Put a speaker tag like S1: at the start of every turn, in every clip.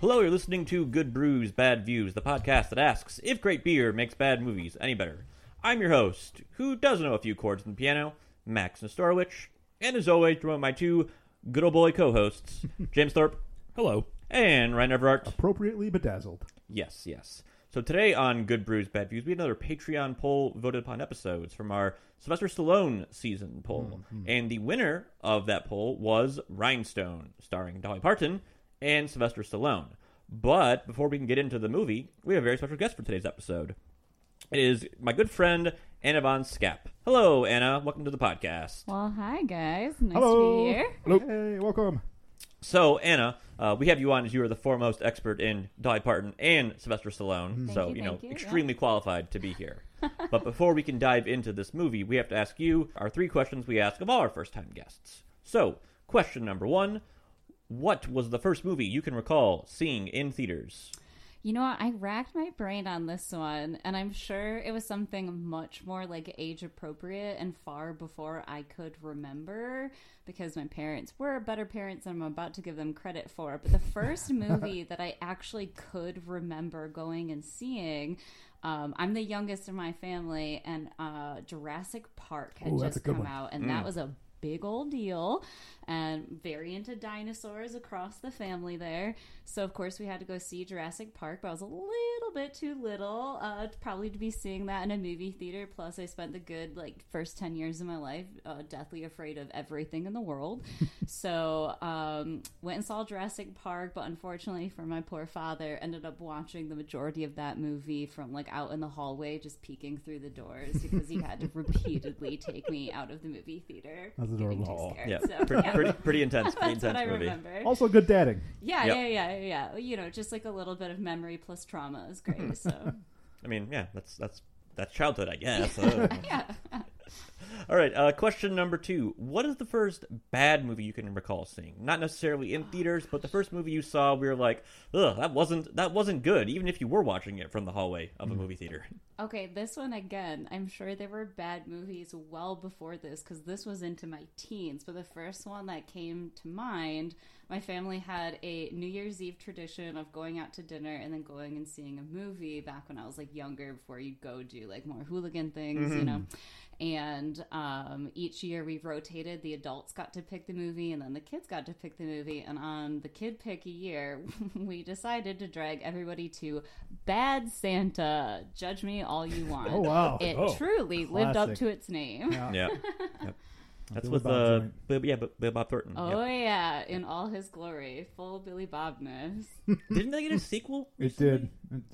S1: Hello, you're listening to Good Brews, Bad Views, the podcast that asks if great beer makes bad movies any better. I'm your host, who does know a few chords on the piano, Max Nestorowicz, and as always, joined by my two good old boy co-hosts, James Thorpe
S2: Hello.
S1: and Ryan Everhart.
S3: appropriately bedazzled.
S1: Yes, yes. So today on Good Brews, Bad Views, we had another Patreon poll voted upon episodes from our Sylvester Stallone season poll. And the winner of that poll was Rhinestone, starring Dolly Parton and Sylvester Stallone. But before we can get into the movie, we have a very special guest for today's episode. It is my good friend, Anna Von Scapp. Hello, Anna. Welcome to the podcast.
S4: Well, hi guys. Nice
S3: Hello.
S4: to be here.
S3: Hello. Hey, welcome.
S1: So, Anna, uh, we have you on as you are the foremost expert in Dolly Parton and Sylvester Stallone. so,
S4: you,
S1: know,
S4: Mm-hmm. thank you, yeah.
S1: extremely qualified to be here. but before we can dive into this movie, we have to ask you our three questions we ask of all our first time guests. So, question number one What was the first movie you can recall seeing in theaters?
S4: You know what? I racked my brain on this one, and I'm sure it was something much more like age appropriate and far before I could remember because my parents were better parents than I'm about to give them credit for. But the first movie that I actually could remember going and seeing. Um, I'm the youngest in my family, and uh, Jurassic Park had
S3: Ooh, that's a
S4: just
S3: good
S4: come
S3: one.
S4: out, and that was a big old deal and very into dinosaurs across the family there. So, of course, we had to go see Jurassic Park, but I was a little bit too little uh, to- probably to be seeing that in a movie theater. Plus, I spent the good, like, first 10 years of my life uh, deathly afraid of everything in the world. so, um, went and saw Jurassic Park, but unfortunately for my poor father, ended up watching the majority of that movie from, like, out in the hallway, just peeking through the doors because he had to repeatedly take me out of the movie theater.
S3: That's
S4: getting too
S3: adorable.
S4: scared.
S1: Yeah,
S4: So,
S1: pretty,
S4: yeah.
S1: pretty, pretty intense. Pretty
S4: That's what
S1: intense
S4: I
S1: movie.
S4: remember.
S3: Also, good dadding.
S4: Yeah,
S1: Yep.
S4: yeah, yeah, yeah, yeah. You know, just like a little bit of memory plus trauma is great. So,
S1: I mean, yeah, that's that's that's childhood, I guess. Uh,
S4: yeah.
S1: All right. Uh, question number two: What is the first bad movie you can recall seeing? Not necessarily in theaters, but the first movie you saw, we were like, "Ugh, that wasn't that wasn't good," even if you were watching it from the hallway of a
S3: Mm.
S1: movie theater.
S4: Okay, this one again. I'm sure there were bad movies well before this because this was into my teens. But the first one that came to mind, my family had a New Year's Eve tradition of going out to dinner and then going and seeing a movie back when I was like younger before you go do like more hooligan things, you know. And um, each year we rotated. The adults got to pick the movie, and then the kids got to pick the movie. And on the kid pick a year, we decided to drag everybody to Bad Santa. Judge me all you want.
S3: Oh, wow.
S4: It
S3: Oh,
S4: truly lived up
S3: classic.
S4: to its name.
S1: Yeah. Yep. That's
S3: Billy
S1: with
S3: Bob's
S1: uh,
S3: right.
S1: Bill, yeah, Bill Bill Bob Thornton.
S4: Oh
S1: Yep.
S4: yeah, in all his glory, full Billy Bobness.
S1: Didn't they get a sequel?
S3: It did.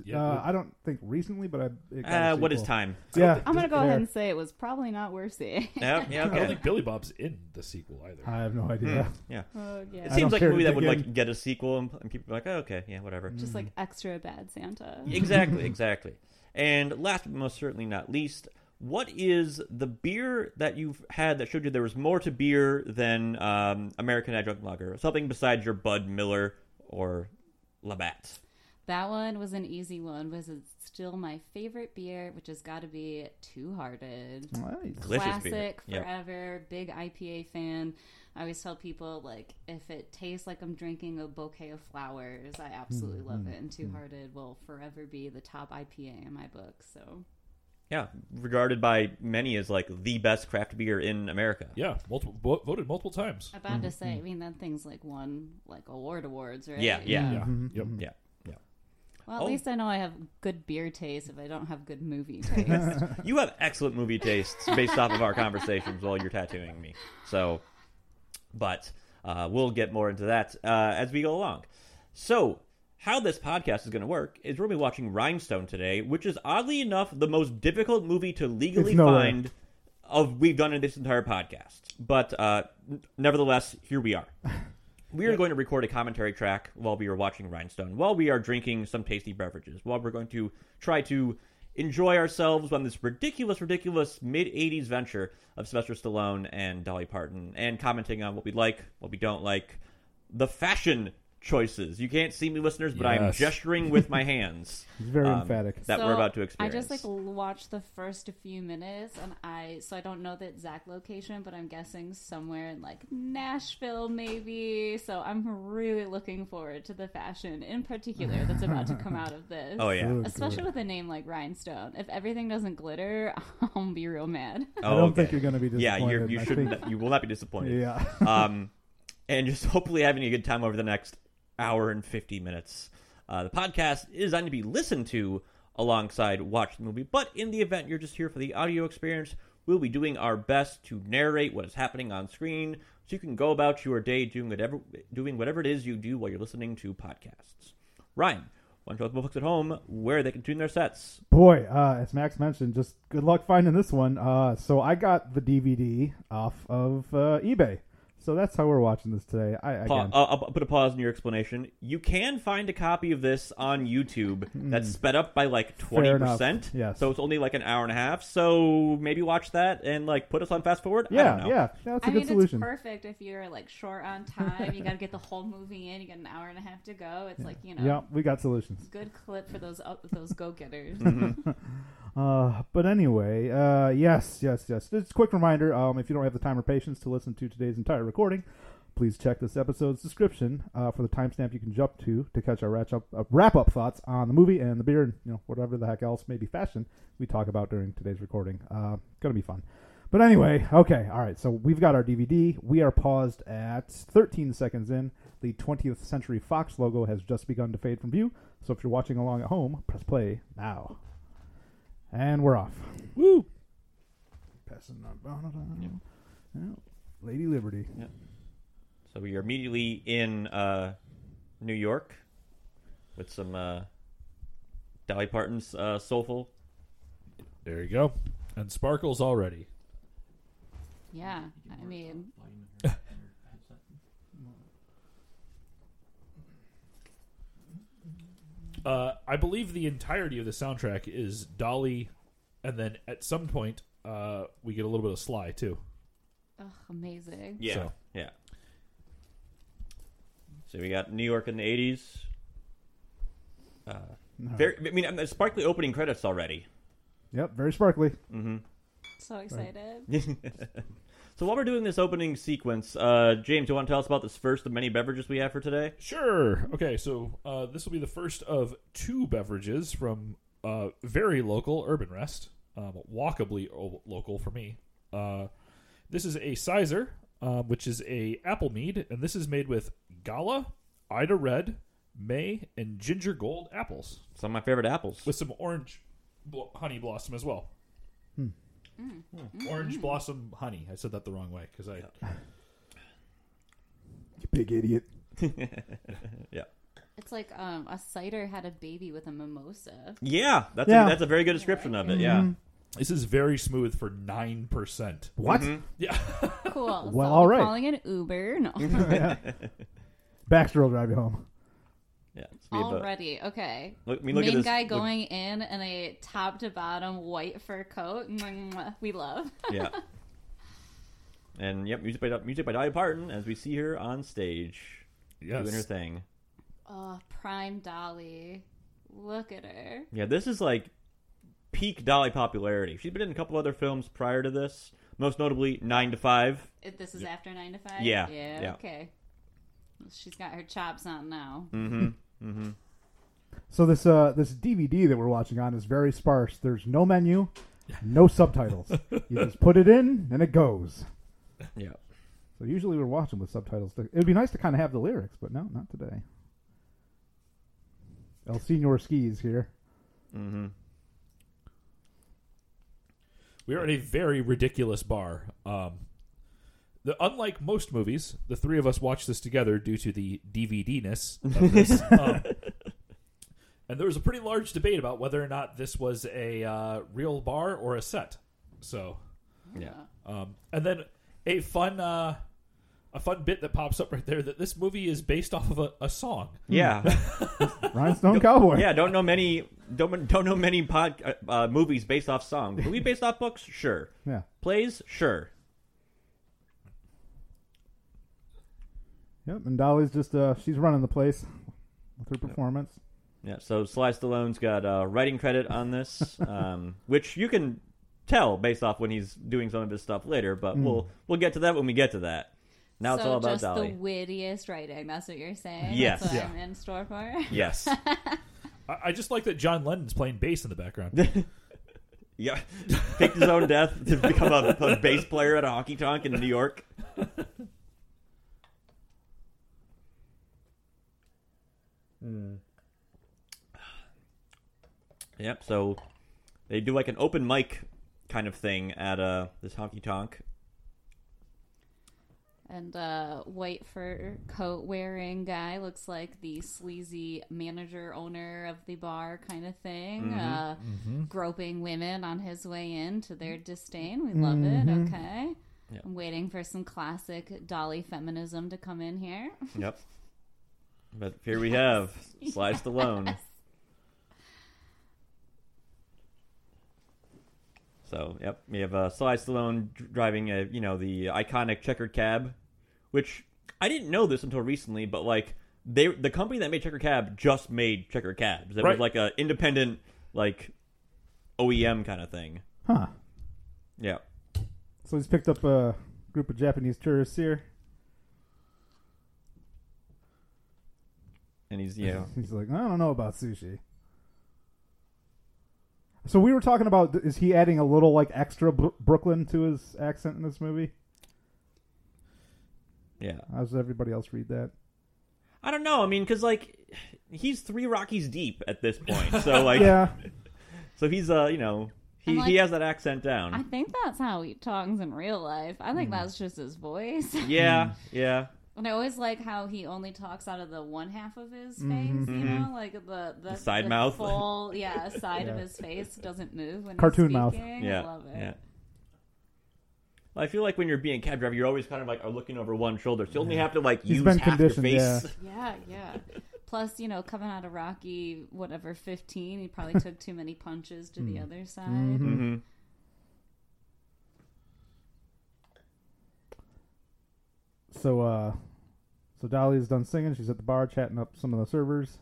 S2: Yeah.
S3: Uh, I don't think recently, but I. It got a
S1: Uh, what is
S3: sequel.
S1: time?
S3: Yeah,
S4: I'm gonna go ahead
S3: there.
S4: and say it was probably not worth seeing.
S1: Yeah, yeah,
S2: I don't
S1: okay.
S2: think Billy Bob's in the sequel either.
S3: I have no idea.
S1: yeah.
S4: oh
S1: It
S4: yeah,
S3: don't
S1: seems like a
S3: care to
S1: movie that
S3: dig
S1: would
S3: in.
S1: like get a sequel, and, and people are like, oh, "Okay, yeah, whatever."
S3: Mm.
S4: just like extra bad Santa.
S1: Exactly, exactly. And last but most certainly not least, what is the beer that you've had that showed you there was more to beer than um, American Adjunct Lager? Something besides your Bud Miller or Labatt?
S4: That one was an easy one. Was it's still my favorite beer, which has got to be Two Hearted.
S1: Hmm.
S3: Nice.
S1: Delicious beer.
S4: Classic,
S1: Yep.
S4: forever, big IPA fan. I always tell people like if it tastes like I'm drinking a bouquet of flowers, I absolutely love it. And Two Hearted will forever be the top IPA in my book. So
S1: Yeah, regarded by many as like the best craft beer in America.
S2: Yeah, multiple vo- voted multiple times.
S4: about to say, I mean that thing's like won like award awards, right?
S1: Yeah, yeah.
S2: Yeah. Yep.
S1: Yeah. Yeah.
S4: Well, at
S1: Oh.
S4: least I know I have good beer taste if I don't have good movie taste.
S1: You have excellent movie tastes based off of our conversations while you're tattooing me. So, but uh, we'll get more into that uh, as we go along. So, how this podcast is going to work is we're going to be watching Rhinestone today, which is oddly enough the most difficult movie to legally
S3: It's nowhere.
S1: find of we've done in this entire podcast. But uh, n- nevertheless, here we are. We are going to record a commentary track while we are watching Rhinestone, while we are drinking some tasty beverages, while we're going to try to enjoy ourselves on this ridiculous, ridiculous mid 80s venture of Sylvester Stallone and Dolly Parton, and commenting on what we like, what we don't like, the fashion choices. You can't see me, listeners, but I'm
S2: Yes.
S1: gesturing with my hands.
S3: It's very
S1: um,
S3: emphatic.
S1: That
S4: So,
S1: we're about to
S4: I
S1: experience.
S4: just like l- watched the first few minutes, and I so I don't know the exact location, but I'm guessing somewhere in like Nashville, maybe. So I'm really looking forward to the fashion in particular that's about to come out of this.
S1: oh yeah.
S3: Good,
S4: Especially
S3: good.
S4: with a name like Rhinestone. If everything doesn't glitter, I'll be real mad.
S1: Oh,
S3: I don't
S1: okay.
S3: think you're going to be
S1: Yeah,
S3: disappointed.
S1: you're, you
S3: I
S1: should.
S3: think-
S1: not You will not be disappointed.
S3: Yeah.
S1: um, and just hopefully having a good time over the next hour and 50 minutes. Uh, the podcast is designed to be listened to alongside watch the movie, but in the event you're just here for the audio experience, we'll be doing our best to narrate what is happening on screen so you can go about your day doing whatever, doing whatever it is you do while you're listening to podcasts. Ryan, why don't you let the folks at home where they can tune their sets?
S3: Boy, uh, as Max mentioned, just good luck finding this one. Uh, so I got the DVD off of uh, eBay. So that's how we're watching this today. I
S1: Pa-
S3: again,
S1: oh, uh, I'll, I'll put a pause in your explanation. You can find a copy of this on YouTube that's sped up by like
S3: Hmm. Fair
S1: twenty
S3: enough.
S1: percent.
S3: Yes.
S1: So it's only like an hour and a half. So maybe watch that and like put us on fast forward. I don't
S3: yeah,
S1: know.
S3: yeah, that's a
S4: I
S3: good
S4: mean,
S3: solution.
S4: it's perfect if you're like short on time. You got to get the whole movie in. You got an hour and a half to go. It's like you know,
S3: Yeah, we got solutions.
S4: good clip for those up those go getters.
S1: Mm-hmm.
S3: Uh, but anyway, uh, yes, yes, yes. Just a quick reminder: um, if you don't have the time or patience to listen to today's entire recording, please check this episode's description uh, for the timestamp you can jump to to catch our wrap up uh, wrap up thoughts on the movie and the beer and you know whatever the heck else maybe fashion we talk about during today's recording. Uh, gonna be fun. But anyway, okay, all right. So we've got our DVD. We are paused at 13 seconds in. The 20th Century Fox logo has just begun to fade from view. So if you're watching along at home, press play now. And we're off.
S2: Woo!
S3: Passing on. Yeah. Lady Liberty.
S1: So we are immediately in uh, New York with some uh, Dolly Parton's uh, soulful.
S2: There you go. And sparkles already.
S4: yeah, I mean,
S2: Uh, I believe the entirety of the soundtrack is Dolly, and then at some point uh, we get a little bit of Sly too.
S4: ugh, amazing.
S1: Yeah,
S2: So.
S1: yeah. So we got New York in the eighties. Uh, very, I mean, I'm- uh, sparkly opening credits already.
S3: Yep, very sparkly.
S1: hmm
S4: So excited.
S1: so while we're doing this opening sequence, uh, James, you want to tell us about this first of many beverages we have for today?
S2: Sure. Okay, so uh, this will be the first of two beverages from uh, very local Urban Rest, um, walkably o- local for me. Uh, this is a Sizer, um, which is a apple mead, and this is made with Gala, Ida Red, May, and Ginger Gold apples
S1: Some of my favorite apples.
S2: with some orange bl- honey blossom as well. Hmm. Orange blossom honey. I said that the wrong way because I
S3: You big idiot.
S4: It's like um, a cider had a baby with a mimosa.
S1: Yeah, that's
S3: Yeah.
S1: A, that's a very good description of it. Yeah,
S2: this is very smooth for nine percent.
S3: Mm-hmm. What?
S1: Mm-hmm.
S2: Yeah.
S4: Cool.
S3: Well,
S4: so
S3: all
S4: we're
S3: right.
S4: Calling an Uber. No.
S1: Mm-hmm.
S3: Baxter will drive you home.
S1: yeah. So we have a-
S4: Already. Okay.
S1: Look- I mean, look at
S4: Main
S1: this-
S4: guy
S1: look-
S4: going in in a top to bottom white fur coat. Mwah, mwah. We love.
S1: yeah. And yep, music by music by Dolly Parton as we see her on stage
S2: Yes.
S1: doing her thing.
S4: Oh, prime Dolly. Look at her.
S1: Yeah, this is like peak Dolly popularity. She's been in a couple other films prior to this, most notably Nine to Five.
S4: If This is after nine to five.
S1: Yeah,
S4: Yeah.
S1: yeah.
S4: Okay. She's got her chops on now.
S1: Mm. Mm-hmm.
S3: So this uh this DVD that we're watching on is very sparse. There's no menu, no subtitles. You just put it in and it goes.
S1: Yeah.
S3: So usually we're watching with subtitles. It would be nice to kind of have the lyrics, but no, not today. El Senor Skis here.
S1: Mm-hmm.
S2: We are at a very ridiculous bar. Um, the, unlike most movies, the three of us watched this together due to the DVD ness of this. um, and there was a pretty large debate about whether or not this was a uh, real bar or a set. So,
S1: Yeah.
S2: um, and then a fun, uh, a fun bit that pops up right there that this movie is based off of a, a song.
S1: Yeah.
S3: Rhinestone Cowboy.
S1: yeah, don't know many don't don't know many pod, uh, uh, movies based off songs. Movie based off books, sure.
S3: Yeah.
S1: Plays, sure.
S3: Yep, and Dolly's just uh, she's running the place with her performance.
S1: Yeah, so Sly Stallone's got uh, writing credit on this, um, which you can tell based off when he's doing some of his stuff later. But we'll we'll get to that when we get to that. Now
S4: so
S1: it's all about
S4: just
S1: Dolly.
S4: the wittiest writing. That's what you're saying.
S1: Yes.
S4: That's what
S2: Yeah.
S4: I'm in store for.
S1: yes.
S2: I, I just like that John Lennon's playing bass in the background.
S1: yeah. Picked his own death to become a, a bass player at a hockey tonk in New York. Hmm. Yep. So they do like an open mic kind of thing at uh, this honky tonk.
S4: And uh, white fur coat wearing guy looks like the sleazy manager owner of the bar kind of thing. Uh,
S2: Mm-hmm.
S4: Groping women on his way in to their disdain. We love it. Okay.
S1: Yeah.
S4: I'm waiting for some classic Dolly feminism to come in here.
S1: Yep. But here we have Sly Stallone. So yep, we have uh, Sly Stallone dr- driving a you know the iconic checkered cab, which I didn't know this until recently, but like they the company that made checkered cab just made checkered cabs. It was
S2: Right.
S1: like a independent like OEM kind of thing.
S3: Huh.
S1: Yeah.
S3: So he's picked up a group of Japanese tourists here.
S1: And he's you know
S3: He's like, I don't know about sushi. So we were talking about th- is he adding a little like extra Bro- Brooklyn to his accent in this movie?
S1: yeah.
S3: How does everybody else read that?
S1: I don't know. I mean, because like he's three Rockies deep at this point, so like
S3: yeah,
S1: So he's uh, you know, he,
S4: And, like,
S1: he has that accent down.
S4: I think that's how he talks in real life. I think that's just his voice.
S1: yeah, yeah.
S4: And I always like how he only talks out of the one half of his face,
S3: Mm-hmm.
S4: you know, like the, the
S1: Mm-hmm. side
S4: the
S1: mouth.
S4: full, yeah, side of
S3: Yeah.
S4: his face doesn't move when
S3: Cartoon
S4: he's
S3: mouth.
S4: speaking.
S1: Yeah.
S4: I love it.
S1: Yeah. I feel like when you're being a cab driver, you're always kind of like are looking over one shoulder. So you only have to like
S3: He's
S1: use
S3: been
S1: half your
S3: conditioned,
S1: face.
S3: yeah.
S4: Yeah, yeah. Plus, you know, coming out of Rocky, whatever, 15, he probably took too many punches to
S3: Mm-hmm.
S4: the other side.
S1: hmm
S3: So, uh, so Dolly's done singing. She's at the bar chatting up some of the servers.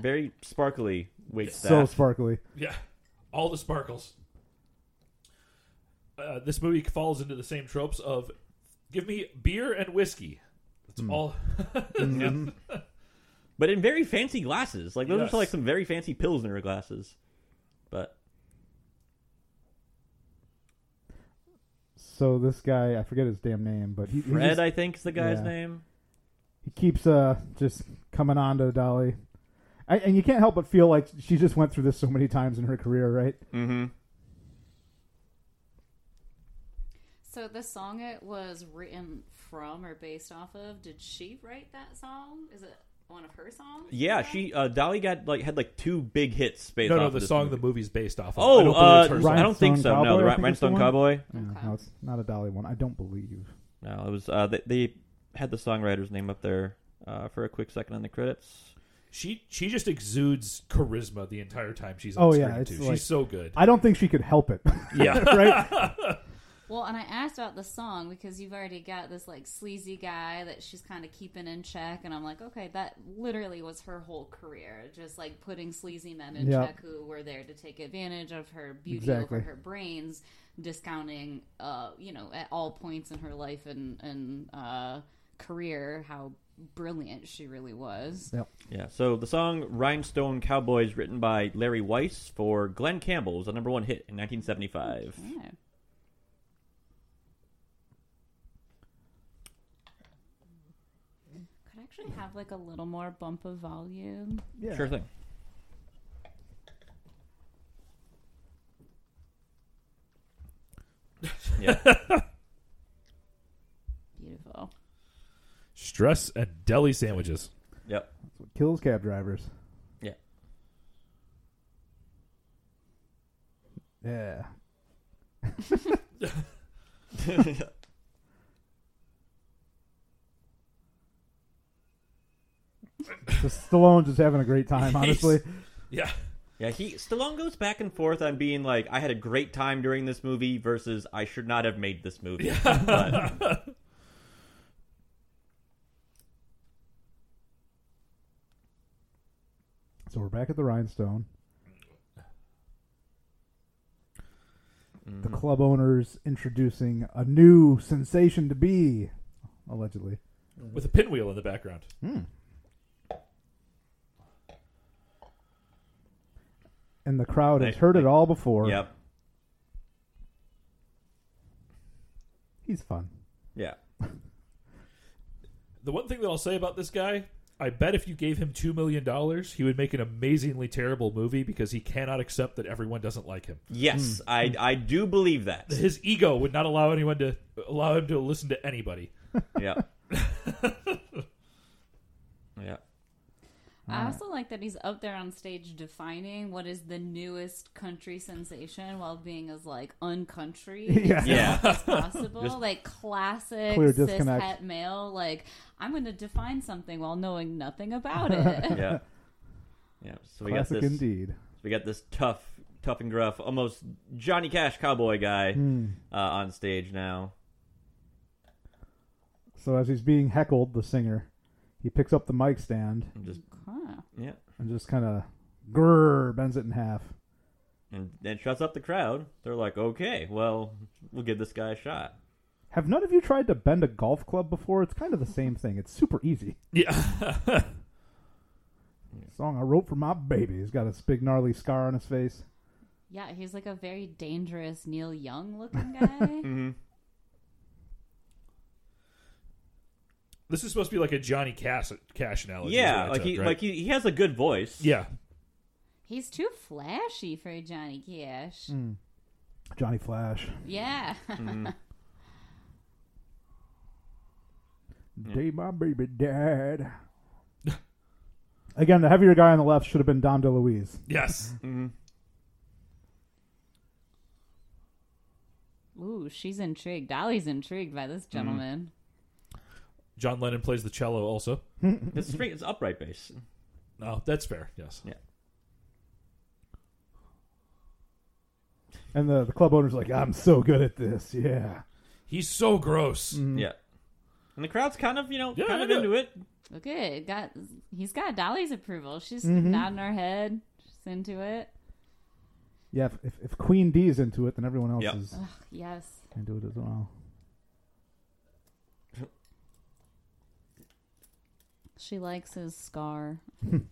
S1: Very sparkly wait
S3: So
S1: staff.
S3: sparkly.
S2: yeah, all the sparkles. Uh, this movie falls into the same tropes of give me beer and whiskey. That's all.
S1: but in very fancy glasses. Like those
S2: Yes.
S1: are like some very fancy pills in her glasses. But
S3: So this guy, I forget his damn name, but he he,
S1: Fred,
S3: just-
S1: I think, is the guy's
S3: yeah.
S1: name.
S3: he keeps uh just coming on to Dolly, I, and you can't help but feel like she just went through this so many times in her career, right?
S1: Mm-hmm.
S4: So, the song it was written from or based off of, did she write that song? Is it one of her songs?
S1: Yeah, she uh, Dolly got like had like two big hits based
S2: No,
S1: off
S2: no,
S1: of
S2: the
S1: this
S2: song
S1: movie.
S2: the movie's based off of. I
S1: Oh, I
S2: don't believe
S1: don't,
S2: it's
S1: uh,
S2: her
S1: I don't think
S3: Rhinestone
S1: so. no,
S3: Cowboy,
S1: the
S3: I
S1: Rhi-
S3: think it's the
S1: Rhinestone
S3: one.
S1: Cowboy.
S3: Yeah,
S4: Okay.
S3: Mm, no, it's not a Dolly one. I don't believe.
S1: No, it was uh, they, they had the songwriter's name up there uh, for a quick second on the credits.
S2: She she just exudes charisma the entire time she's on
S3: Oh,
S2: screen
S3: yeah, it's
S2: too.
S3: like-
S2: she's so good.
S3: I don't think she could help it.
S2: yeah.
S3: right?
S4: Well, and I asked about the song because you've already got this like sleazy guy that she's kind of keeping in check, and I'm like, okay, that literally was her whole career, just like putting sleazy men in
S3: Yeah.
S4: check who were there to take advantage of her beauty
S3: Exactly.
S4: over her brains, discounting, uh, you know, at all points in her life and and uh, career how brilliant she really was.
S3: Yep.
S1: Yeah, so the song Rhinestone Cowboy is written by Larry Weiss for Glenn Campbell. It was a number one hit in 1975.
S4: Yeah. Could I actually have like a little more bump of volume.
S3: Yeah.
S1: Sure thing. yeah.
S4: Beautiful.
S2: Stress and deli sandwiches.
S1: Yep.
S3: That's what kills cab drivers.
S1: Yeah.
S3: Yeah. So Stallone's just having a great time, honestly.
S2: Yeah.
S1: Yeah, he Stallone goes back and forth on being like, I had a great time during this movie versus I should not have made this movie. But-
S3: So we're back at the Rhinestone. The
S1: Mm-hmm.
S3: club owners introducing a new sensation to be, allegedly.
S2: with a pinwheel in the background.
S3: And the crowd has
S1: They-
S3: heard it
S1: they-
S3: all before.
S1: Yep.
S3: He's fun.
S1: Yeah.
S2: The one thing that I'll say about this guy, I bet if you gave him two million dollars, he would make an amazingly terrible movie because he cannot accept that everyone doesn't like him.
S1: Yes, I I do believe that.
S2: His ego would not allow anyone to allow him to listen to anybody.
S1: yeah. yeah.
S4: I also like that he's up there on stage defining what is the newest country sensation while being as like uncountry
S3: Yeah.
S1: Yeah.
S4: as possible,
S1: Just-
S4: like classic
S3: Clear
S4: cis
S3: disconnect.
S4: het male. Like I'm going to define something while knowing nothing about it.
S1: Yeah. Yeah. So we
S3: Classic
S1: got this
S3: indeed.
S1: we got this tough tough and gruff, almost Johnny Cash cowboy guy
S3: Hmm.
S1: uh, on stage now.
S3: So as he's being heckled, the singer, he picks up the mic stand
S1: And just
S4: Huh.
S1: yeah.
S3: and just kind of grrr, bends it in half.
S1: And then shuts up the crowd. They're like, "Okay, well, we'll give this guy a shot."
S3: Have none of you tried to bend a golf club before? It's kind of the same thing. It's super easy.
S2: Yeah.
S3: Song I wrote for my baby. He's got this big gnarly scar on his face.
S4: Yeah, he's like a very dangerous Neil Young looking guy.
S1: Mhm.
S2: this is supposed to be like a Johnny Cash Cash analogy. is what
S1: yeah,
S2: I
S1: like
S2: took,
S1: he
S2: right?
S1: like he, he has a good voice.
S2: yeah.
S4: he's too flashy for Johnny Cash.
S3: Johnny Flash,
S4: Yeah.
S3: day my baby died. Again, the heavier guy on the left should have been Dom DeLuise.
S2: Yes.
S4: Ooh, she's intrigued. Dolly's intrigued by this gentleman.
S2: John Lennon plays the cello also.
S1: It's straight. It's upright bass.
S2: No, that's fair. Yes.
S1: Yeah.
S3: And the, the club owner's like, I'm so good at this. Yeah.
S2: He's so gross.
S1: Yeah. And the crowd's kind of, you know,
S2: Yeah,
S1: kind
S2: I
S1: of
S2: know.
S1: into it.
S4: Look at it. Got he's got Dolly's approval. She's nodding her head. She's into it.
S3: Yeah, if, if, if Queen D's into it, then everyone else
S1: Yep.
S3: is
S4: Yes.
S3: into it as well.
S4: She likes his scar.
S1: And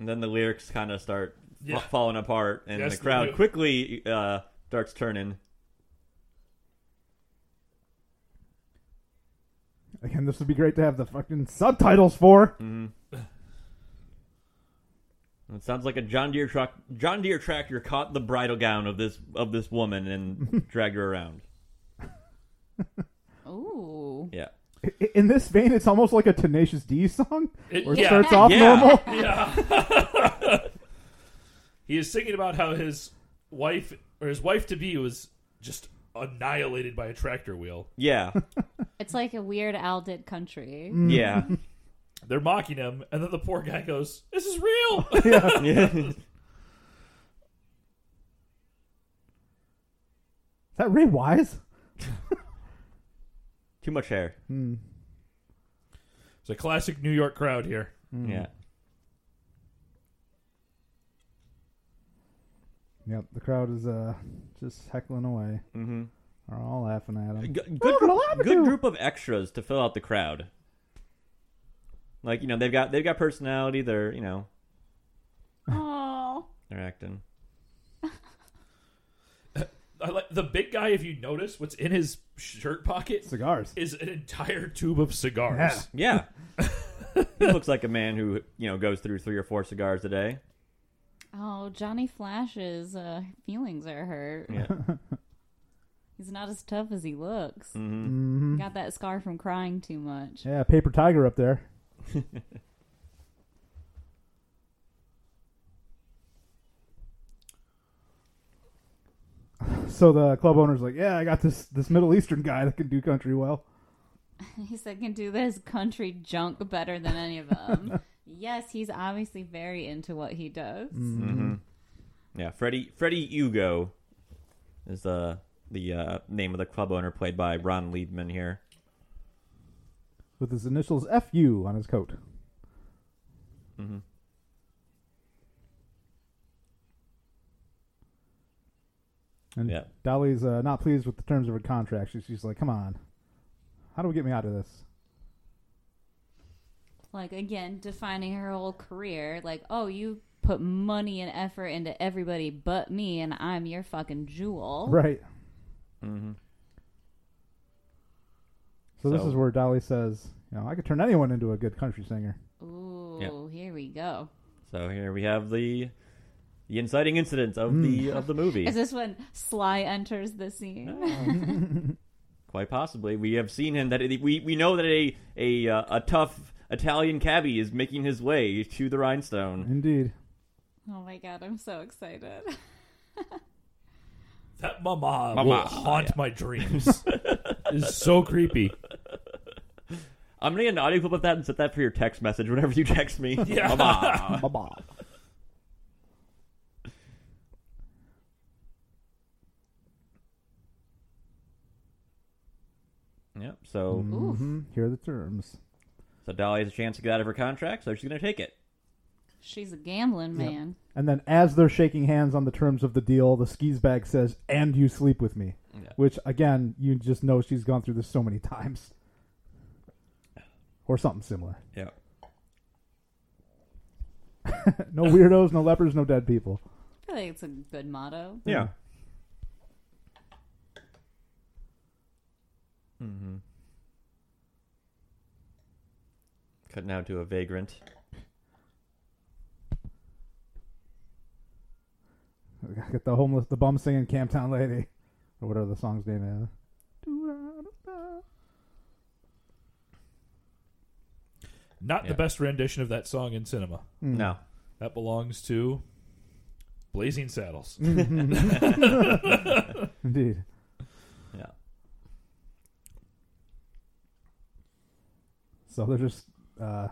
S1: then the lyrics kind of start fa-
S2: Yeah.
S1: falling apart, and
S2: Yes,
S1: the
S2: they
S1: crowd
S2: do.
S1: quickly uh, starts turning.
S3: Again, this would be great to have the fucking subtitles for.
S1: Mm. It sounds like a John Deere truck. John Deere tractor caught the bridal gown of this of this woman and dragged her around.
S4: Ooh.
S1: Yeah,
S3: I- In this vein, it's almost like a Tenacious D song.
S2: It-
S3: Where it
S2: yeah.
S3: starts off
S1: Yeah.
S3: normal.
S2: He is singing about how his wife or his wife to be was just annihilated by a tractor wheel.
S1: yeah,
S4: It's like a weird Al did country.
S1: yeah.
S2: They're mocking him, and then the poor guy goes, "This is real."
S3: Is that Ray Wise?
S1: Too much hair.
S3: Hmm.
S2: it's a classic New York crowd here.
S1: Yeah,
S3: Yep, the crowd is uh just heckling away.
S1: mm-hmm.
S3: They're all laughing at him.
S1: G- good,
S3: gonna lie to
S1: good
S3: you.
S1: group of extras to fill out the crowd. Like you know, they've got they've got personality. They're you know
S4: Oh.
S1: they're acting.
S2: I like the big guy. If you notice, what's in his shirt pocket
S3: Cigars.
S2: is an entire tube of cigars.
S3: Yeah.
S1: Yeah, he looks like a man who you know goes through three or four cigars a day.
S4: Oh, Johnny Flash's uh, feelings are hurt.
S1: Yeah.
S4: He's not as tough as he looks.
S3: Mm-hmm.
S4: Got that scar from crying too much.
S3: Yeah, Paper Tiger up there. so the club owner's like, "Yeah, I got this this Middle Eastern guy that can do country well."
S4: He said, "Can do this country junk better than any of them." yes, he's obviously very into what he does.
S1: Mm. Mm-hmm. Yeah, Freddie Freddie Hugo is uh, the uh, name of the club owner, played by Ron Liebman here.
S3: with his initials FU on his coat. And
S1: Yeah.
S3: Dolly's uh, not pleased with the terms of her contract. She's, she's like, "Come on, how do we get me out of this?"
S4: like again defining her whole career like oh you put money and effort into everybody but me and i'm your fucking jewel
S3: Right.
S1: Mm-hmm.
S3: So, this
S1: So-
S3: is where Dolly says, "You know, I could turn anyone into a good country singer."
S4: ooh
S1: Yeah.
S4: here we go
S1: So here we have the the inciting incident of the of the movie.
S4: is this when sly enters the scene
S1: Quite possibly, we have seen him. That we we know that a a uh, a tough Italian cabbie is making his way to the rhinestone.
S3: Indeed.
S4: oh my god i'm so excited
S2: That mama, will
S1: Mama,
S2: haunt my dreams. is so creepy.
S1: I'm gonna get an audio clip of that and set that for your text message whenever you text me.
S2: Yeah.
S1: Mama.
S3: Baba.
S1: yep. So
S3: hmm Here are the terms.
S1: so Dolly has a chance to get out of her contract, so she's gonna take it.
S4: she's a gambling man
S3: And then, as they're shaking hands on the terms of the deal, the skis bag says, "And you sleep with me,"
S1: Yeah.
S3: which again, you just know she's gone through this so many times, or something similar.
S1: Yeah.
S3: No weirdos, no lepers, no dead people.
S4: i feel like it's a good motto
S1: Yeah. Hmm. Mm-hmm. Cut now to a vagrant.
S3: I got the homeless, the bum singing Camptown Lady, or whatever the song's name is.
S2: Not
S1: Yeah.
S2: the best rendition of that song in cinema.
S3: Hmm.
S1: No.
S2: That belongs to Blazing Saddles.
S3: Mm. Indeed.
S1: Yeah.
S3: So they're just uh,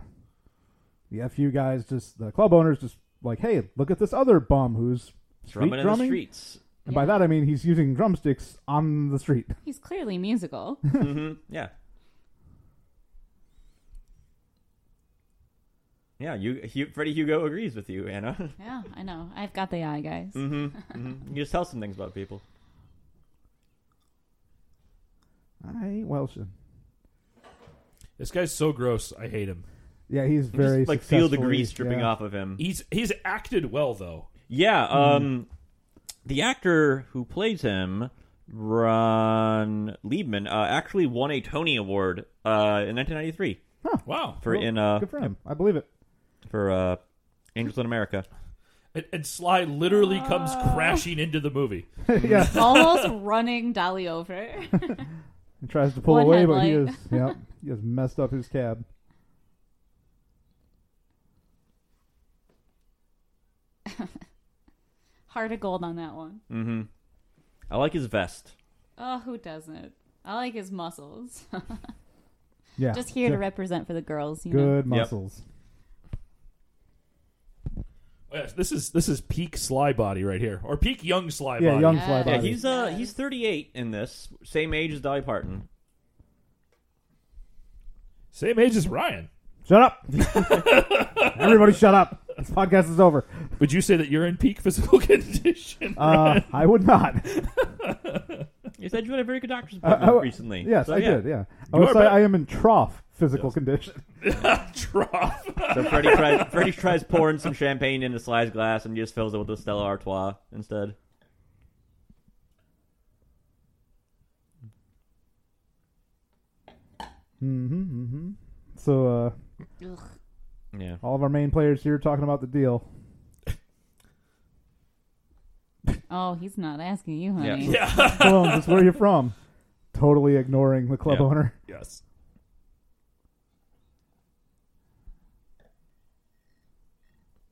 S3: the fu guys, just the club owners, just like, hey, look at this other bum who's street
S1: Drumming in the
S3: drumming.
S1: streets.
S3: And by that I mean he's using drumsticks on the street.
S4: he's clearly musical
S1: hmm Yeah. Yeah, you, Hu Freddie Hugo agrees with you, Anna.
S4: yeah i know i've got the eye guys
S3: Mm-hmm.
S1: hmm hmm You just tell some things about people.
S3: I ain't Welsh.
S2: this guy's so gross. I hate him.
S3: Yeah, he's
S1: You just,
S3: very
S1: like feel the
S3: successful.
S1: grease dripping
S3: Yeah.
S1: off of him.
S2: He's he's acted well though.
S1: Yeah, um, the actor who plays him, Ron Liebman, uh, actually won a Tony Award uh, in 1993
S2: Wow.
S1: for
S3: Well,
S1: in uh,
S3: Good for him. I believe it.
S1: for uh, Angels in America.
S2: And, and Sly literally comes crashing into the movie.
S3: yeah,
S4: almost running dolly over
S3: and tries to pull
S4: One
S3: away, but he is.
S4: headlight.
S3: Yep, he has messed up his cab.
S4: heart of gold on that one.
S1: hmm I like his vest.
S4: Oh, who doesn't? I like his muscles.
S3: Yeah,
S4: Just here to
S3: Yeah.
S4: represent for the girls, you know.
S3: Good
S1: Yep.
S3: muscles.
S2: Oh, yes, This is this is peak Sly body right here, or peak young Sly
S3: Yeah,
S2: body.
S3: young
S4: Yeah.
S3: fly
S1: Yeah,
S3: body.
S1: he's uh he's 38 in this, same age as Dolly Parton.
S2: Same age as Ryan.
S3: Shut up! Everybody, shut up! This podcast is over.
S2: Would you say that you're in peak physical condition?
S3: Uh, I would not.
S1: You said you had a very good doctor's
S3: I- I
S1: appointment
S3: w-
S1: recently.
S3: Yes,
S1: So,
S3: I
S1: yeah.
S3: did. Yeah, I would
S2: are
S3: say
S2: back.
S3: I am in trough physical condition.
S2: Trough.
S1: So Freddie tries, Freddie tries pouring some champagne into Sly's glass and he just fills it with the Stella Artois instead.
S3: Mm-hmm, So uh,
S4: Ugh.
S1: Yeah.
S3: all of our main players here talking about the deal.
S4: Oh, he's not asking you, honey.
S1: Yeah.
S2: Yeah.
S3: Hello, just where you're from. Totally ignoring the club
S1: Yeah.
S3: owner.
S2: yes.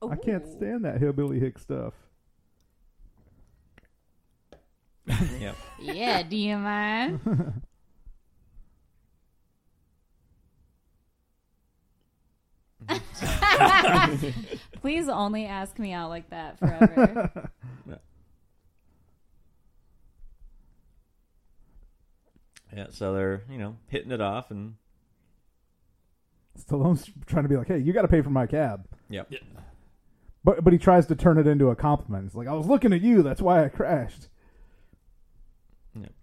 S3: I can't
S4: Ooh.
S3: stand that hillbilly hick stuff.
S1: Yeah.
S4: Yeah, do you mind? Please only ask me out like that forever.
S1: Yeah, so they're, you know, hitting it off and
S3: Stallone's trying to be like, hey, you got to pay for my cab.
S1: Yep.
S2: Yeah.
S3: But but he tries to turn it into a compliment. It's like I was looking at you. That's why I crashed.
S1: Yep.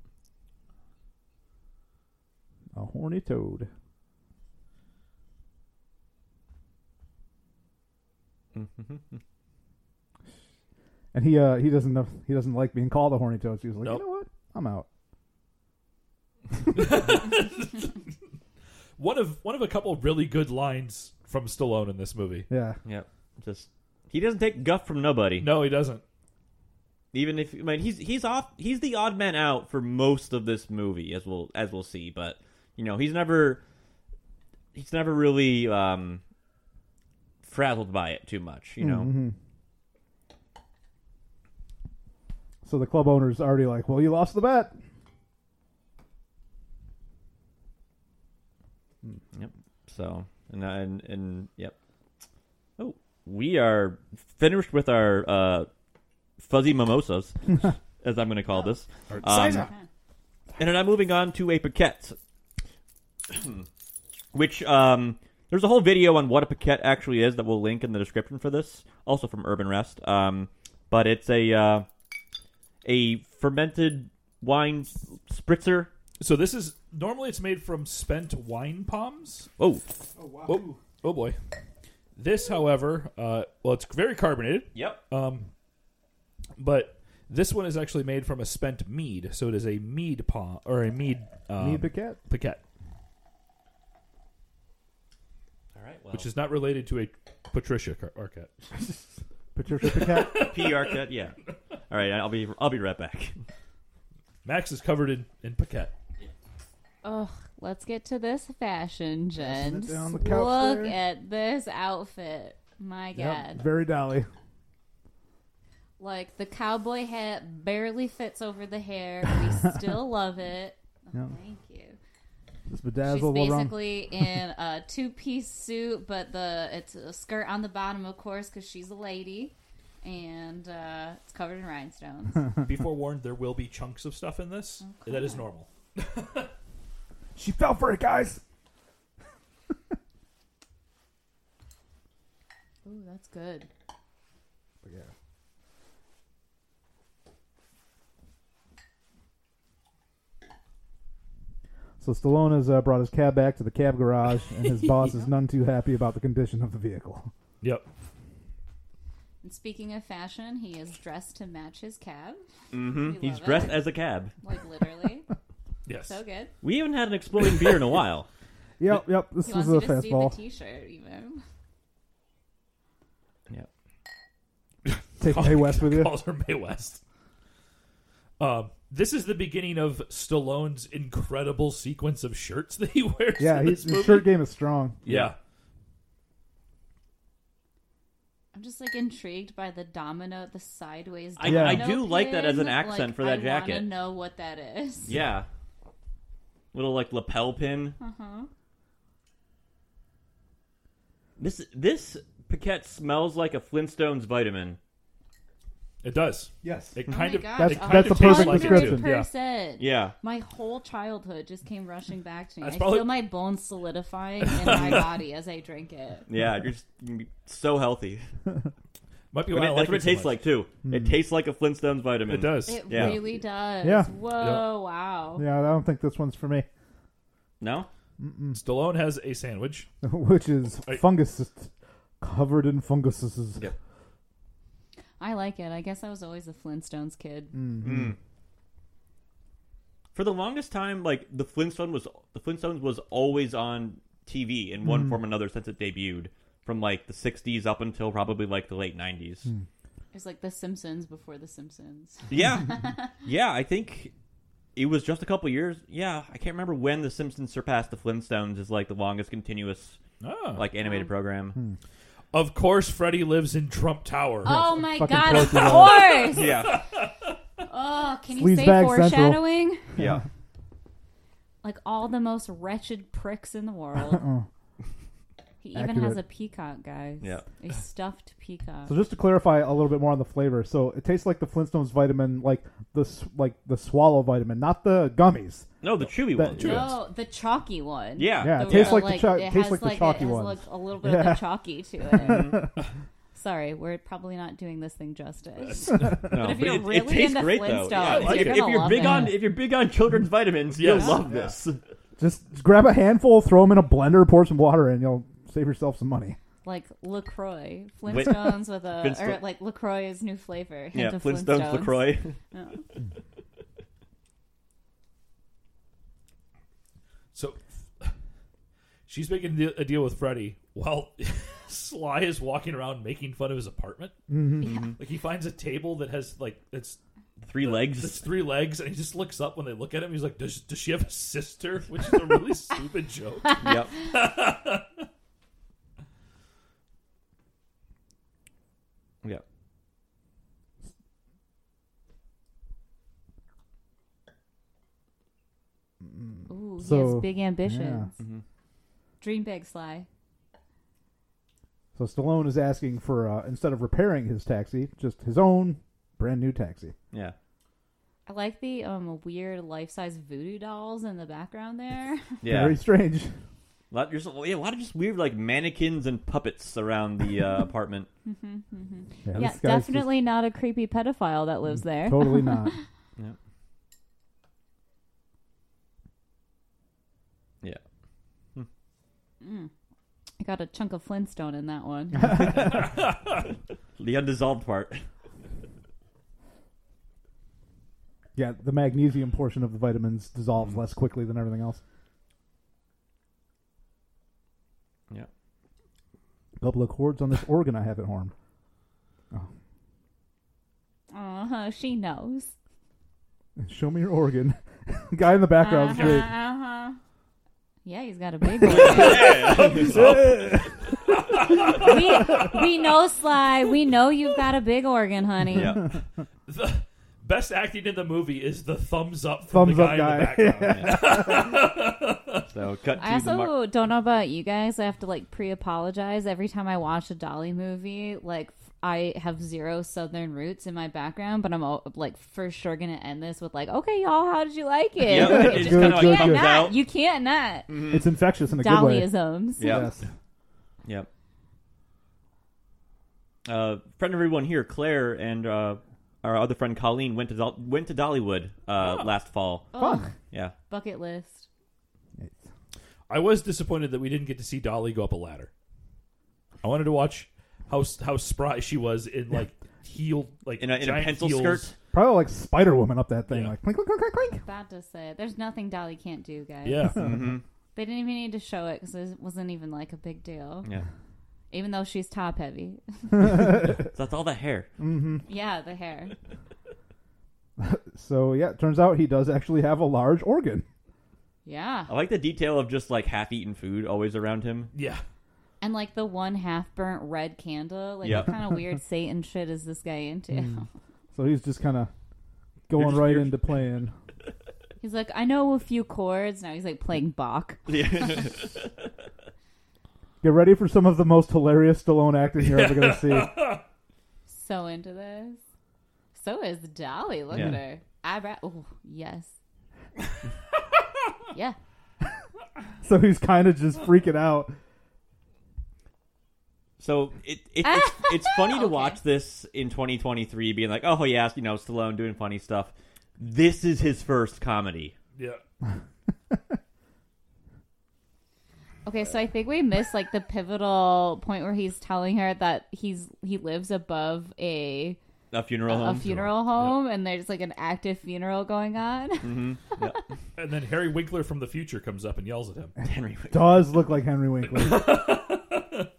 S3: A horny toad.
S1: mm-hmm.
S3: and he uh he doesn't know, he doesn't like being called a horny toad. So he's like,
S2: Nope.
S3: you know what? I'm out.
S2: One of one of a couple really good lines from Stallone in this movie.
S3: Yeah.
S1: Yep. Just he doesn't take guff from nobody.
S2: No, he doesn't.
S1: Even if I mean he's he's off he's the odd man out for most of this movie as we'll as we'll see, but you know, he's never he's never really um frazzled by it too much, you know.
S3: So the club owner's already like, well, you lost the bet.
S1: So and uh, and and yep. Oh, we are finished with our uh fuzzy mimosas as I'm going to call this. Um, And then I'm moving on to a piquette, which um, there's a whole video on what a piquette actually is that we'll link in the description for this, also from Urban Rest. Um, but it's a uh, a fermented wine spritzer.
S2: So this is normally it's made from spent wine palms.
S1: Oh,
S2: Oh, oh boy. This, however, uh, well, it's very carbonated,
S1: yep.
S2: um, but this one is actually made from a spent mead, so it is a mead palm or a mead um,
S3: Need Paquette.
S2: piquette,
S1: All right. Well,
S2: which is not related to a Patricia Car- Arquette.
S3: Patricia Paquette.
S1: P Arquette. Yeah. All right. I'll be I'll be right back.
S2: Max is covered in in piquette.
S4: Ugh, let's get to this fashion, gents.
S3: down the couch
S4: Look
S3: there.
S4: at this outfit. My God.
S3: Very dolly.
S4: Like the cowboy hat barely fits over the hair. We still love it. Oh,
S3: Yeah.
S4: Thank you.
S3: This
S4: She's
S3: bedazzled little rum.
S4: basically in a two-piece suit, but the it's a skirt on the bottom, of course, because she's a lady, and uh, it's covered in rhinestones.
S2: Be forewarned, there will be chunks of stuff in this. That is normal.
S3: She fell for it, guys.
S4: Ooh, that's good.
S3: But yeah. So Stallone has uh, brought his cab back to the cab garage, and his boss is none too happy about the condition of the vehicle.
S2: Yep.
S4: And speaking of fashion, he is dressed to match his cab.
S1: hmm
S4: We
S1: He's
S4: love
S1: dressed
S4: it.
S1: as a cab.
S4: like literally.
S2: Yes.
S4: so good.
S1: We haven't had an exploding beer in a while.
S3: Yep, yep. This
S4: He
S3: was
S4: wants
S3: a
S4: you to see the
S3: fastball.
S4: T-shirt even.
S1: Yep.
S3: Take May West with you.
S2: Calls her May West. Um, this is the beginning of Stallone's incredible sequence of shirts that he wears.
S3: Yeah,
S2: in
S3: he's,
S2: this
S3: his
S2: movie.
S3: shirt game is strong.
S2: Yeah.
S4: I'm just like intrigued by the domino, the sideways.
S1: I-
S4: domino
S3: I
S1: do like that as an
S4: pin.
S1: accent
S4: Like,
S1: for that
S4: I
S1: jacket.
S4: wanna know what that is.
S1: Yeah. Little like lapel pin.
S4: Uh huh.
S1: This this Paquette smells like a Flintstones vitamin.
S2: it does.
S3: Yes.
S2: It kind
S4: Oh my
S2: of
S4: gosh,
S2: it
S3: That's-
S2: kind
S3: that's
S2: of
S3: the
S2: tastes
S3: perfect
S2: like it, too.
S3: description.
S2: Yeah.
S4: Percent.
S1: Yeah.
S4: My whole childhood just came rushing back to me.
S2: That's
S4: I
S2: probably-
S4: feel my bones solidifying in my body as I drink it.
S1: Yeah, you're just you're gonna be so healthy.
S2: Might be
S1: I mean,
S2: why I
S1: that's
S2: like
S1: what it
S2: so
S1: tastes
S2: much.
S1: like Mm. too. It tastes like a Flintstones vitamin.
S2: It does.
S4: It
S1: Yeah.
S4: really does.
S3: Yeah.
S4: Whoa. Wow.
S3: Yeah, I don't think this one's for me.
S1: No?
S2: Stallone has a sandwich.
S3: Which is
S2: I-
S3: fungus covered in funguses.
S1: Yep.
S4: I like it. I guess I was always a Flintstones kid.
S3: Mm.
S1: For the longest time, like the Flintstone was the Flintstones was always on TV in
S3: Mm-hmm.
S1: one form or another since it debuted from like the 60s up until probably like the late 90s.
S3: Hmm.
S4: It was like The Simpsons before The Simpsons.
S1: Yeah. yeah, I think it was just a couple years. Yeah, I can't remember when the Simpsons surpassed the Flintstones as like the longest continuous
S3: Oh.
S2: Ah.
S1: like
S4: Oh.
S1: animated program.
S3: Hmm.
S2: of course, Freddy lives in Trump Tower.
S4: Oh my
S3: Fucking
S4: god! Of
S3: Porky
S4: course.
S1: Yeah.
S4: oh, can you
S3: Sleaze
S4: say
S3: bag central.
S4: foreshadowing?
S1: Yeah.
S4: Like all the most wretched pricks in the world. He even has
S3: Uh-uh. Accurate.
S4: a peacock, guys.
S1: Yeah.
S4: A stuffed peacock.
S3: So just to clarify a little bit more on the flavor, so it tastes like the Flintstones vitamin, like the s- like the swallow vitamin, not the gummies.
S1: No, the chewy
S3: That-
S1: one.
S2: Chewy.
S4: no, the chalky one.
S1: Yeah.
S3: Yeah,
S4: The
S3: it tastes
S4: real,
S3: like the cho-
S4: it
S3: tastes
S4: has
S3: like the chalky
S4: it has
S3: one.
S4: like a little bit of
S3: Yeah.
S4: the chalky to it. Sorry, we're probably not doing this thing justice.
S1: No,
S4: if you're
S1: it, it
S4: really
S1: tastes
S4: into
S1: great though.
S4: Flintstones,
S1: Yeah,
S2: I like
S1: if,
S2: it.
S1: if
S4: You're
S1: you're
S4: gonna
S1: big
S4: love
S1: on
S4: it.
S1: if you're big on children's vitamins, you'll
S2: Yes.
S1: love this.
S3: Just grab a handful, throw them in a blender, pour some water, and you'll save yourself some money.
S4: like Lacroix, Flintstones with a
S1: Flintstone-
S4: or like Lacroix's new flavor. hint
S1: Yeah,
S4: of
S1: Flintstones, Lacroix.
S4: Yeah.
S2: So she's making de- a deal with Freddy while Sly is walking around making fun of his apartment.
S3: Mm-hmm.
S2: Like he finds a table that has like it's
S1: Three
S2: it's
S1: legs.
S2: three legs, and he just looks up when they look at him. He's like, "Does does she have a sister?" Which is a really stupid joke.
S1: yep. yep.
S4: Ooh, he
S3: So,
S4: has big ambitions.
S1: Mm-hmm.
S4: Dream big, Sly.
S3: So Stallone is asking for uh, instead of repairing his taxi, just his own brand new taxi.
S1: Yeah.
S4: I like the um weird life size voodoo dolls in the background there.
S1: Yeah.
S3: Very strange.
S1: A lot, there's a, yeah, a lot of just weird like mannequins and puppets around the uh, apartment.
S3: Yeah,
S4: Mm-hmm, yeah,
S3: this guy's just
S4: definitely not a creepy pedophile that lives there.
S3: Totally not.
S1: Yeah.
S4: I got a chunk of Flintstone in that one.
S1: The undissolved part.
S3: Yeah, the magnesium portion of the vitamins dissolves less quickly than everything else.
S1: Yeah.
S3: Couple of cords on this organ I have at home.
S4: uh-huh, she knows.
S3: Show me your organ. Guy in the background's
S4: Uh-huh,
S3: great.
S4: uh-huh. Yeah, he's got a big one. we, we know, Sly. We know you've got a big organ, honey.
S1: Yeah.
S2: The best acting in the movie is the thumbs up from
S3: Thumbs
S2: the
S3: up
S2: guy, in the
S3: guy.
S2: background.
S1: So cut to
S4: I
S1: the
S4: also
S1: mar-
S4: don't know about you guys. I have to like pre-apologize every time I watch a Dolly movie. Like f- I have zero Southern roots in my background, but I'm all, like for sure gonna end this with like, okay, y'all, how did you like it?
S1: Yeah,
S4: Like,
S1: it just
S3: Good,
S1: kind of
S3: good,
S1: like
S4: can't
S1: comes
S4: not.
S1: out.
S4: You can't not.
S3: It's infectious in a good way.
S4: Dollyisms.
S1: Yeah.
S3: Yes.
S1: Yep. Uh, friend of everyone here, Claire and uh, our other friend Colleen went to Dol- went to Dollywood uh, last fall.
S4: Ugh,
S1: Yeah.
S4: bucket list.
S2: I was disappointed that we didn't get to see Dolly go up a ladder. I wanted to watch how how spry she was in like heel like
S1: In a, in a
S2: giant
S1: pencil
S2: heels.
S1: skirt.
S3: Probably like Spider Woman up that thing.
S2: Yeah.
S3: Like clink, clink, clink, clink, clink.
S4: About to say, there's nothing Dolly can't do, guys.
S2: Yeah,
S1: Mm-hmm.
S4: They didn't even need to show it because it wasn't even like a big deal.
S1: Yeah.
S4: Even though she's top heavy.
S1: So that's all the hair.
S4: yeah, the hair.
S3: So yeah, it turns out he does actually have a large organ.
S4: Yeah.
S1: I like the detail of just like half-eaten food always around him.
S2: yeah.
S4: And like the one half burnt red candle. Like
S1: Yep.
S4: what kind of weird Satan shit is this guy into?
S3: So he's just kind of going
S1: just-
S3: right
S1: you're-
S3: into playing.
S4: He's like, I know a few chords. Now he's like playing Bach.
S1: Yeah.
S3: Get ready for some of the most hilarious Stallone acting you're ever gonna see.
S4: So into this. So is Dolly. Look
S1: Yeah.
S4: at her. Eyebrow. Oh, yes. yeah.
S3: So he's kind of just freaking out.
S1: So it, it it's, it's funny to
S4: Okay.
S1: watch this in 2023, being like, oh yeah, you know, Stallone doing funny stuff. This is his first comedy.
S2: Yeah,
S4: Okay, so I think we missed like the pivotal point where he's telling her that he's he lives above a
S1: A funeral
S4: a
S1: home.
S4: funeral home and there's like an active funeral going on.
S1: Mm-hmm.
S2: and then Harry Winkler from the future comes up and yells at him.
S1: Henry. Winkler.
S3: Does look like Henry Winkler.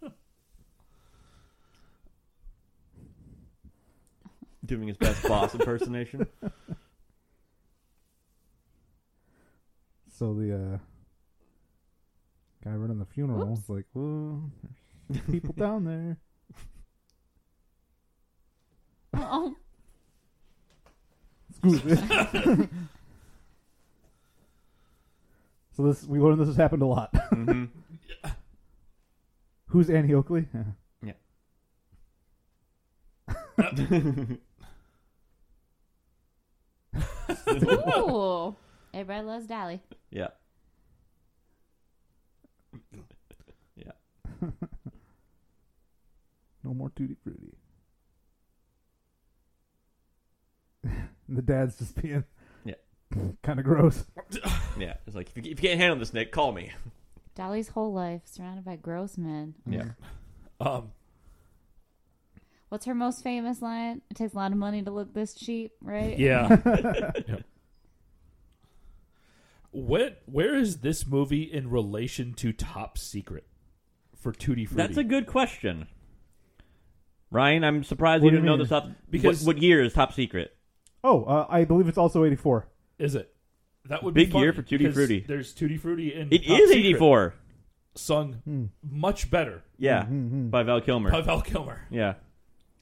S1: doing his best boss impersonation.
S3: so the uh, guy running the funeral is like, well, there's people down there.
S4: oh,
S3: Excuse me.
S1: Mm-hmm.
S3: so this we learned this has happened a lot. Who's Annie Oakley?
S4: Ooh. Everybody loves Dolly.
S1: yeah.
S3: No more tutti frutti. the dad's just being
S1: Yeah.
S3: kind of gross.
S1: Yeah. It's like, if you, if you can't handle this, Nick, call me.
S4: Dolly's whole life surrounded by gross men.
S1: Yeah.
S2: Um,
S4: What's her most famous line? It takes a lot of money to look this cheap, right?
S2: yeah. Yep. What? Where is this movie in relation to Top Secret for Tutti Frutti?
S1: That's a good question. Ryan, I'm surprised
S3: What
S1: you
S3: do you
S1: didn't know
S3: mean?
S1: this up.
S2: Because-
S1: what, what year is Top Secret?
S3: Oh, uh, I believe it's also 84.
S2: is it? That would
S1: Big
S2: be
S1: year for
S2: funny,
S1: Tutti
S2: because
S1: Frutti.
S2: There's Tutti Frutti and
S1: It is
S2: Top Secret
S1: 84.
S2: sung much better
S1: Yeah.
S3: Mm-hmm.
S1: By Val Kilmer.
S2: by Val Kilmer.
S1: Yeah.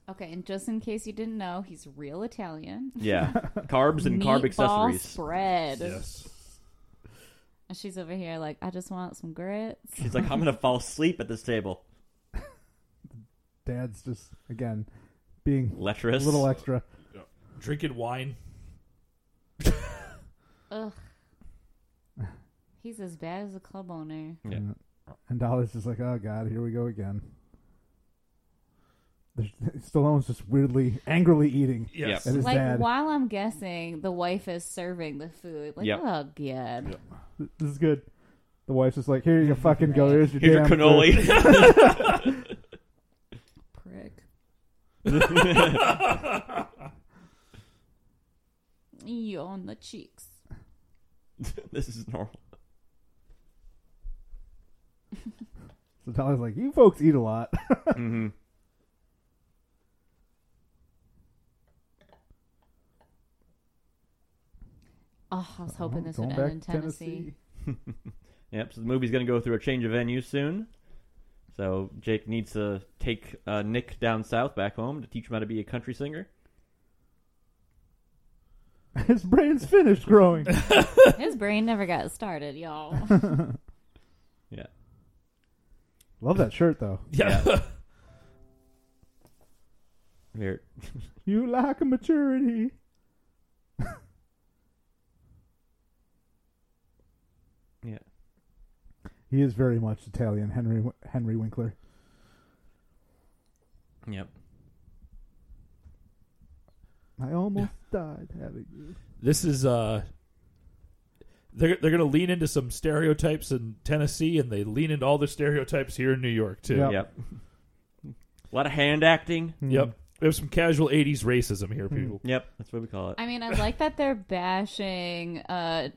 S4: Okay, and just in case you didn't know, he's real Italian.
S1: Yeah. Carbs and carb
S4: Meatball
S1: accessories.
S4: spread.
S2: Yes.
S4: And she's over here like, I just want some grits.
S1: She's like, I'm going to fall asleep at this table.
S3: Dad's just, again, being a
S1: Lecherous.
S3: little extra.
S2: Drinking wine.
S4: Ugh. He's as bad as a club owner.
S1: Yeah.
S3: And Dolly's just like, oh, God, here we go again. There's, Stallone's just weirdly, angrily eating
S2: Yes.
S3: at his
S4: like
S3: dad.
S4: while I'm guessing, the wife is serving the food. Like,
S1: Yep.
S4: oh god.
S3: This is good. The wife's just like, here you fucking go. Here's your
S1: Here's your
S3: damn food."
S1: cannoli.
S4: prick. you on the cheeks.
S1: this is normal.
S3: So Dolly's like, you folks eat a lot. Mm-hmm.
S1: hmm
S4: Oh, I was hoping this would
S3: Going
S4: end
S3: back
S4: in
S3: to
S4: Tennessee.
S1: Yep. So the movie's going to go through a change of venue soon. So Jake needs to take uh, Nick down south back home to teach him how to be a country singer.
S3: His brain's finished growing.
S4: His brain never got started, y'all.
S1: Yeah.
S3: Love that shirt though.
S2: Yeah.
S1: Here.
S3: You lack a maturity.
S1: Yeah.
S3: He is very much Italian, Henry Henry Winkler.
S1: Yep.
S3: I almost died having you.
S2: this is uh they're, they're going to lean into some stereotypes in Tennessee, and they lean into all the stereotypes here in New York too.
S3: Yep.
S1: Yep. A lot of hand acting.
S2: Yep. We have some casual '80s racism here, people.
S1: Yep. That's what we call it.
S4: I mean, I like that they're bashing uh,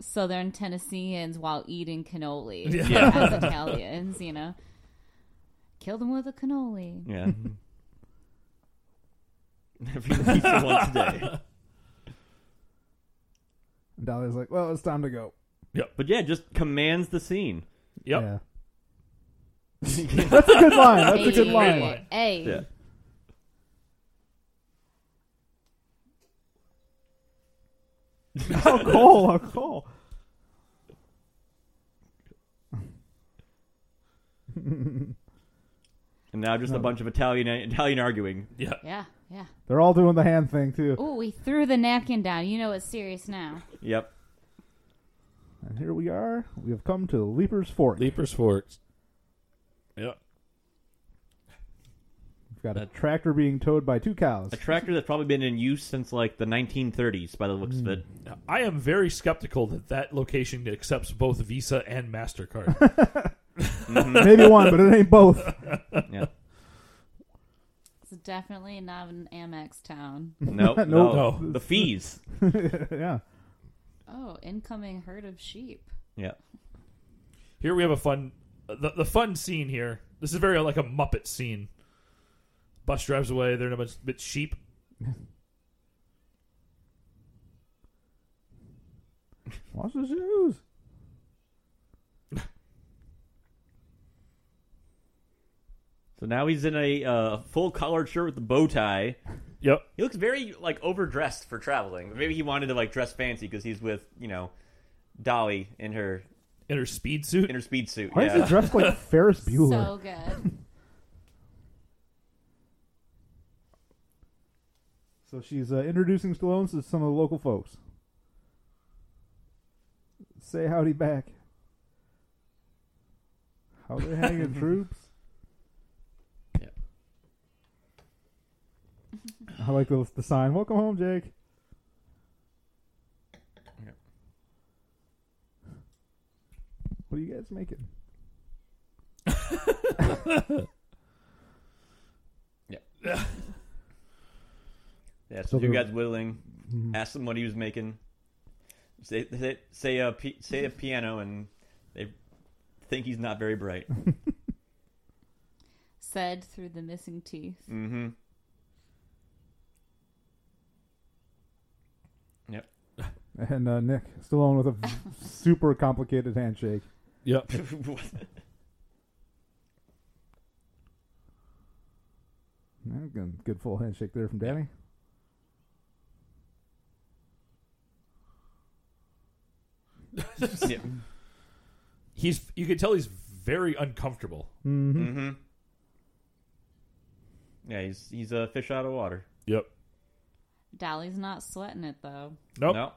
S4: Southern Tennesseans while eating cannoli
S1: Yeah.
S4: as Italians, you know. Kill them with a cannoli.
S1: Yeah. Every pizza once a day.
S3: And Dolly's like, well, it's time to go.
S1: But yeah, just commands the scene.
S2: Yep.
S3: Yeah. That's a good line. That's a good
S4: Hey,
S3: line.
S4: Hey.
S1: Yeah.
S3: How cool, how cool.
S1: And now just a bunch of Italian Italian arguing.
S2: Yeah.
S4: Yeah, yeah.
S3: They're all doing the hand thing too.
S4: Oh, we threw the napkin down. You know it's serious now.
S1: Yep.
S3: And here we are. We have come to the Leaper's Fork.
S2: Leapers Forks. Yep.
S3: We've got a tractor being towed by two cows.
S1: A tractor that's probably been in use since like the 1930s by the looks of it.
S2: I am very skeptical that that location accepts both Visa and Mastercard.
S1: Mm-hmm.
S3: Maybe one, but it ain't both.
S1: Yeah.
S4: It's definitely not an Amex town.
S1: No, no,
S2: No.
S1: The fees.
S3: yeah.
S4: Oh, incoming herd of sheep.
S1: Yeah.
S2: here we have a fun, the, the fun scene here. This is very like a Muppet scene. Bus drives away. They're in a bunch- bit sheep.
S3: Watch the shoes.
S1: So now he's in a uh, full collared shirt with a bow tie.
S2: Yep.
S1: He looks very like overdressed for traveling. Maybe he wanted to like dress fancy because he's with you know Dolly in her
S2: in her speed suit.
S1: in her speed suit.
S3: Why is
S1: yeah.
S3: he dressed like Ferris Bueller?
S4: So good.
S3: So she's uh, introducing Stallone to some of the local folks. Say howdy back. How they hanging troops?
S1: Yeah.
S3: I like the, the sign. Welcome home, Jake.
S1: Yeah.
S3: What are you guys making?
S1: Yeah, so,
S3: So
S1: two
S3: the-
S1: guys whittling. Asked him what he was making. Say say say a pi- say a piano, and they think he's not very bright.
S4: Said through the missing teeth.
S1: Mm-hmm.
S3: And uh, Nick Stallone with a v- super complicated handshake.
S2: Yep.
S3: Yeah, Good, good full handshake there from Danny.
S1: yeah.
S2: He's you can tell he's very uncomfortable.
S3: Mm-hmm.
S1: Mm-hmm. Yeah, he's he's a fish out of water.
S2: Yep.
S4: Dolly's not sweating it though.
S2: Nope.
S1: No.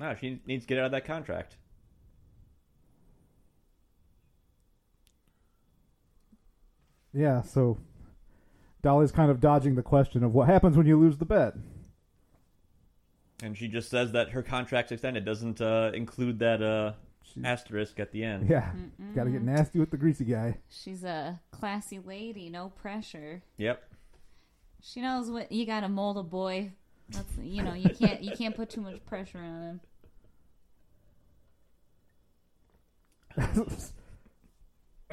S1: No, she needs to get out of that contract.
S3: Yeah, so Dolly's kind of dodging the question of what happens when you lose the bet.
S1: And she just says that her contract's extended doesn't uh, include that uh,
S3: She,
S1: asterisk at the end.
S3: yeah,
S4: Mm-hmm.
S3: got to get nasty with the greasy guy.
S4: She's a classy lady, no pressure.
S1: Yep.
S4: She knows what you got to mold a boy. That's you know you can't you can't put too much pressure on him.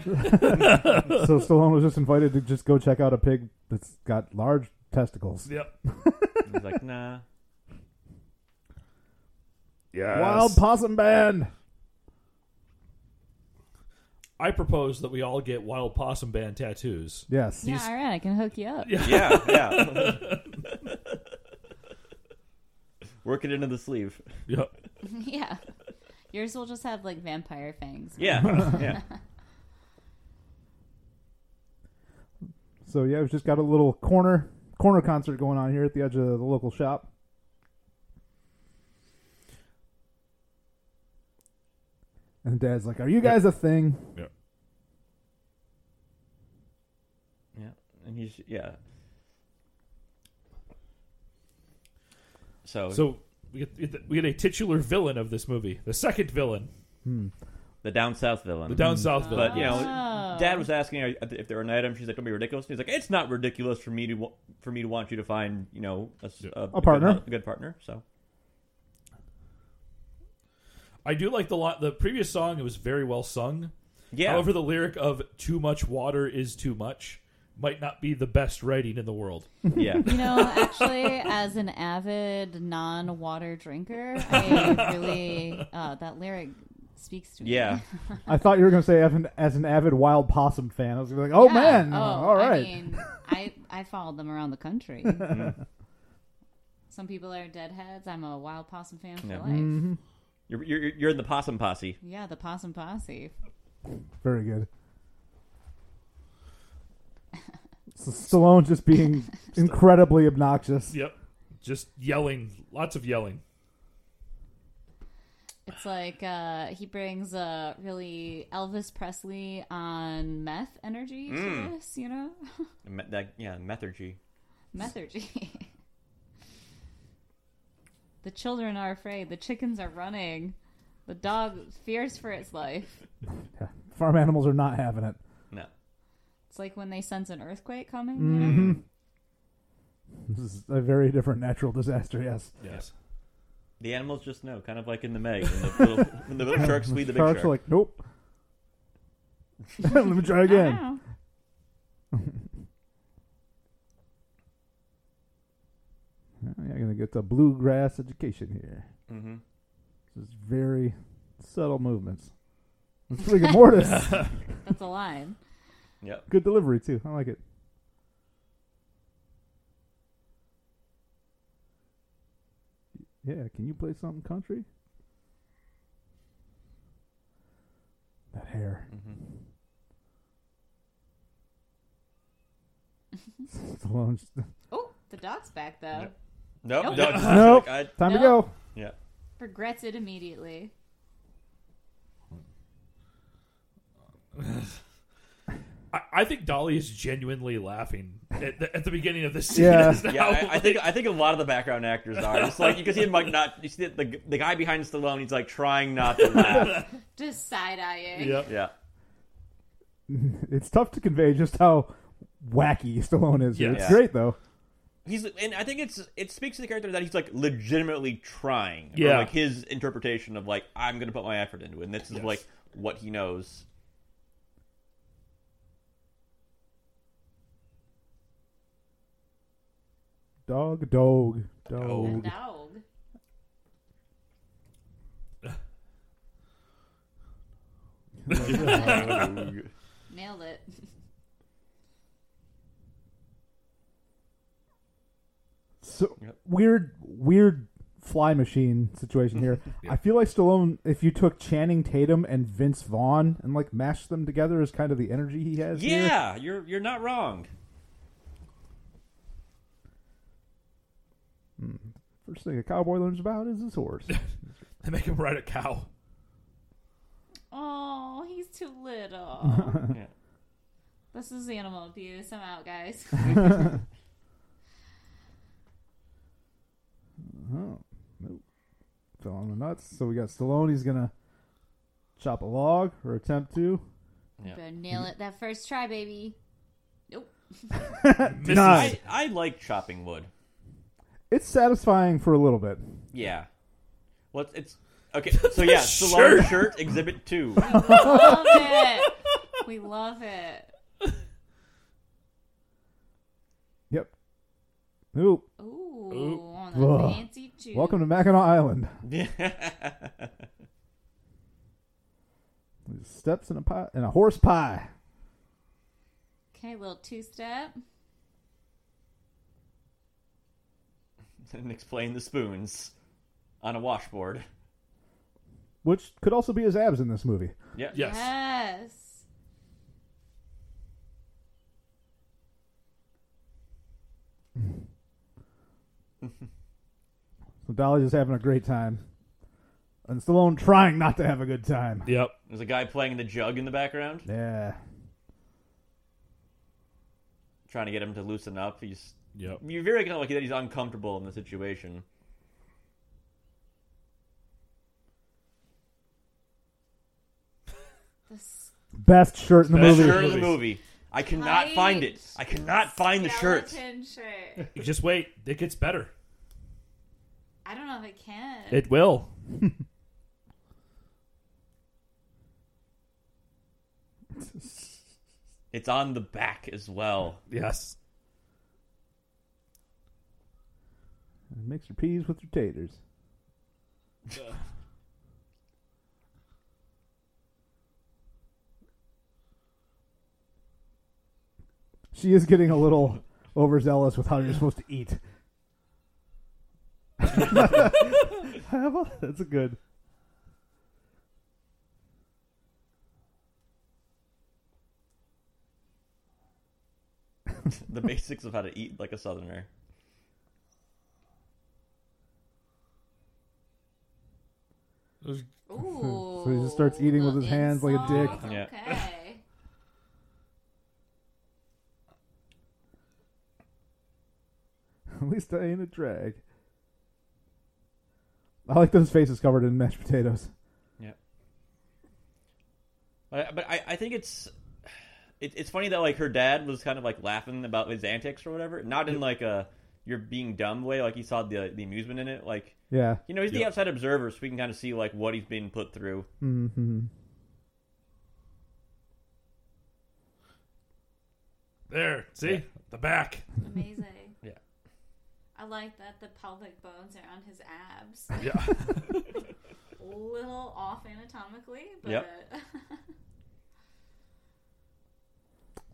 S3: so Stallone was just invited to just go check out a pig that's got large testicles.
S2: Yep.
S1: He's like, nah.
S2: Yeah.
S3: Wild Possum Band.
S2: I propose that we all get Wild Possum Band tattoos.
S3: Yes.
S4: Yeah, all right, I can hook you up.
S1: Yeah, yeah. Work it into the sleeve.
S2: Yep.
S4: yeah, yours will just have like vampire fangs.
S1: Yeah, yeah.
S3: So yeah, we've just got a little corner corner concert going on here at the edge of the local shop. And Dad's like, "Are you guys a thing?"
S1: Yeah, and he's yeah. So,
S2: So we get, we get the- we get a titular villain of this movie, the second villain,
S1: the down south villain.
S2: the down south villain.
S1: Mm-hmm. But you know,
S4: Oh.
S1: Dad was asking her if there were an item. She's like, "Don't be ridiculous." And he's like, "It's not ridiculous for me to wa- for me to want you to find you know a, s- a good
S3: partner.
S1: hu- a good partner." So
S2: I do like the lot. The previous song it was very well sung.
S1: yeah,
S2: However, the lyric of "too much water is too much" might not be the best writing in the world.
S1: yeah,
S4: You know, actually, as an avid non-water drinker, I really uh, that lyric speaks to me.
S1: yeah.
S3: I thought you were going to say as an, as an avid wild possum fan. I was gonna be like, "Oh
S4: Yeah.
S3: man,
S4: Oh,
S3: all right."
S4: I mean, I I followed them around the country.
S1: Mm-hmm.
S4: Some people are deadheads. I'm a wild possum fan for
S1: Yeah.
S4: life.
S3: Mm-hmm.
S1: You're, you're you're in the possum posse.
S4: Yeah, the possum posse.
S3: Very good. So Stallone just being incredibly obnoxious.
S2: Yep, just yelling, lots of yelling.
S4: It's like uh, he brings a really Elvis Presley on meth energy
S1: Mm.
S4: to this, you know,
S1: Me- That yeah, methergy.
S4: meth energy. the children are afraid. The chickens are running. The dog fears for its life.
S3: Yeah. Farm animals are not having it.
S1: No,
S4: It's like when they sense an earthquake coming. You know?
S3: Mhm. This is a very different natural disaster. Yes.
S2: Yes,
S1: the animals just know. Kind of like in the Meg, when the, little, when the little shark squeeze the big
S3: Sharks
S1: shark.
S3: are like, nope. Let me try again.
S4: Ow.
S3: You're gonna get the bluegrass education here.
S1: mm-hmm.
S3: This is very subtle movements. It's rigor mortis.
S4: That's a line.
S1: Yep.
S3: Good delivery too. I like it. Yeah, can you play something country? hair.
S1: Mm-hmm.
S3: Stallone just-
S4: Oh, the dog's back though.
S2: Yep.
S1: Nope.
S4: Nope.
S1: Doug's not
S3: Nope.
S1: sick. I-
S3: Time to
S4: Nope.
S3: go.
S1: yeah.
S4: Regrets it immediately.
S2: I, I think Dolly is genuinely laughing at the, at the beginning of this scene.
S3: Yeah.
S2: as now,
S1: Yeah, I, I
S2: like-
S1: think I think a lot of the background actors are just like you can see him like not you see the the guy behind Stallone he's like trying not to laugh.
S4: Just side eyeing.
S2: Yep.
S1: Yeah,
S3: It's tough to convey just how wacky Stallone is. here.
S2: Yeah.
S3: It's
S1: Yeah.
S3: great though.
S1: he's and I think it's it speaks to the character that he's like legitimately trying. or,
S2: Yeah.
S1: like his interpretation of like I'm gonna put my effort into it, and this is
S2: Yes.
S1: like what he knows.
S3: Dog, dog,
S4: The
S3: dog.
S4: dog. Nailed it.
S3: So
S1: Yep.
S3: weird, weird fly machine situation here. I feel like Stallone, if you took Channing Tatum and Vince Vaughn and like mashed them together, is kind of the energy he has. here.
S1: yeah, you're you're not wrong.
S3: First thing a cowboy learns about is his horse.
S2: They make him ride a cow.
S4: Oh, he's too little.
S1: Yeah.
S4: this is animal abuse. I'm out, guys.
S3: oh, nope. Fell on the nuts. So we got Stallone. He's gonna chop a log or attempt to.
S1: Yeah.
S4: Better nail it that first try, baby. Nope.
S2: Misses.
S3: Nice.
S1: I I like chopping wood.
S3: It's satisfying for a little bit.
S1: Yeah, well it's, it's okay. So yeah, Stallone
S2: Shirt.
S1: shirt exhibit two.
S4: Love it. We love it.
S3: Yep. Oop.
S4: Ooh,
S2: Ooh.
S4: on the
S3: Ugh.
S4: fancy juice.
S3: Welcome to Mackinac Island. There's steps in a pie and a horse pie.
S4: Okay, little two step.
S1: and explain the spoons on a washboard.
S3: Which could also be his abs in this movie.
S1: Yeah.
S2: Yes.
S4: Yes.
S3: So Dolly's just having a great time. And Stallone trying not to have a good time.
S2: Yep.
S1: There's a guy playing the jug in the background,
S3: Yeah.
S1: trying to get him to loosen up. He's
S2: Yep.
S1: you're very kind of like that he's uncomfortable in the situation.
S4: The
S3: Best shirt in the
S1: Best
S3: movie.
S1: shirt in the movie. I cannot
S4: Tight.
S1: find it. I cannot find the shirt.
S4: skeleton shirt.
S2: Just wait. It gets better.
S4: I don't know if it can.
S2: It will.
S1: It's on the back as well.
S2: Yes.
S3: Mix your peas with your taters. She is getting a little overzealous with how you're supposed to eat. Have a- That's a good.
S1: The basics of how to eat like a southerner.
S4: Ooh.
S3: So he just starts eating with his
S4: little
S3: hands like a dick.
S4: insult.
S1: Yeah.
S4: Okay.
S3: At least I ain't a drag. I like those faces covered in mashed potatoes.
S1: But, but I, I think it's it, it's funny that like her dad was kind of like laughing about his antics or whatever. Not in like a you're being dumb way. Like he saw the the amusement in it. Like
S3: Yeah.
S1: you know he's the
S2: Yeah.
S1: outside observer, so we can kind of see like what he's being put through.
S3: Mm-hmm.
S2: There. See the back.
S4: Amazing.
S1: Yeah.
S4: I like that the pelvic bones are on his abs.
S2: Yeah.
S4: little off anatomically, but
S1: Yep.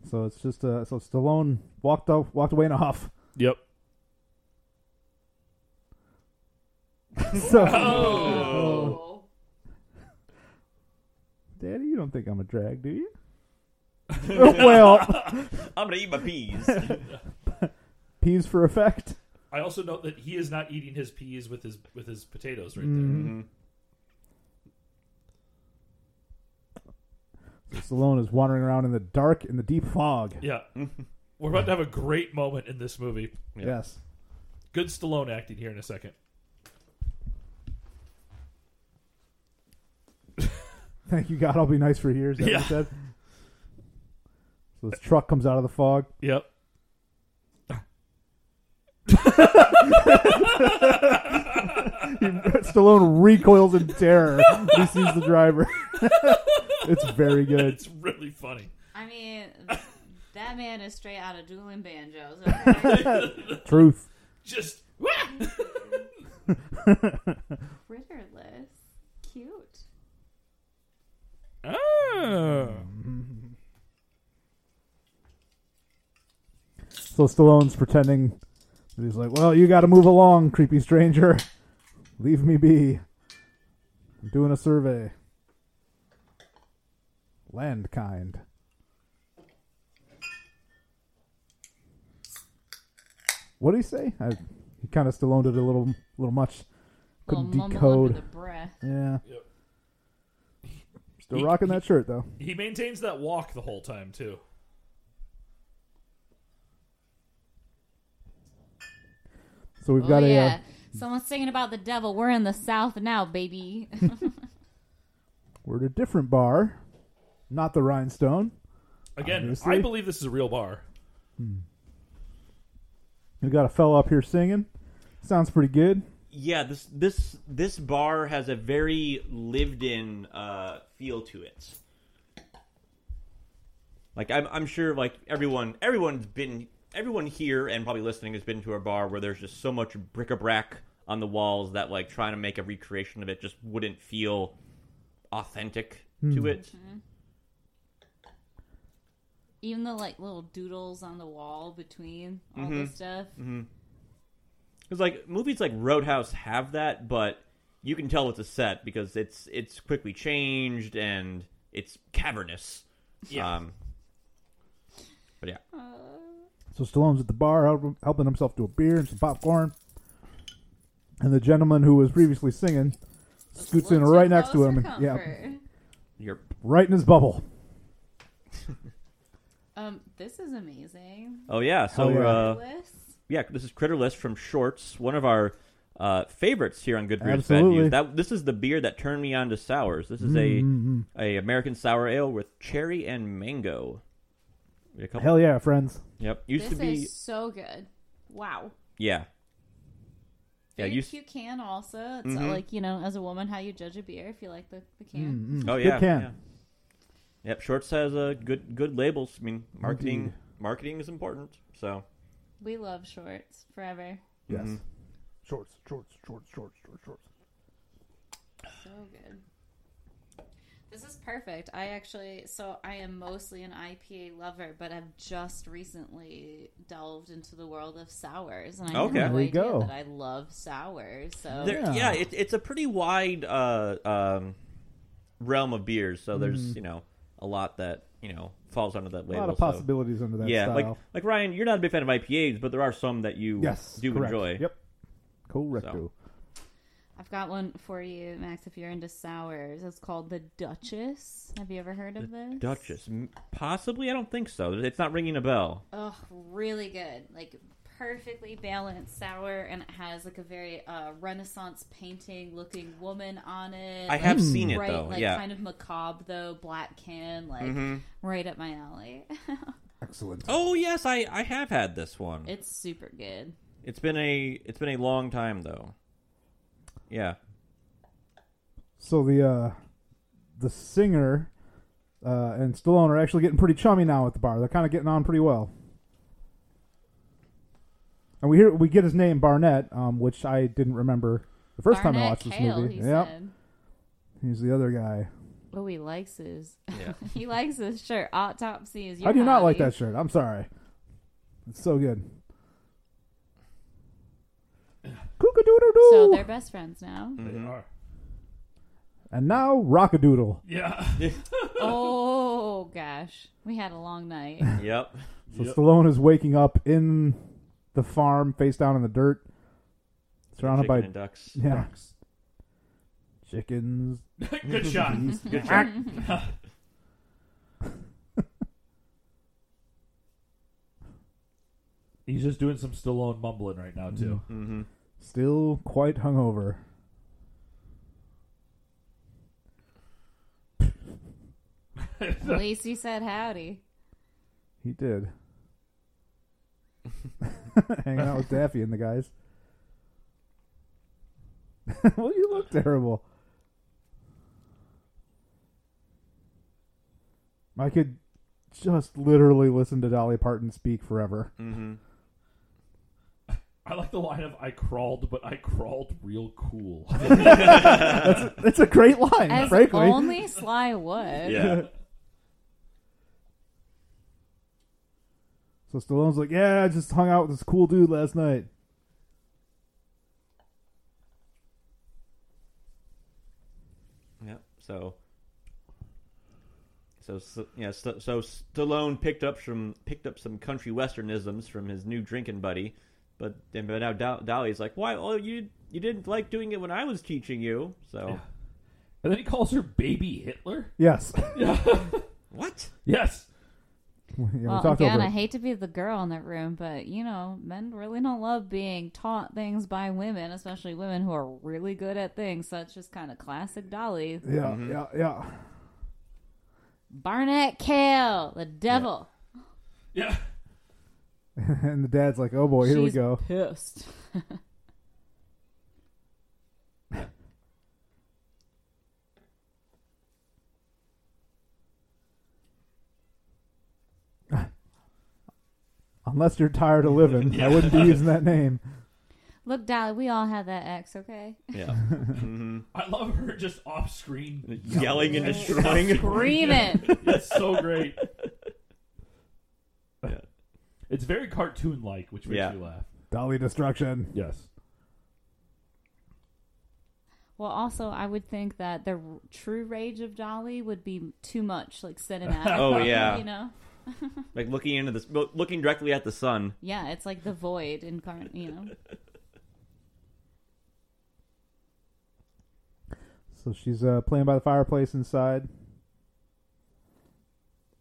S3: So it's just uh, so Stallone walked off, walked away in a huff.
S2: yep.
S3: So Oh.
S4: oh.
S3: Daddy, you don't think I'm a drag, do you? well,
S1: I'm gonna eat my peas.
S3: peas for effect.
S2: I also note that he is not eating his peas with his with his potatoes right
S1: Mhm.
S3: Stallone is wandering around in the dark in the deep fog.
S2: there. Yeah. We're about to have a great moment in this movie.
S1: Yeah.
S3: Yes.
S2: Good Stallone acting here in a second.
S3: Thank you, God. I'll be nice for years. Yeah.
S2: Yeah.
S3: Said. So this truck comes out of the fog.
S2: Yep.
S3: Stallone recoils in terror when he sees the driver. it's very good.
S2: It's really funny.
S4: I mean, that man is straight out of dueling banjos. okay?
S3: Truth.
S2: Just wah!
S4: Ritterless. Cute.
S2: Ah.
S3: So Stallone's pretending that he's like, "Well, you got to move along, creepy stranger. Leave me be. I'm doing a survey. Land kind." What did he say? I, he kind of Stallone it a little, little much. Couldn't
S4: Little mumble
S3: decode.
S4: under the breath.
S3: Yeah.
S2: Yep.
S3: Still rocking that shirt though.
S2: He maintains that walk the whole time too.
S3: So we've
S4: Oh,
S3: got a.
S4: yeah.
S3: Uh,
S4: Someone's singing about the devil. We're in the South now, baby.
S3: we're at a different bar, not the Rhinestone.
S2: Again,
S3: Obviously.
S2: I believe this is a real bar.
S3: We've got a fella up here singing. Sounds pretty good.
S1: Yeah, this this this bar has a very lived-in uh, feel to it. Like I'm, I'm sure, like everyone, everyone's been, everyone here and probably listening has been to a bar where there's just so much bric-a-brac on the walls that like trying to make a recreation of it just wouldn't feel authentic to it.
S4: Even the like little doodles on the wall between all
S1: Mm-hmm.
S4: this stuff.
S1: Because like movies like Roadhouse have that, but you can tell it's a set because it's it's quickly changed and it's cavernous.
S2: Yeah.
S1: Um, but yeah,
S4: Uh,
S3: So Stallone's at the bar help- helping himself to a beer and some popcorn. And the gentleman who was previously singing scoots in
S4: What's
S3: right
S4: your
S3: next to
S4: closer
S3: him. and- yeah,
S4: comfort?
S1: you're
S3: right in his bubble.
S4: Um, this is amazing.
S1: oh yeah. So
S3: Hell yeah.
S1: Uh,
S4: Ritterless.
S1: yeah, this is Critterless from Shorts, one of our uh, favorites here on Good Brews Bad
S3: Absolutely.
S1: News. That this is the beer that turned me on to sours. This is
S3: Mm-hmm,
S1: a a American sour ale with cherry and mango. A couple-
S3: Hell yeah, friends.
S1: Yep, used to
S4: This
S1: be
S4: is so good. Wow.
S1: yeah. Yeah,
S4: Very
S1: used Mm-hmm.
S4: cute can also. It's uh, like, you know, as a woman, how you judge a beer if you like the, the can.
S2: Mm,
S1: Oh
S3: Good
S1: yeah,
S3: can.
S1: yeah. Yep, Shorts has uh, good good labels. I mean, marketing
S3: Indeed.
S1: marketing is important. So
S4: We love shorts forever.
S3: Yes.
S1: Mm-hmm.
S3: Shorts, shorts, shorts, shorts, shorts, shorts.
S4: So good. This is perfect. I actually, so I am mostly an IPA lover, but I've just recently delved into the world of sours, and I
S1: Okay.
S4: had no
S3: There you
S4: idea
S3: go.
S4: that I love sours. So
S1: there,
S3: Yeah.
S1: yeah, it, it's a pretty wide uh, um, realm of beers. So there's you know a lot that you know falls under that
S3: Mm. A
S1: label.
S3: lot of
S1: so-
S3: possibilities under that
S1: Yeah,
S3: style.
S1: like like Ryan, you're not a big fan of IPAs, but there are some that you
S3: yes,
S1: do
S3: correct.
S1: enjoy.
S3: Yep, correcto.
S1: So.
S4: I've got one for you, Max, if you're into sours. It's called the Duchess. Have you ever heard of this?
S1: Duchess, M- possibly. I don't think so. It's not ringing a bell.
S4: Oh, really good. Like perfectly balanced sour, and it has like a very uh, Renaissance painting looking woman on it.
S1: I
S4: like,
S1: have seen it
S4: bright,
S1: though.
S4: Like
S1: yeah, Mm-hmm.
S4: kind of macabre though, black can, like right up my alley.
S3: Excellent.
S1: Oh yes, I, I have had this one.
S4: it's super good.
S1: It's been a it's been a long time though. Yeah.
S3: So the uh, the singer uh, and Stallone are actually getting pretty chummy now at the bar. They're kind of getting on pretty well. And we hear we get his name Barnett, um, which I didn't remember the first time I
S4: Barnett
S3: watched this
S4: Hale,
S3: movie.
S4: He
S3: Yeah,
S4: said.
S3: he's the other guy.
S4: Oh, he likes his.
S1: Yeah.
S4: he likes his shirt. Autopsy is. Your
S3: I do not like
S4: hobby.
S3: that shirt. I'm sorry. It's so good.
S4: So
S3: Cook-a-doodle-doo.
S2: Mm-hmm.
S1: Mm-hmm.
S4: they're best friends now.
S2: They are.
S3: And now, Rockadoodle.
S2: Yeah.
S4: oh gosh, we had a long night.
S1: Yep.
S3: So
S2: Yep.
S3: Stallone is waking up in the farm, face down in the dirt, surrounded
S1: Chicken
S3: by
S1: and ducks.
S3: yeah, chickens.
S2: Good shot.
S3: geese.
S1: Good shot.
S2: He's just doing some Stallone mumbling right now too.
S1: Mm-hmm.
S3: Still quite hungover.
S4: At least he said howdy.
S3: He did. Hanging out with Daffy and the guys. well, you look terrible. I could just literally listen to Dolly Parton speak forever.
S1: Mm-hmm.
S2: I like the line of "I crawled, but I crawled real cool."
S3: That's a great line,
S4: As
S3: frankly.
S4: only Sly would.
S1: Yeah.
S3: So Stallone's like, yeah, I just hung out with this cool dude last night.
S1: Yep. So. So s- yeah, so, so Stallone picked up some picked up some country westernisms from his new drinking buddy, but and but now Do- Dolly's like, why? Oh, you you didn't like doing it when I was teaching you. So
S2: and then he calls her "baby Hitler."
S3: Yes.
S1: what?
S2: Yes.
S3: Yeah, we
S4: Well,
S3: talked
S4: again,
S3: over
S4: I
S3: it.
S4: hate to be the girl in that room, but you know, men really don't love being taught things by women, especially women who are really good at things. Such as kind of classic Dolly,
S3: Yeah, yeah, yeah.
S4: Barnett Kale, the devil.
S2: Yeah.
S3: And the dad's like, oh boy, here we
S4: She's
S3: go.
S4: Pissed.
S3: Unless you're tired of living, I wouldn't be using that name.
S4: Look, Dolly, we all have that ex, okay?
S1: Yeah,
S2: I love her just off screen.
S1: Mm-hmm. yelling and destroying.
S4: Screaming.
S2: It's so great.
S1: Yeah.
S2: It's very cartoon like, which makes
S1: Yeah.
S2: me laugh.
S3: Dolly Destruction.
S2: Yes.
S4: Well, also, I would think that the r- true rage of Dolly would be too much, like cinematic.
S1: Oh, yeah.
S4: you know,
S1: like looking into this, looking directly at the sun.
S4: yeah, it's like the void incarnate. You know,
S3: So she's uh, playing by the fireplace inside.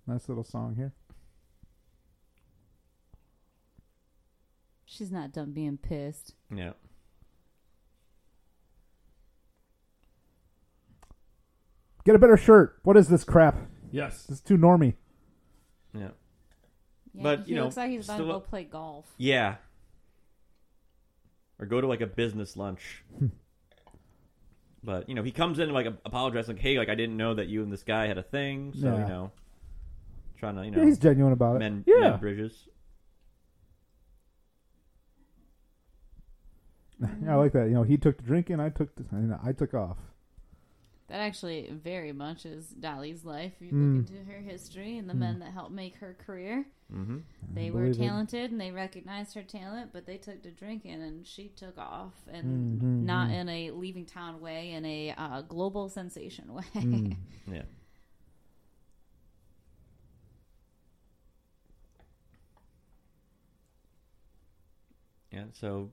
S3: Nice little song here.
S4: she's not done being pissed.
S1: Yeah.
S3: Get a better shirt. What is this crap?
S2: Yes.
S3: This is too normy.
S1: Yeah.
S4: Yeah,
S1: But,
S4: he
S1: you know,
S4: looks like he's about
S1: still-
S4: to go play golf.
S1: Yeah. Or go to like a business lunch. but you know, he comes in and like apologizes, like, "Hey, like I didn't know that you and this guy had a thing." So
S3: Yeah.
S1: you know, trying to you
S3: Yeah,
S1: know
S3: he's genuine about it.
S1: mend,
S2: yeah.
S1: mend bridges.
S3: Yeah, I like that. You know, he took to drinking. I took. To, and I took off.
S4: That actually very much is Dolly's life. If you
S3: Mm.
S4: look into her history and the men that helped make her career,
S1: hmm
S4: they were
S3: Hmm. Believe it.
S4: talented and they recognized her talent, but they took to drinking and she took off, and
S3: Mhm,
S4: not in a leaving town way, in a uh, global sensation way.
S1: Yeah. Yeah. So.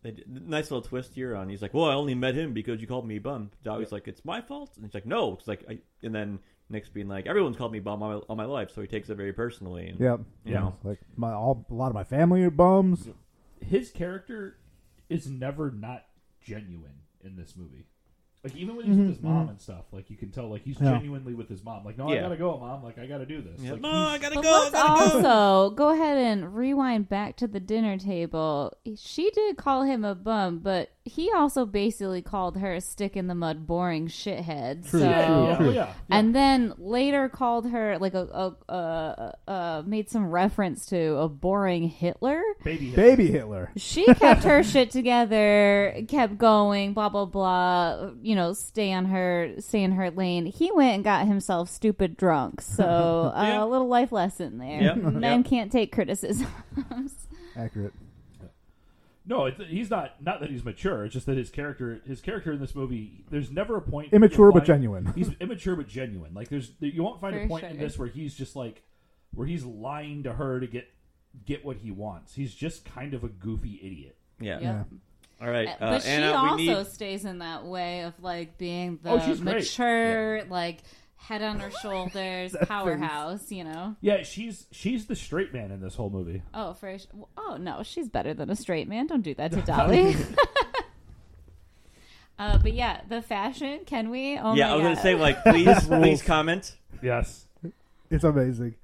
S1: They did, nice little twist here on he's like well i only met him because you called me bum Dowie's like it's my fault and he's like no it's like I, and then nick's being like everyone's called me bum all my, all my life so he takes it very personally and
S3: Yep.
S1: you know
S3: It's Like my all, a lot of my family are bums.
S2: His character is never not genuine in this movie. Like even when he's with his mom and stuff, like you can tell, like he's
S3: Mm-hmm, Yeah.
S2: genuinely with his mom. Like, no, I
S1: Yeah.
S2: gotta go, mom. Like, I gotta do this.
S1: Yeah,
S2: Like,
S1: no
S2: he's-
S1: i gotta
S4: But
S1: go I
S4: let's
S1: gotta go
S4: also go ahead and rewind back to the dinner table. She did call him a bum, but he also basically called her a stick in the mud, boring shithead.
S3: True,
S4: so.
S3: true,
S2: yeah, oh, yeah.
S4: And then later called her like a, a, a, a made some reference to a boring Hitler.
S2: baby.
S3: Baby Hitler.
S4: She kept her shit together, kept going, blah blah blah. You know, stay on her, stay in her lane. He went and got himself stupid drunk. So uh,
S1: Yeah.
S4: a little life lesson there.
S1: Yep,
S4: Men
S1: yep.
S4: can't take criticisms.
S3: Accurate.
S2: No, it's, he's not. Not that he's mature. It's just that his character, his character in this movie, there's never a point. in
S3: Immature but
S2: line-
S3: genuine.
S2: He's immature but genuine. Like there's, you won't find a
S4: For
S2: point in
S4: sure.
S2: this where he's just like, where he's lying to her to get get what he wants. He's just kind of a goofy idiot.
S1: Yeah.
S4: Yep.
S1: All right.
S4: But
S1: Uh,
S4: she
S1: Anna,
S4: also
S1: we need.
S4: stays in that way of like being the
S2: Oh, she's great.
S4: mature, like head on her shoulders, powerhouse. You know.
S2: Yeah, she's she's the straight man in this whole movie.
S4: Oh, for sh- oh no, she's better than a straight man. Don't do that to Dolly. uh, but yeah, the fashion. Can we? Oh
S1: yeah,
S4: my
S1: I was
S4: God.
S1: gonna say like, please, please
S3: rules.
S1: comment.
S2: Yes.
S3: It's amazing.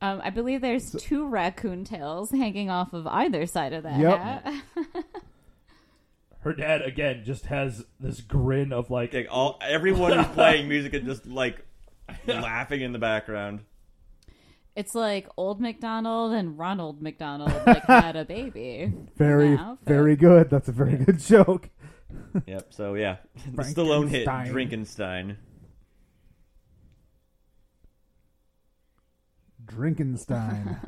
S4: Um, I believe there's two raccoon tails hanging off of either side of that
S3: Yep.
S4: hat.
S2: Her dad again just has this grin of like
S1: Like all everyone who's playing music and just like laughing in the background.
S4: It's like old McDonald and Ronald McDonald like had a baby.
S3: Very,
S4: Now, but-
S3: very good. That's a very good joke.
S1: Yep. So yeah, the Stallone hit Drinkenstein.
S3: Drinkenstein.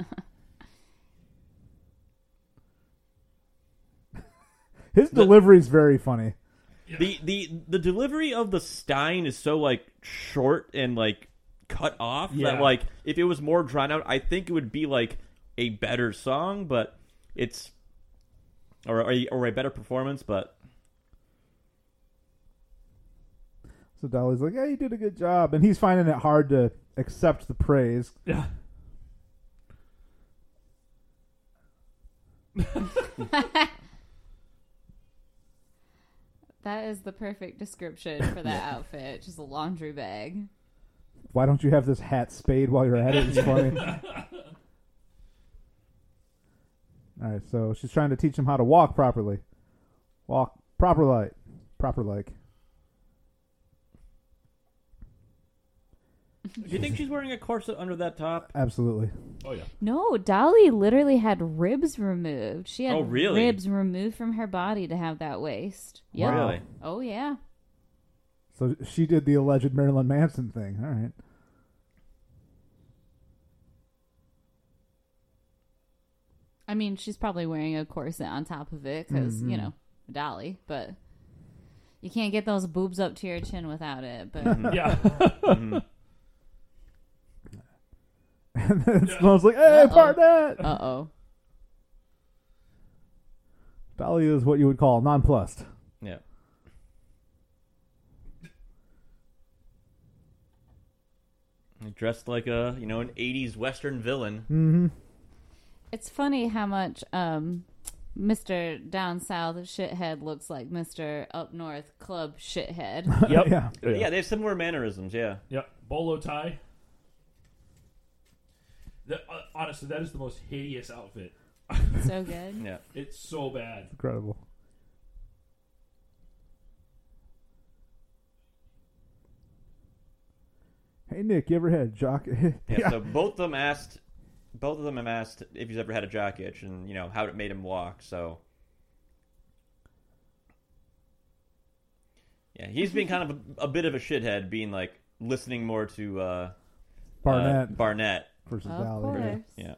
S3: His delivery's very funny.
S1: The the the delivery of the Stein is so like short and like cut off
S2: Yeah.
S1: that like if it was more drawn out, I think it would be like a better song, but it's or or a, or a better performance, but
S3: So Dolly's like, "Yeah, you did a good job," and he's finding it hard to accept the praise.
S2: Yeah.
S4: That is the perfect description for that outfit. Just a laundry bag.
S3: Why don't you have this hat spade while you're at it? It's funny. All right, so she's trying to teach him how to walk properly. Walk proper like, proper like.
S1: do you think she's wearing a corset under that top?
S3: Absolutely.
S2: Oh yeah.
S4: No, Dolly literally had ribs removed. She had
S1: Oh, really?
S4: ribs removed from her body to have that waist. Yep.
S1: Really?
S4: Oh yeah.
S3: So she did the alleged Marilyn Manson thing. All right.
S4: I mean, she's probably wearing a corset on top of it because you know Dolly, but you can't get those boobs up to your chin without it. But
S2: Yeah.
S3: And then Stallone's like, "Hey,
S4: Uh-oh.
S3: part that."
S4: uh oh,
S3: Dolly is what you would call nonplussed.
S1: Yeah. Dressed like a you know an '80s Western villain.
S3: Mm,
S4: it's funny how much um, Mister Down South shithead looks like Mister Up North Club shithead.
S2: yep.
S3: Yeah.
S1: Yeah, they have similar mannerisms. Yeah.
S2: Yep, bolo tie. That, uh, honestly, that is the most hideous outfit.
S4: so good.
S1: Yeah.
S2: It's so bad.
S3: Incredible. Hey Nick, you ever had jock?
S1: Yeah, Uh, So both of them asked, both of them have asked if he's ever had a jock itch, and you know how it made him walk. So, yeah, he's being kind of a, a bit of a shithead, being like listening more to uh, uh,
S3: Barnett
S1: Barnett.
S3: versus
S4: Of
S3: Dolly.
S4: course.
S1: Yeah.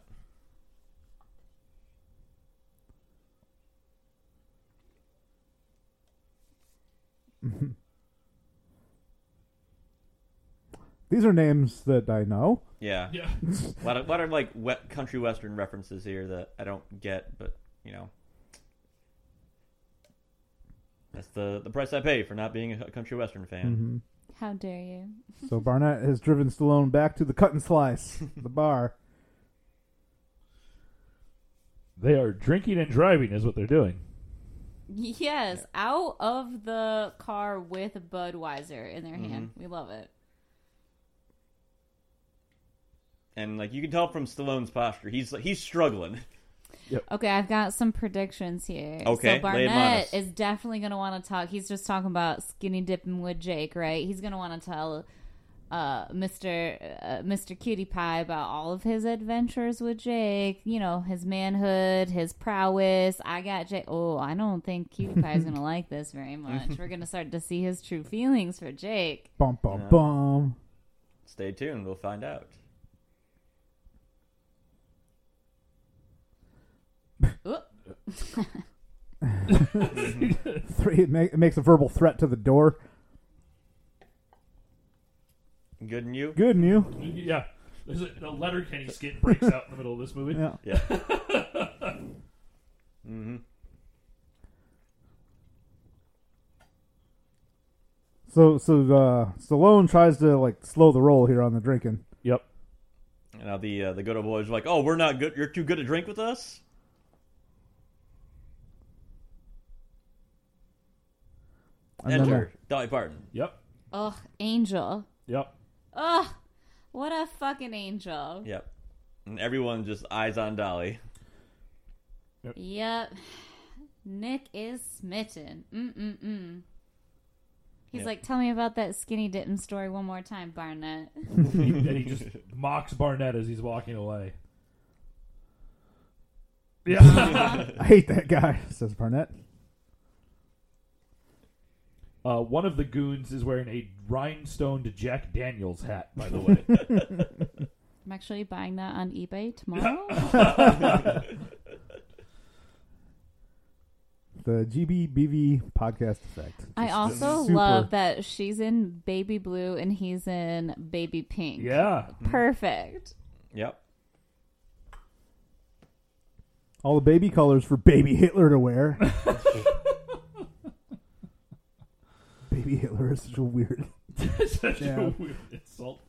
S3: These are names that I know.
S1: Yeah.
S2: Yeah.
S1: A lot of, lot of like wet country western references here that I don't get, but you know. That's the, the price I pay for not being a country western
S3: Mm-hmm.
S1: fan.
S4: How dare you?
S3: So Barnett has driven Stallone back to the cut and slice, the bar.
S2: They are drinking and driving, is what they're doing.
S4: Yes, out of the car with Budweiser in their hand. We love it.
S1: And like you can tell from Stallone's posture, he's he's struggling.
S4: Okay, I've got some predictions here.
S1: Okay, lay 'em
S4: so
S1: on us.
S4: Barnett is definitely going to want to talk. He's just talking about skinny dipping with Jake, right? He's going to want to tell uh, Mister uh, Mister Cutie Pie about all of his adventures with Jake. You know, his manhood, his prowess. I got Jake. Oh, I don't think Cutie Pie is going to like this very much. We're going to start to see his true feelings for Jake.
S3: Bum bum bum.
S1: Stay tuned, we'll find out.
S4: Ooh,
S3: Three, it, ma- it makes a verbal threat to the door.
S1: Good and you?
S3: Good, and you?
S2: Yeah. There's a, the letter Kenny skit breaks out in the middle of this movie.
S3: Yeah.
S1: Yeah. hmm
S3: So, so uh, Stallone tries to like slow the roll here on the drinking.
S2: Yep.
S1: Now the uh, the good old boys are like, "Oh, we're not good. You're too good to drink with us."
S3: And then
S1: Enter Dolly Parton.
S2: Yep.
S4: Ugh, angel.
S2: Yep.
S4: Ugh, what a fucking angel.
S1: Yep. And everyone just eyes on Dolly.
S4: Yep. Nick is smitten. Mm-mm-mm. He's
S1: Yep.
S4: like, tell me about that skinny dipping story one more time, Barnett.
S2: and he just mocks Barnett as he's walking away. Yeah.
S4: Uh-huh.
S3: I hate that guy, says Barnett.
S2: uh, one of the goons is wearing a rhinestoned Jack Daniels hat, by the way.
S4: I'm actually buying that on eBay tomorrow.
S3: The GBBV podcast effect.
S4: I also
S3: super.
S4: love that she's in baby blue and he's in baby pink.
S2: yeah.
S4: Perfect.
S1: Yep.
S3: All the baby colors for baby Hitler to wear. baby Hitler is such a weird.
S2: Such
S3: Yeah.
S2: a weird insult.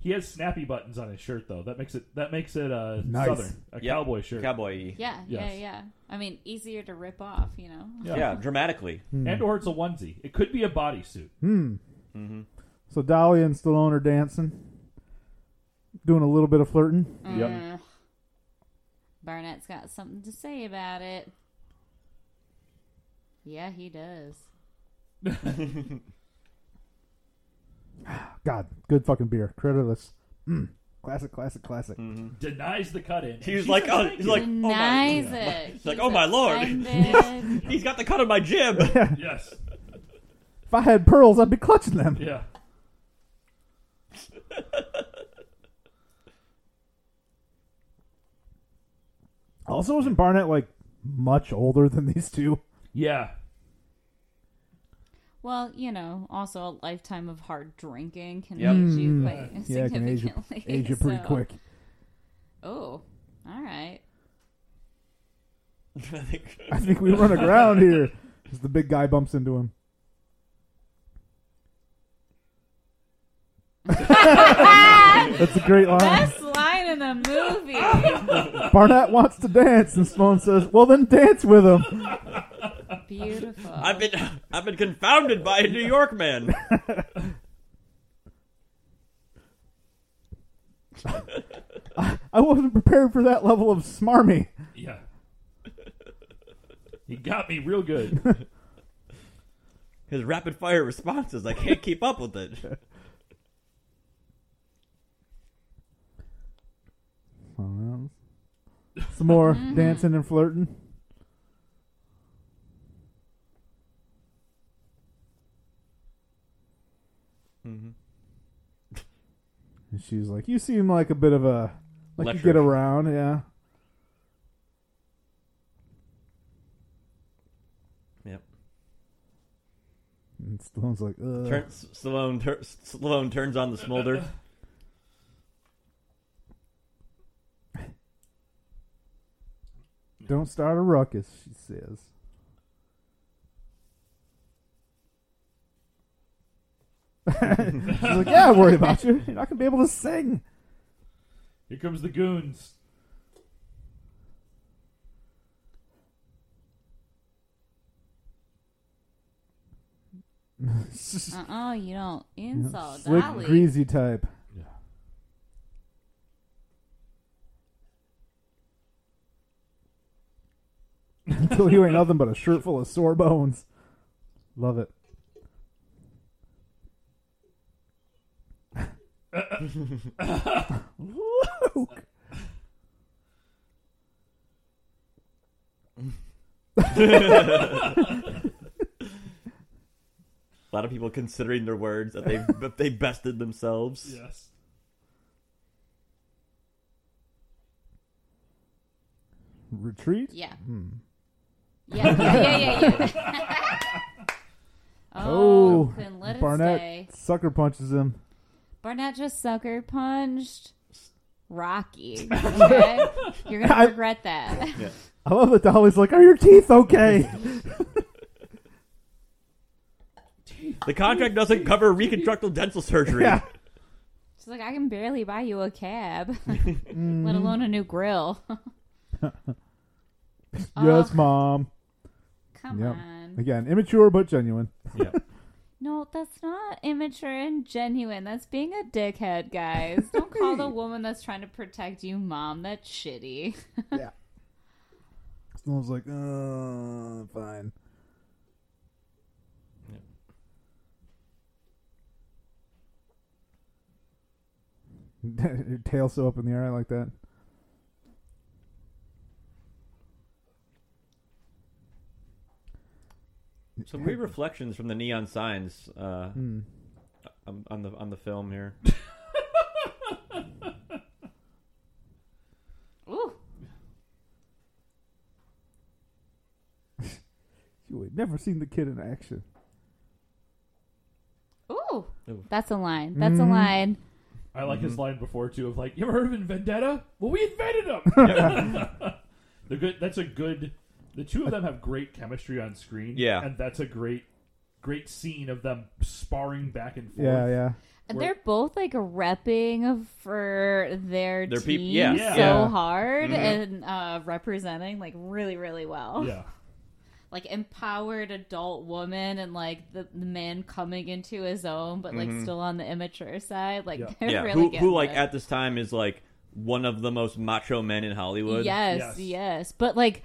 S2: He has snappy buttons on his shirt though. That makes it that makes it uh,
S3: Nice.
S2: southern. A
S1: Yep.
S2: cowboy shirt.
S1: Cowboy.
S4: Yeah, yeah,
S2: Yes.
S4: yeah. I mean, easier to rip off, you know?
S1: Yeah. dramatically.
S3: Hmm.
S2: And or it's a onesie. It could be a bodysuit.
S1: Mm-hmm.
S3: So Dolly and Stallone are dancing, doing a little bit of flirting.
S4: Ugh. Mm. Barnett's got something to say about it. Yeah, he does.
S3: God, good fucking beer. Creditless. Mm. Classic, classic, classic.
S1: Mm-hmm.
S2: Denies the cut in.
S1: He was like, "Oh, he's like, oh my,
S4: Denies it. He's
S1: like, "Oh my lord."
S4: offended.
S1: he's got the cut of my jib."
S2: yes.
S3: If I had pearls, I'd be clutching them.
S2: Yeah.
S3: Also, isn't Barnett like much older than these two?
S2: Yeah.
S4: well, you know, also a lifetime of hard drinking can
S1: Yep.
S4: age you quite
S3: Yeah, it can age you,
S4: significantly.
S3: age you pretty
S4: so-
S3: quick.
S4: Oh, all right.
S1: I think
S3: I think we run aground here. As the big guy bumps into him. That's a great line.
S4: Best line in the movie.
S3: Barnett wants to dance, and Sloan says, Well, then dance with him.
S4: Beautiful.
S1: I've been I've been confounded by a New York man.
S3: I wasn't prepared for that level of smarmy.
S2: Yeah. He got me real good.
S1: His rapid fire responses, I can't keep up with it.
S3: Oh, well. Some more dancing and flirting. And she's like, You seem like a bit of a. Like you get
S1: Lecher.
S3: around, yeah.
S1: Yep.
S3: And Stallone's like, "Uh, Ugh.
S1: Turn, S- Stallone, tur- Stallone turns on the smolder.
S3: Don't start a ruckus, she says. She's like, yeah, I worry about you. You're not gonna be able to sing.
S2: Here comes the goons.
S4: Uh-oh, Uh-uh, you don't
S3: You know,
S4: insult
S3: slick,
S4: Dolly.
S3: greasy type.
S2: Yeah.
S3: Until you ain't nothing but a shirt full of sore bones. Love it. Luke.
S1: A lot of people considering their words that they that they bested themselves.
S2: Yes.
S3: Retreat? Hmm.
S4: Yeah. Yeah, yeah, yeah, yeah. yeah. oh,
S3: Oh,
S4: then let
S3: Barnett
S4: it stay.
S3: sucker punches him.
S4: Barnett just sucker punched Rocky. Okay? You're
S3: I-
S4: gonna regret that.
S3: I love that Dolly's like, "Are your teeth okay?"
S1: The contract doesn't cover reconstructive dental surgery.
S3: yeah.
S4: She's like, I can barely buy you a cab,
S3: Mm-hmm.
S4: let alone a new grill.
S3: Yes, mom.
S4: Come
S3: Yep.
S4: on.
S3: Again, immature but genuine.
S2: Yeah.
S4: No, that's not immature and genuine. That's being a dickhead, guys. Don't call the woman that's trying to protect you mom. That's shitty.
S3: yeah. Someone's like, uh, fine. Your tail so up in the air like that.
S1: Some weird reflections from the neon signs uh,
S3: Hmm.
S1: on, on the on the film here.
S4: Ooh.
S3: You had never seen the kid in action.
S4: Ooh.
S1: Ooh.
S4: That's a line. That's
S3: Mhm.
S4: a line.
S2: I like
S1: Mm-hmm.
S2: his line before too of like, "You ever heard of in Vendetta? Well, we invented them." They're good. That's a good. The two of them have great chemistry on screen.
S1: Yeah.
S2: and that's a great, great scene of them sparring back and forth.
S3: Yeah, yeah.
S4: And
S2: We're-
S4: They're both like repping for their,
S1: Their peop-
S4: team
S1: yeah.
S4: so
S2: Yeah.
S3: Yeah.
S4: hard
S1: Mhm.
S4: and uh, representing like really, really
S1: Oh.
S4: well.
S2: yeah.
S4: Like empowered adult woman and like the, the man coming into his own, but like
S1: Mhm.
S4: still on the immature side. Like
S2: Yeah.
S4: they're
S1: yeah,
S4: really
S1: who, who
S4: getting
S1: like
S4: it.
S1: at this time is like one of the most macho men in Hollywood.
S4: Yes,
S2: Yes.
S4: yes, But like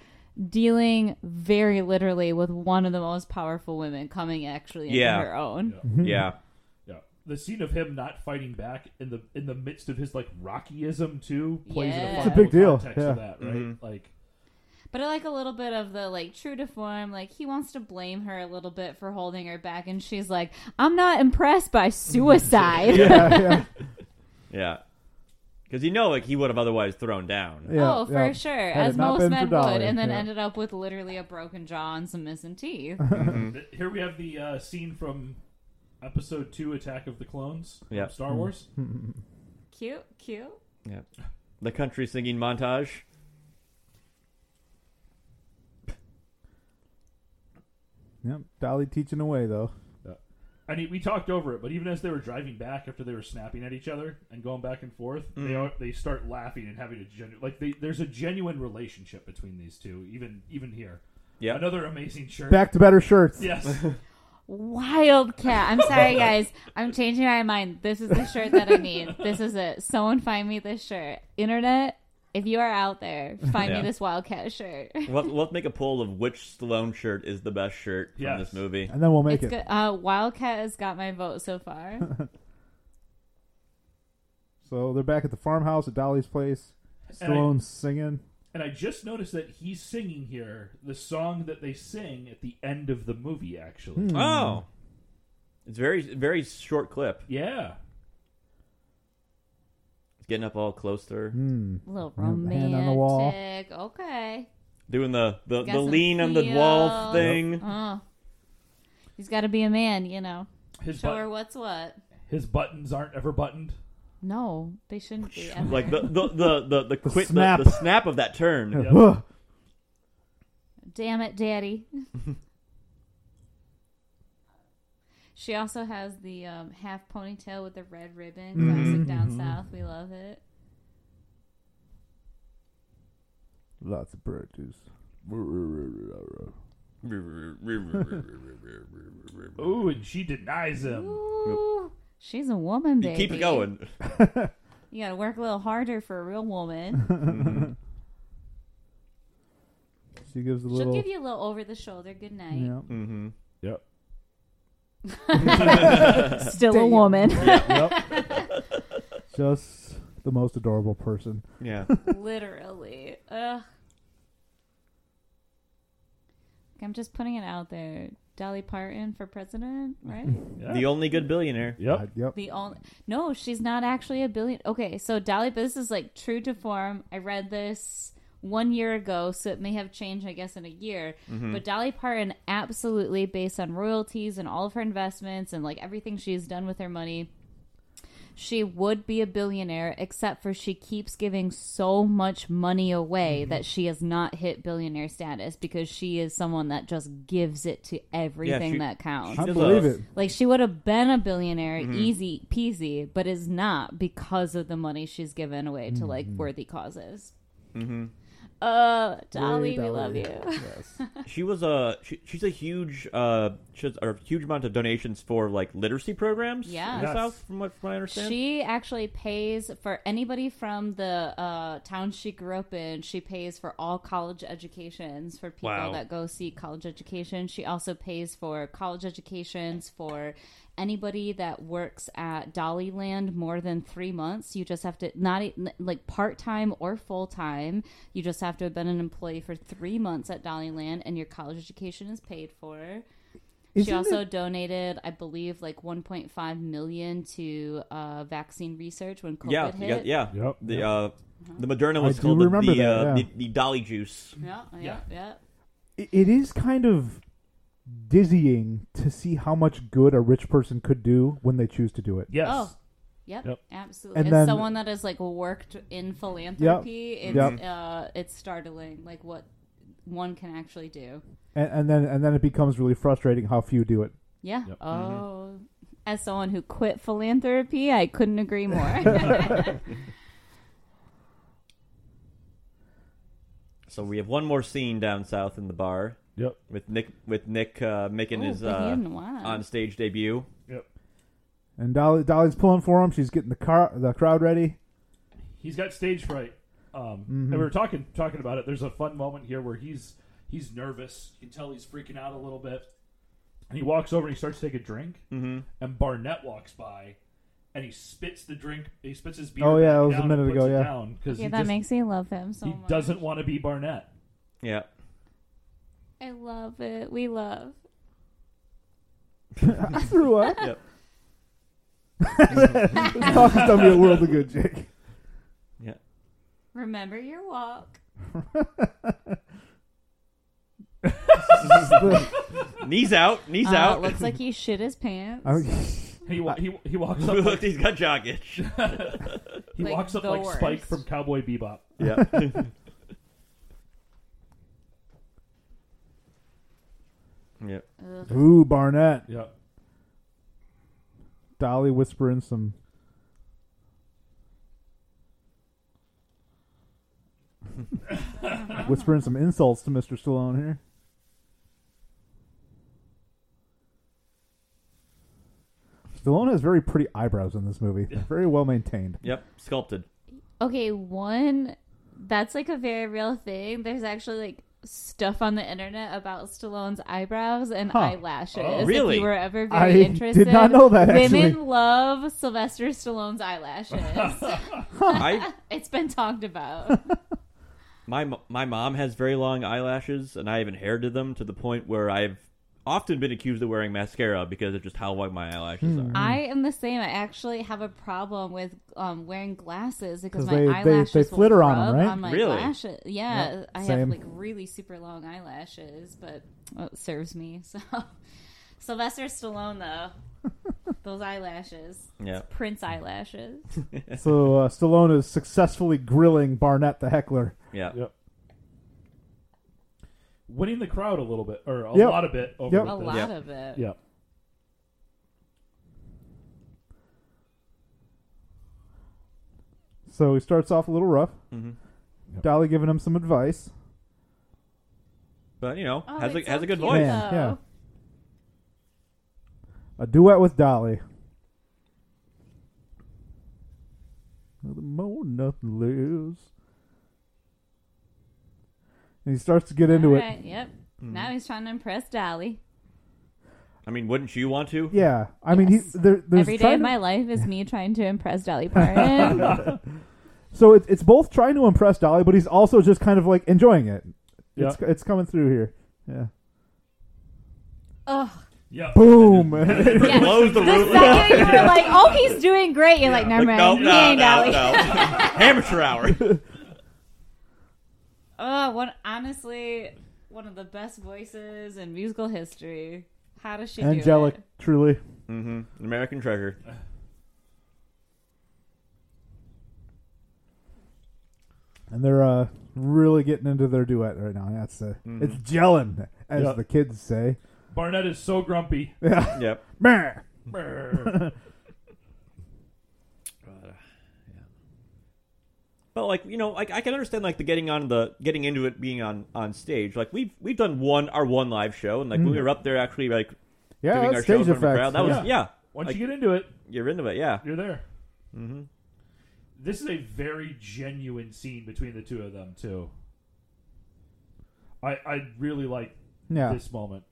S4: dealing very literally with one of the most powerful women coming actually into
S1: Yeah.
S4: her own.
S2: Yeah.
S1: yeah,
S2: Yeah. The scene of him not fighting back in the in the midst of his like Rockyism too plays in a
S4: Yeah.
S2: fun
S4: It's a
S3: big
S2: little
S3: deal,
S2: context of
S3: yeah.
S2: that, right?
S1: Mhm.
S2: Like
S4: But I like a little bit of the like true to form, like he wants to blame her a little bit for holding her back and she's like, I'm not impressed by suicide.
S3: Yeah, yeah.
S1: yeah. Because you know, like he would have otherwise thrown down.
S3: yeah,
S4: oh, for
S3: yeah.
S4: sure.
S3: Had
S4: As
S3: it not been
S4: most men
S3: for Dolly,
S4: would, and then
S3: yeah.
S4: ended up with literally a broken jaw and some missing teeth.
S1: Mm-hmm.
S2: th- here we have the uh, scene from episode two, Attack of the Clones, from
S1: Yeah.
S3: Mm-hmm.
S2: Star Wars.
S4: cute, cute.
S1: The country singing montage.
S3: Yep. Dolly teaching away though.
S2: I mean, we talked over it, but even as they were driving back after they were snapping at each other and going back and forth, they are, they start laughing and having a genu- like they, there's a genuine relationship between these two, even even here.
S1: Yeah.
S2: another amazing shirt.
S3: Back to better shirts.
S2: yes,
S4: Wildcat. I'm sorry, guys. I'm changing my mind. This is the shirt that I need. This is it. Someone find me this shirt. Internet, if you are out there, find
S1: Yeah.
S4: me this Wildcat shirt.
S1: We'll, we'll make a poll of which Stallone shirt is the best shirt from
S2: Yes.
S1: this movie.
S3: And then we'll make
S4: it's
S3: it.
S4: good. Uh, Wildcat has got my vote so far.
S3: So they're back at the farmhouse at Dolly's place.
S2: And I-
S3: Stallone's singing.
S2: And I just noticed that he's singing here the song that they sing at the end of the movie, actually.
S1: Oh, it's very very short clip.
S2: Yeah.
S1: It's getting up all close to her,
S3: Hmm.
S4: little
S3: Yeah,
S4: romantic.
S3: hand on the wall.
S4: Okay.
S1: doing the the,
S4: Got
S1: the
S4: some
S1: lean on the
S4: feel.
S1: wall thing.
S4: Oh. He's got to be a man, you know.
S2: His,
S4: Show her
S2: but-
S4: what's what.
S2: his buttons aren't ever buttoned.
S4: No, they shouldn't be. ever.
S1: Like the the the the the, quick, the,
S3: snap.
S1: the snap Oh. of that turn.
S2: Yep.
S3: Ugh.
S4: Damn it, Daddy. she also has the um, half ponytail with the red ribbon.
S1: Mm-hmm.
S4: Classic down south. We love it.
S3: Lots of bird juice.
S2: Ooh, and she denies him.
S4: Ooh, she's a woman,
S1: You
S4: baby.
S1: keep it going.
S4: You gotta work a little harder for a real woman.
S3: She gives a
S4: She'll
S3: little.
S4: give you a little over the shoulder good night.
S3: yeah.
S1: Mm-hmm.
S2: Yep.
S4: Still a woman.
S3: Just the most adorable person.
S1: Yeah.
S4: Literally. Ugh. I'm just putting it out there. Dolly Parton for president, right?
S2: Yeah.
S1: The only good billionaire.
S3: Uh,
S2: yep.
S3: yep.
S4: The only no, she's not actually a billion. Okay, so Dolly, this is like true to form. I read this one year ago, so it may have changed, I guess, in a year. But Dolly Parton, absolutely, based on royalties and all of her investments and like everything she's done with her money, she would be a billionaire, except for she keeps giving so much money away that she has not hit billionaire status because she is someone that just gives it to everything
S1: she-
S4: that counts.
S3: I
S1: She does
S3: believe
S1: a-
S3: it.
S4: Like she would have been a billionaire, easy peasy, but is not because of the money she's given away to like worthy causes. Mm-hmm. Uh, Dolly, we
S3: Yay,
S4: love
S3: Dolly.
S4: you.
S3: Yes.
S1: She was a she, she's a huge uh she has a huge amount of donations for like literacy programs.
S4: Yeah.
S1: in the
S2: Yes.
S1: South, from what, from what I understand.
S4: She actually pays for anybody from the uh, town she grew up in. She pays for all college educations for people
S1: Wow.
S4: that go seek college education. She also pays for college educations for anybody that works at Dollyland more than three months. You just have to not e- like part time or full time. You just have to have been an employee for three months at Dollyland, and your college education is paid for. She
S3: Isn't
S4: also
S3: it-
S4: donated, I believe, like 1.5 million to uh, vaccine research when COVID
S1: yeah,
S4: hit. Uh-huh.
S1: yeah, yeah.
S3: Yep,
S1: The
S3: yep.
S1: uh, the Moderna
S3: I
S1: was
S3: do
S1: called the
S3: remember
S1: the,
S3: that,
S1: uh,
S3: yeah.
S1: the, the Dolly juice.
S4: yeah, yeah, yeah.
S2: Yeah.
S3: it- it is kind of dizzying to see how much good a rich person could do when they choose to do it.
S2: Yes.
S4: Oh, yep,
S2: Yep.
S4: absolutely.
S3: And
S4: As
S3: then-
S4: someone that has like worked in philanthropy, it's
S3: Yep.
S4: uh, it's startling, like what one can actually do.
S3: And, and then and then it becomes really frustrating how few do it.
S4: Yeah.
S2: Yep.
S4: Oh.
S1: Mm-hmm.
S4: As someone who quit philanthropy, I couldn't agree more.
S1: So we have one more scene down south in the bar
S2: Yep.
S1: with Nick with Nick uh, making
S4: Ooh,
S1: his
S4: Oh, but he
S1: uh,
S4: didn't want.
S1: on stage debut.
S2: Yep.
S3: And Dolly, Dolly's pulling for him. She's getting the car, the crowd ready.
S2: He's got stage fright. Um,
S3: Mm-hmm.
S2: And we were talking talking about it. There's a fun moment here where he's he's nervous. You can tell he's freaking out a little bit. And he walks over and he starts to take a drink. Mm-hmm. And Barnett walks by, and he spits the drink. He spits his beer.
S3: Oh, yeah,
S2: back
S3: that was a
S2: down
S3: minute
S2: and
S3: ago,
S2: puts it
S3: yeah.
S2: down 'cause
S4: yeah,
S2: he
S4: that
S2: just-
S4: makes me love him so
S2: he
S4: much.
S2: doesn't want to be Barnett.
S1: Yeah.
S4: I love it. We love.
S3: I threw up.
S1: Yep.
S3: Talking to me a world of good, Jake.
S1: Yeah.
S4: Remember your walk.
S1: Knees out, knees
S4: Uh,
S1: out.
S4: Looks like he shit his pants.
S3: I mean,
S2: He wa- he he walks up.
S1: Look,
S2: Like,
S1: he's got jock itch.
S2: he
S4: Like
S2: walks up
S4: the
S2: like Spike
S4: worst.
S2: from Cowboy Bebop.
S1: Yeah. yep.
S3: ooh, Barnett.
S2: Yeah.
S3: Dolly whispering some. whispering some insults to Mr. Stallone here. Stallone has very pretty eyebrows in this movie. They're very well maintained.
S1: Yep. Sculpted.
S4: Okay, one that's like a very real thing. There's actually like stuff on the internet about Stallone's eyebrows and
S3: Huh.
S4: eyelashes.
S2: Oh.
S1: Really?
S4: If you were ever
S3: I
S4: very interested.
S3: did not know that,
S4: Women
S3: actually.
S4: love Sylvester Stallone's eyelashes.
S1: I
S4: it's been talked about.
S1: my mo- my mom has very long eyelashes, and I have inherited them to the point where I've often been accused of wearing mascara because of just how long my eyelashes
S3: Mm.
S1: are.
S3: Hmm.
S4: I am the same. I actually have a problem with um, wearing glasses because
S3: 'Cause
S4: my
S3: they- they-
S4: eyelashes
S3: they
S4: will
S3: flitter on 'em,
S4: rub
S3: right?
S4: On my
S1: Really?
S4: lashes. Yeah,
S3: Yep,
S4: I
S3: same.
S4: have like really super long eyelashes, but well, it serves me. So Sylvester Stallone though, those eyelashes,
S1: Yeah.
S4: Prince eyelashes.
S3: So uh, Stallone is successfully grilling Barnett the heckler.
S1: Yeah.
S2: Yep. Winning the crowd a little bit, or a
S3: Yep.
S2: lot of bit over
S3: Yep.
S2: with
S4: A
S2: this.
S4: lot
S1: Yep.
S4: of it.
S2: Yeah.
S3: So he starts off a little rough. Dolly giving him some advice.
S1: But you know,
S4: Oh,
S1: has a
S4: it's
S1: has
S4: so
S1: a good
S4: cute,
S1: voice.
S3: Man,
S4: though.
S3: yeah. A duet with Dolly. Another more, nothing lives. And he starts to get into
S4: All
S3: it. Mm.
S4: right, Yep. Now he's trying to impress Dolly.
S1: I mean, wouldn't you want to?
S3: Yeah, I mean, he,
S4: Yes.
S3: there, there's
S4: Every day
S3: trying
S4: of
S3: to-
S4: my life is me trying to impress Dolly Parton.
S3: so it's it's both trying to impress Dolly, but he's also just kind of like enjoying it.
S2: Yeah.
S3: It's it's coming through here. Yeah.
S4: Ugh.
S2: Yeah.
S3: Boom.
S4: Yeah.
S1: Close the
S4: The
S1: roof.
S4: second you were like, "Oh, he's doing great," you're like, "Never
S1: Like,
S4: mind,
S1: no,
S4: he
S1: no,
S4: ain't
S1: no,
S4: Dolly."
S1: no. Amateur hour.
S4: Oh, one honestly, one of the best voices in musical history. How does she
S3: Angelic,
S4: do it?
S3: truly.
S1: Mm-hmm. American Treasure.
S3: And they're uh, really getting into their duet right now. That's uh,
S1: Mm-hmm.
S3: it's gelling, as
S2: Yeah.
S3: the kids say.
S2: Barnett is so grumpy.
S3: Yeah.
S1: Yep.
S3: Meh.
S2: Brr.
S1: But like you know, like I can understand like the getting on the getting into it being on on stage. Like we've we've done one our one live show, and like when we were up there actually like
S3: Hmm. yeah,
S1: doing
S3: that's
S1: our show in
S3: stage
S1: front of a
S3: effects.
S1: crowd. That was
S2: Yeah.
S1: yeah.
S2: Once
S1: Like,
S2: you get into it,
S1: you're into it, yeah.
S2: you're there.
S1: Mm-hmm.
S2: This is a very genuine scene between the two of them too. I I really like
S3: yeah.
S2: this moment.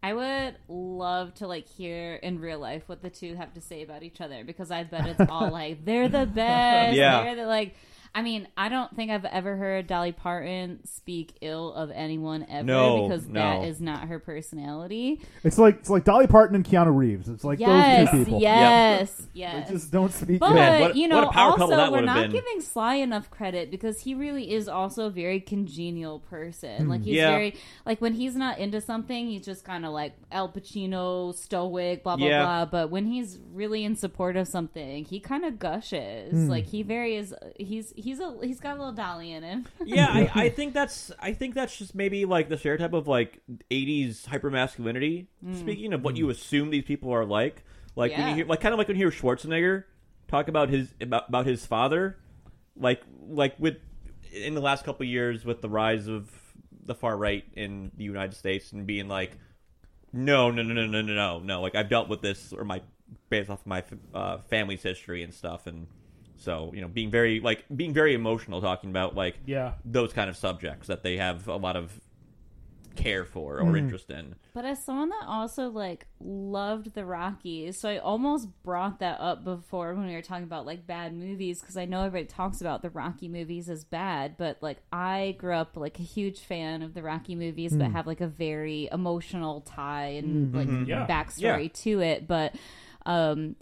S4: I would love to like hear in real life what the two have to say about each other because I bet it's all like they're the best.
S1: Yeah.
S4: They're the, like I mean, I don't think I've ever heard Dolly Parton speak ill of anyone ever
S1: No,
S4: because
S1: no.
S4: that is not her personality.
S3: It's like it's like Dolly Parton and Keanu Reeves. It's like
S4: yes,
S3: those two people.
S4: yes,
S3: They
S4: yes.
S3: just don't speak.
S4: But
S1: Man, what-
S4: you
S1: what
S4: know,
S1: a power
S4: also
S1: couple that
S4: we're
S1: would've
S4: not
S1: been.
S4: giving Sly enough credit because he really is also a very congenial person. Like he's
S1: Yeah.
S4: very like when he's not into something, he's just kind of like Al Pacino, stoic, blah blah
S1: Yeah.
S4: blah. But when he's really in support of something, he kind of gushes. Like he very is. He's he's a he's got a little dolly in him.
S1: Yeah, I, I think that's I think that's just maybe like the stereotype of like '80s hypermasculinity. Speaking of what you assume these people are like, like when
S4: Yeah.
S1: you hear, like kind of like when you hear Schwarzenegger talk about his about, about his father, like like with in the last couple of years with the rise of the far right in the United States and being like, no, no, no, no, no, no, no, no. Like I've dealt with this or my based off my uh, family's history and stuff and. So you know, being very like being very emotional, talking about like
S2: Yeah.
S1: those kind of subjects that they have a lot of care for or
S4: Mm-hmm.
S1: interest in.
S4: But as someone that also like loved the Rockies, so I almost brought that up before when we were talking about like bad movies because I know everybody talks about the Rocky movies as bad, but like I grew up like a huge fan of the Rocky movies, but have like a very emotional tie and like
S2: Yeah.
S4: backstory
S1: Yeah.
S4: to it. But um,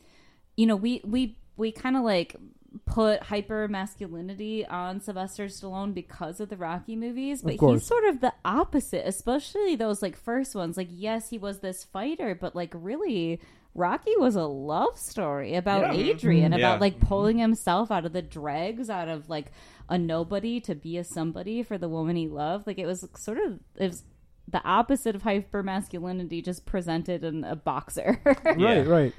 S4: you know, we we we kind of like put hyper masculinity on Sylvester Stallone because of the Rocky movies, but he's
S3: course.
S4: sort of the opposite, especially those like first ones. Like, yes, he was this fighter, but like really. Rocky was a love story about
S2: Yeah.
S4: Adrian,
S1: Mhm.
S4: about
S1: Yeah.
S4: like pulling himself out of the dregs, out of like a nobody to be a somebody for the woman he loved. Like it was sort of it was the opposite of hyper masculinity, just presented in a boxer.
S1: Yeah.
S3: Right, right.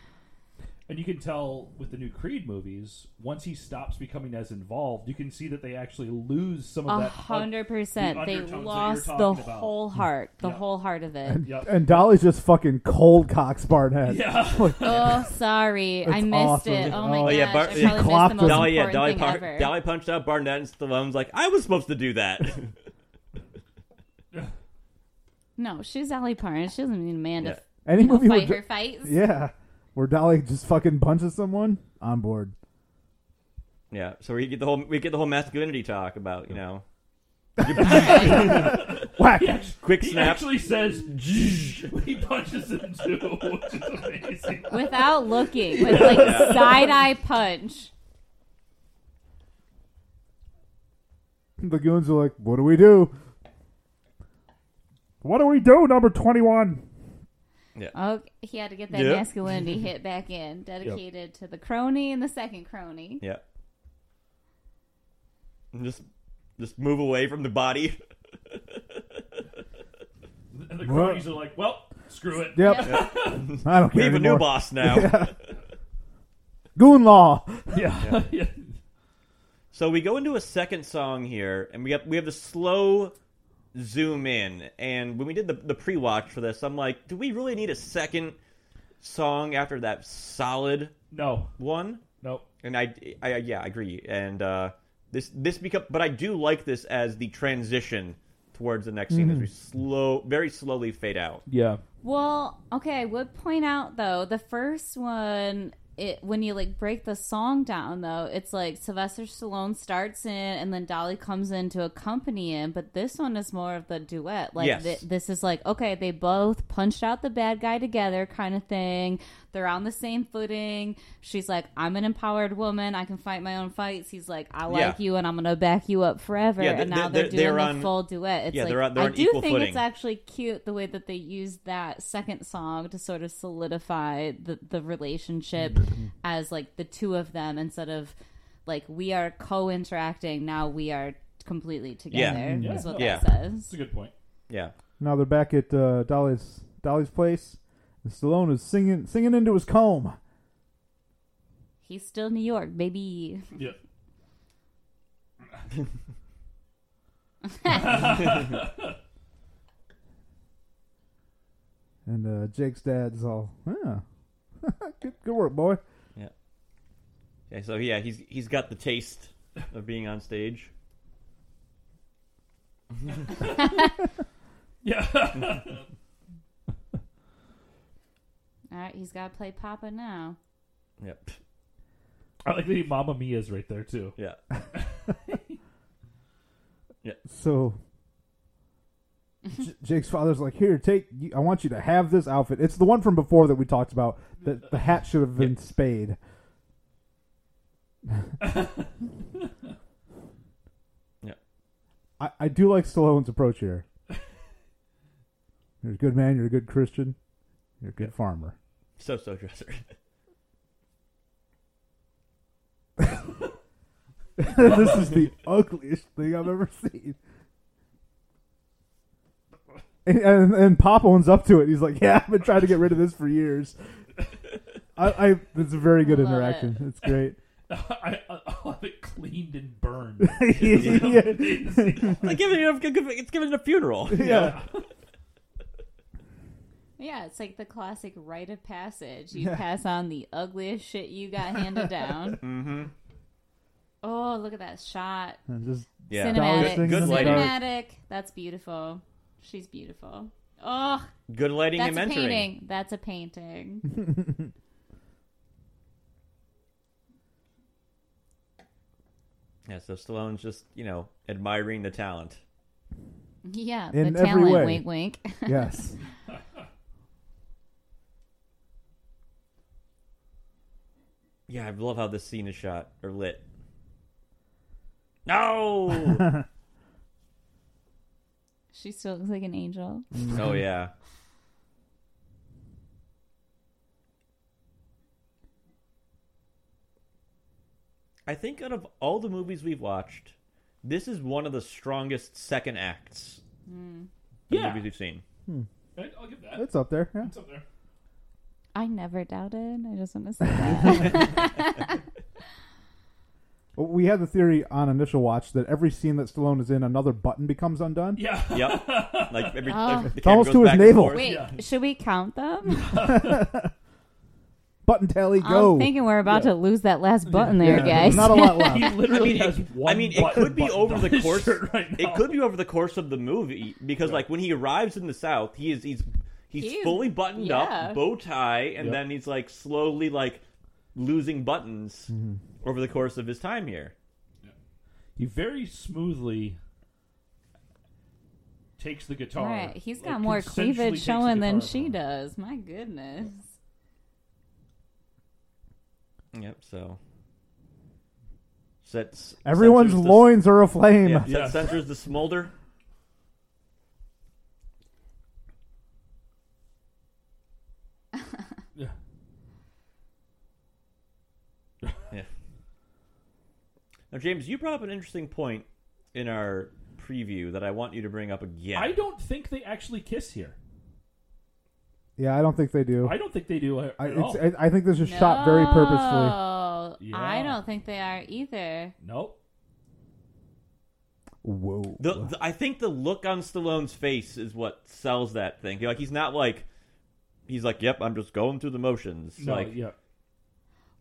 S2: And you can tell with the new Creed movies, once he stops becoming as involved, you can see that they actually lose some of
S4: A
S2: that.
S4: hundred percent.
S2: the
S4: They
S2: undertones that you're
S4: lost the
S2: talking about.
S4: whole heart, the
S2: Yeah.
S4: whole heart of it.
S2: Yep.
S3: And Dolly's just fucking cold cocks Barnett.
S2: Yeah.
S4: oh, sorry, I
S3: It's
S4: missed
S3: awesome.
S4: it. Oh
S3: Oh,
S4: my
S1: yeah,
S4: gosh,
S1: Bar-
S4: I
S1: yeah.
S4: probably
S3: Clocked
S4: missed the most
S3: us.
S1: Dolly,
S4: important
S1: yeah, Dolly,
S4: thing
S1: par-
S4: ever.
S1: Dolly punched out Barnett, and Stallone's like, "I was supposed to do that."
S4: No, she's Dolly Parton. She doesn't need a man
S1: Yeah.
S4: to
S3: Any
S4: you know,
S3: movie
S4: fight
S3: where
S4: her fights.
S3: Yeah. Where Dolly just fucking punches someone, on board.
S1: yeah, so we get the whole we get the whole masculinity talk about you know,
S3: Whack.
S1: quick
S2: He
S1: snap.
S2: actually says "Zhuzh" when he punches him too, which is amazing.
S4: Without looking, with like side eye punch.
S3: The goons are like, what do we do? What do we do, number 21?
S4: Oh, he had to get that
S1: Yep.
S4: masculinity hit back in, dedicated to the crony and the second crony.
S1: yeah, And just just move away from the body.
S2: And the cronies are like, "Well, screw it."
S3: Yep. I don't care.
S1: We have a new
S3: anymore.
S1: boss now.
S3: Goon law.
S2: Yeah. yeah.
S1: So we go into a second song here, and we have we have the slow zoom in. And when we did the the pre watch for this, I'm like, do we really need a second song after that solid
S2: No.
S1: one?
S2: No.
S1: And I, I yeah, I agree. And uh, this this become, but I do like this as the transition towards the next scene as we slow, very slowly fade out.
S2: Yeah.
S4: Well, okay, I would point out though, the first one it when you like break the song down though, it's like Sylvester Stallone starts in and then Dolly comes in to accompany him, but this one is more of the duet. Like
S1: Yes.
S4: thi- this is like okay, they both punched out the bad guy together kind of thing. They're on the same footing. She's like, "I'm an empowered woman. I can fight my own fights." He's like, "I
S1: Yeah.
S4: like you and I'm going to back you up forever."
S1: Yeah, they-
S4: and now
S1: they-
S4: they're,
S1: they're-
S4: doing
S1: they're
S4: the
S1: on-
S4: full duet. It's
S1: Yeah,
S4: like
S1: they're on- they're
S4: I
S1: on
S4: do
S1: equal
S4: think
S1: footing.
S4: it's actually cute the way that they used that second song to sort of solidify the the relationship as like the two of them instead of like we are co-interacting now we are completely together
S2: Yeah.
S4: is what
S1: Yeah.
S4: that says.
S2: That's a good point.
S1: Yeah.
S3: Now they're back at uh, Dolly's Dolly's place, and Stallone is singing singing into his comb.
S4: He's still New York, baby.
S2: Yeah.
S3: And uh, Jake's dad's all, yeah, good, good work, boy.
S1: Yeah, so yeah, he's he's got the taste of being on stage.
S2: Yeah.
S4: All right, he's got to play Papa now.
S1: Yep.
S2: I like the Mamma Mia's right there too.
S1: Yeah.
S3: So J- Jake's father's like, here, take. You, I want you to have this outfit. It's the one from before that we talked about. That the hat should have been spade.
S1: Yeah.
S3: I, I do like Stallone's approach here. You're a good man. You're a good Christian. You're a good farmer.
S1: So so dresser.
S3: this is the ugliest thing I've ever seen. And, and, and Pop owns up to it. He's like, "Yeah, I've been trying to get rid of this for years." I, I it's a very good
S4: Love
S3: interaction. It's great.
S2: I, I, I'll have it cleaned and burned.
S3: yeah.
S1: like giving it a, it's giving it a funeral.
S3: yeah,
S4: Yeah, it's like the classic rite of passage. You pass on the ugliest shit you got handed down. mm-hmm. Oh, look at that shot.
S3: And just
S1: Yeah.
S4: Cinematic.
S1: Good- good lighting.
S4: Cinematic. That's beautiful. She's beautiful. Oh,
S1: Good lighting
S4: that's a
S1: and mentoring.
S4: painting. That's a painting.
S1: Yeah, so Stallone's just, you know, admiring the talent.
S4: yeah,
S3: In
S4: the
S3: every
S4: talent.
S3: way.
S4: Wink, wink.
S3: yes,
S1: Yeah, I love how this scene is shot or lit. No.
S4: she still looks like an angel.
S1: oh yeah. I think out of all the movies we've watched, this is one of the strongest second acts
S4: Hmm.
S1: of
S2: Yeah.
S1: movies we've seen.
S2: Right, I'll give that.
S3: it's up there. Yeah.
S2: It's up there.
S4: I never doubted. I just want to say that.
S3: Well, we had the theory on initial watch that every scene that Stallone is in, another button becomes undone.
S2: Yeah.
S1: Yep. Like every
S4: Oh.
S1: like, the
S3: It's
S1: camera
S3: almost
S1: goes
S3: to his
S1: back and
S3: navel.
S1: forth.
S4: Wait,
S2: Yeah.
S4: should we count them?
S3: Button tally, go.
S4: I'm thinking we're about to lose that last button Oh, there,
S3: Yeah,
S4: guys.
S3: Not a lot left.
S2: He literally
S1: I mean,
S2: has
S1: it,
S2: one.
S1: I mean, it
S2: button
S1: could be
S2: buttoned
S1: over
S2: on
S1: the
S2: his
S1: course.
S2: shirt right now.
S1: It could be over the course of the movie because, like, when he arrives in the South, he is he's he's
S4: He's-
S1: fully buttoned
S4: yeah.
S1: up, bow tie, and
S2: Yep.
S1: then he's like slowly like losing buttons over the course of his time here.
S2: He very smoothly takes the guitar.
S4: Right, he's got
S2: like,
S4: more
S2: consensually
S4: cleavage
S2: takes the
S4: showing than
S2: guitar
S4: she
S2: from her.
S4: does. My goodness.
S1: Yep. So sets
S3: Everyone's
S1: censors the-
S3: loins are aflame.
S1: Yeah,
S2: Yeah.
S1: Censors the smolder.
S2: Yeah.
S1: Yeah. Now, James, you brought up an interesting point in our preview that I want you to bring up again.
S2: I don't think they actually kiss here.
S3: Yeah, I don't think they do.
S2: I don't think they do at
S3: I,
S2: all.
S3: it's, I, I think this is shot very purposefully.
S4: No, I
S2: Yeah.
S4: don't think they are either.
S2: nope.
S3: Whoa.
S1: The, the, I think the look on Stallone's face is what sells that thing. Like he's not like he's like, "Yep, I'm just going through the motions."
S2: No,
S1: like,
S2: yeah.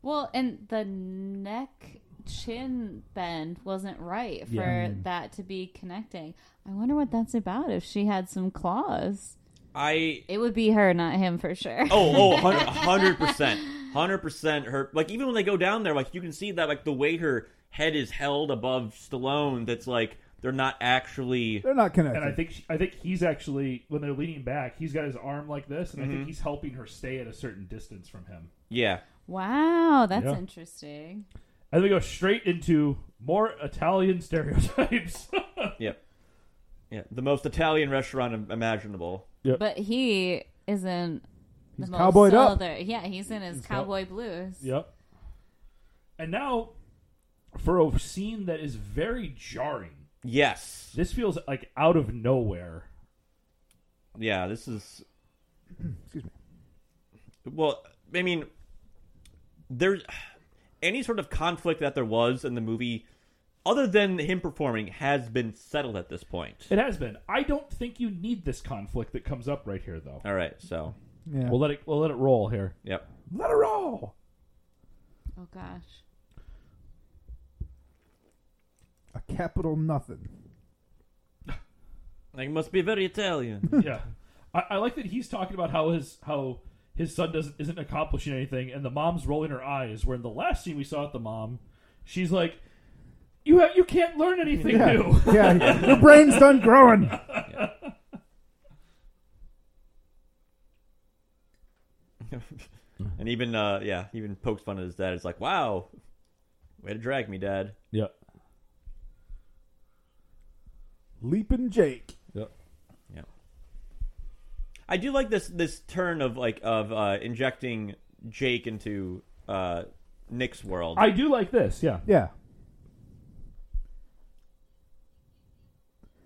S4: Well, and the neck chin bend wasn't right for that to be connecting. I wonder what that's about if she had some claws.
S1: I
S4: It would be her, not him, for sure.
S1: Oh, oh, 100 percent, hundred percent. Her like even when they go down there, like you can see that like the way her head is held above Stallone. That's like they're not actually.
S3: They're not connected.
S2: And I think she, I think he's actually when they're leaning back, he's got his arm like this, and I think he's helping her stay at a certain distance from him.
S1: Yeah,
S4: Wow, that's
S2: Yeah.
S4: interesting.
S2: And we go straight into more Italian stereotypes.
S1: yep, yeah. The most Italian restaurant im- imaginable.
S4: But he is in
S3: He's
S4: the most
S3: cowboyed up.
S4: southern- Yeah, he's in his
S2: He's cow-
S4: cowboy blues.
S2: yep. And now, for a scene that is very jarring,
S1: Yes,
S2: this feels like out of nowhere.
S1: yeah. This is
S3: Excuse me.
S1: well. I mean, there's any sort of conflict that there was in the movie, other than him performing, has been settled at this point.
S2: It has been. I don't think you need this conflict that comes up right here, though.
S1: All right, so
S3: Yeah.
S2: We'll let it. We'll let it roll here.
S1: yep.
S2: Let it roll.
S4: Oh gosh.
S3: a capital nothing.
S1: Like must be very Italian.
S2: yeah, I, I like that he's talking about how his how his son doesn't isn't accomplishing anything, and the mom's rolling her eyes. Where in the last scene we saw at the mom, she's like, "You have you can't learn anything
S3: Yeah.
S2: new."
S3: yeah. Your brain's done growing.
S1: and even uh yeah, he even pokes fun at his dad. It's like, wow, way to drag me, dad.
S2: Yep.
S3: Leaping Jake.
S2: Yep.
S1: I do like this this turn of like of uh injecting Jake into uh Nick's world.
S2: I do like this. Yeah.
S3: Yeah.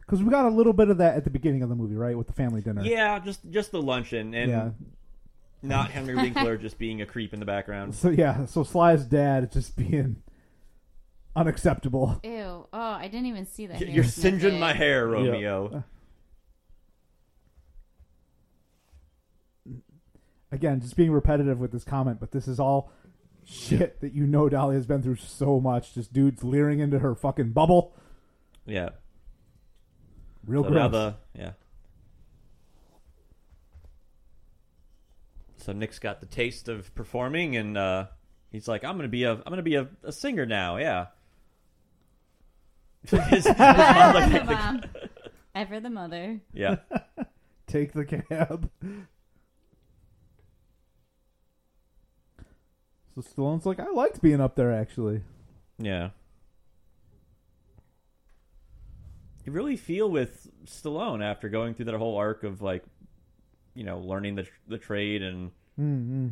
S3: Because we got a little bit of that at the beginning of the movie, right? With the family dinner.
S1: yeah, just just the luncheon and
S3: Yeah.
S1: not Henry Winkler just being a creep in the background.
S3: So yeah, so Sly's dad is just being unacceptable.
S4: Ew. Oh, I didn't even see that.
S1: Y-
S4: hair
S1: You're
S4: snippet.
S1: singeing my hair, Romeo.
S3: Again, just being repetitive with this comment, but this is all shit that you know Dolly has been through so much. Just dudes leering into her fucking bubble.
S1: Yeah.
S3: Real
S1: So now
S3: gross.
S1: the- yeah. So Nick's got the taste of performing, and uh, he's like, "I'm gonna be a, I'm gonna be a, a singer now." Yeah. His- his mom, like,
S4: Ever the
S1: like,
S4: mom. Ever the mother.
S1: yeah.
S3: Take the cab. So Stallone's like, I liked being up there actually.
S1: Yeah. You really feel with Stallone after going through that whole arc of like, you know, learning the the trade and
S3: Mm-hmm.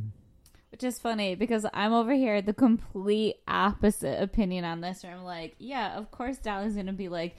S4: Which is funny because I'm over here the complete opposite opinion on this. Where I'm like, yeah, of course Dolly's gonna be like,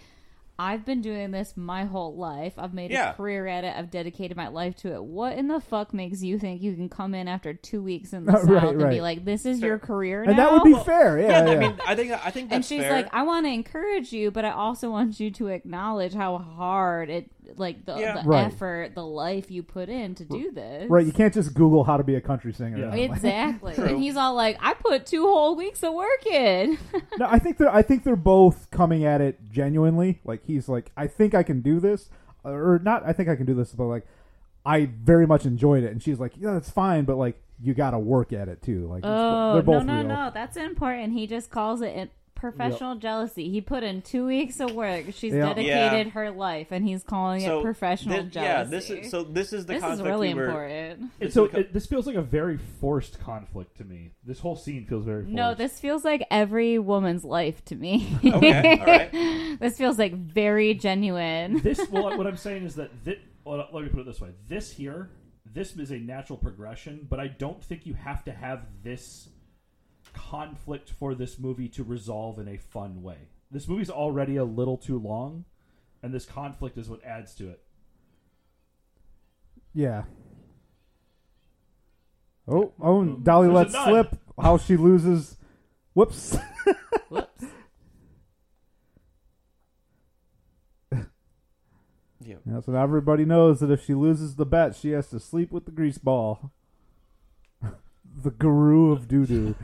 S4: I've been doing this my whole life. I've made
S1: Yeah.
S4: a career at it. I've dedicated my life to it. What in the fuck makes you think you can come in after two weeks in the
S3: Right,
S4: south and
S3: right.
S4: be like, this is your career
S3: And
S4: now?
S3: that would be fair, yeah.
S1: I
S3: yeah.
S1: mean, I think I think that's
S4: and she's
S1: fair.
S4: like, I want to encourage you, but I also want you to acknowledge how hard it, like the,
S1: Yeah.
S4: the
S3: Right.
S4: effort, the life you put in to do this.
S3: Right, you can't just Google how to be a country singer.
S2: Yeah.
S3: Like-
S4: Oh, Exactly.
S1: True.
S4: And he's all like, I put two whole weeks of work in.
S3: no, I think they're I think they're both coming at it genuinely. Like he's like, I think I can do this, or not. I think I can do this, but like, I very much enjoyed it. And she's like, Yeah, that's fine, but like, you got to work at it too. Like, it's-
S4: oh,
S3: they're
S4: no,
S3: both
S4: no,
S3: real.
S4: no. That's important. He just calls it in- professional jealousy. He put in two weeks of work. She's
S3: Yeah.
S4: dedicated
S1: Yeah.
S4: her life, and he's calling it professional
S1: thi-
S4: jealousy.
S1: Yeah, this is so. This is the
S4: This is
S1: conflict
S4: really
S1: we were.
S4: important.
S2: And so it, this feels like a very forced conflict to me. This whole scene feels very forced.
S4: No, this feels like every woman's life to me.
S1: Okay, all right.
S4: this feels like very genuine.
S2: this well, what I'm saying is that thi- well, let me put it this way: this here, this is a natural progression, but I don't think you have to have this conflict for this movie to resolve in a fun way. This movie's already a little too long, and this conflict is what adds to it.
S3: Yeah. Oh, oh, and Dolly
S2: There's a
S3: lets
S2: nut.
S3: slip how she loses. Whoops.
S4: Whoops.
S1: Yeah.
S3: Yeah, so now everybody knows that if she loses the bet, she has to sleep with the grease ball. the guru of doo doo.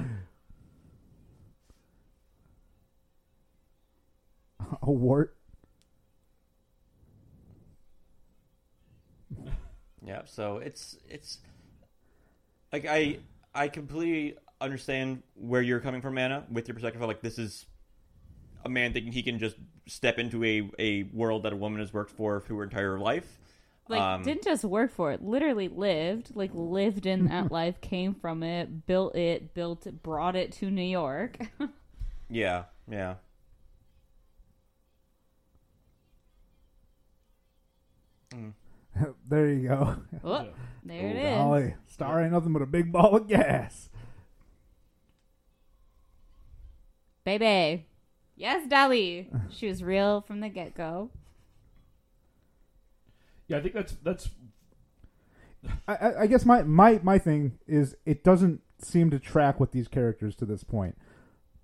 S3: A wart.
S1: Yeah, so it's it's like I I completely understand where you're coming from, Anna, with your perspective of like this is a man thinking he can just step into a, a world that a woman has worked for through her entire life.
S4: Like
S1: Um,
S4: didn't just work for it, literally lived, like lived in that life, came from it, built it, built it, brought it to New York.
S1: Yeah, yeah.
S3: there you go.
S4: Oh, there it
S2: Oh,
S4: is.
S3: Golly, star ain't nothing but a big ball of gas.
S4: Baby. Yes, Dolly. She was real from the get go.
S2: Yeah, I think that's that's
S3: I, I, I guess my, my, my thing is it doesn't seem to track with these characters to this point.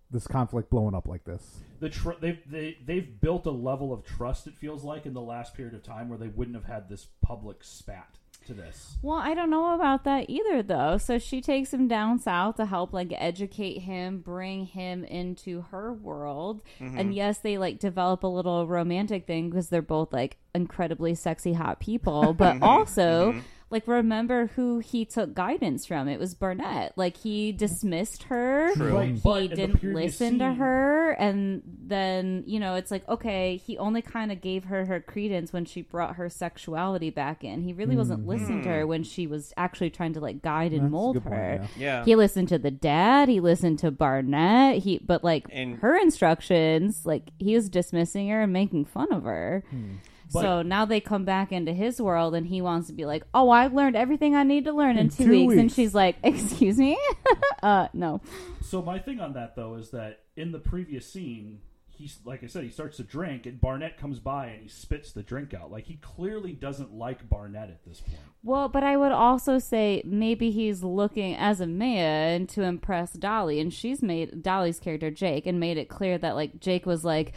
S3: This conflict blowing up like this.
S2: the tr- they've they, they've built a level of trust. It feels like in the last period of time where they wouldn't have had this public spat to this.
S4: Well, I don't know about that either, though. So she takes him down south to help, like, educate him, bring him into her world. And yes, they, like, develop a little romantic thing because they're both, like, incredibly sexy, hot people. But also, like, remember who he took guidance from. It was Burnett. Like, he dismissed her.
S1: True.
S2: Right, but
S4: he
S2: in the
S4: didn't
S2: previous
S4: listen to
S2: scene-
S4: her and then you know it's like okay he only kind of gave her her credence when she brought her sexuality back in he really wasn't listening to
S1: Hmm.
S4: her when she was actually trying to like guide and
S3: Mm-hmm. That's a
S4: mold
S3: good point,
S4: her
S1: Yeah.
S4: he listened to the dad he listened to barnett he but like
S1: And-
S4: her instructions like he was dismissing her and making fun of her
S3: Hmm.
S4: so
S2: But-
S4: now they come back into his world and he wants to be like oh i learned everything i need to learn in, two, weeks. and
S3: weeks.
S4: she's like excuse me uh no
S2: So my thing on that though is that in the previous scene, he's like I said, he starts to drink, and Barnett comes by and he spits the drink out. Like he clearly doesn't like Barnett at this point.
S4: Well, but I would also say maybe he's looking as a man to impress Dolly, and she's made Dolly's character Jake and made it clear that like Jake was like,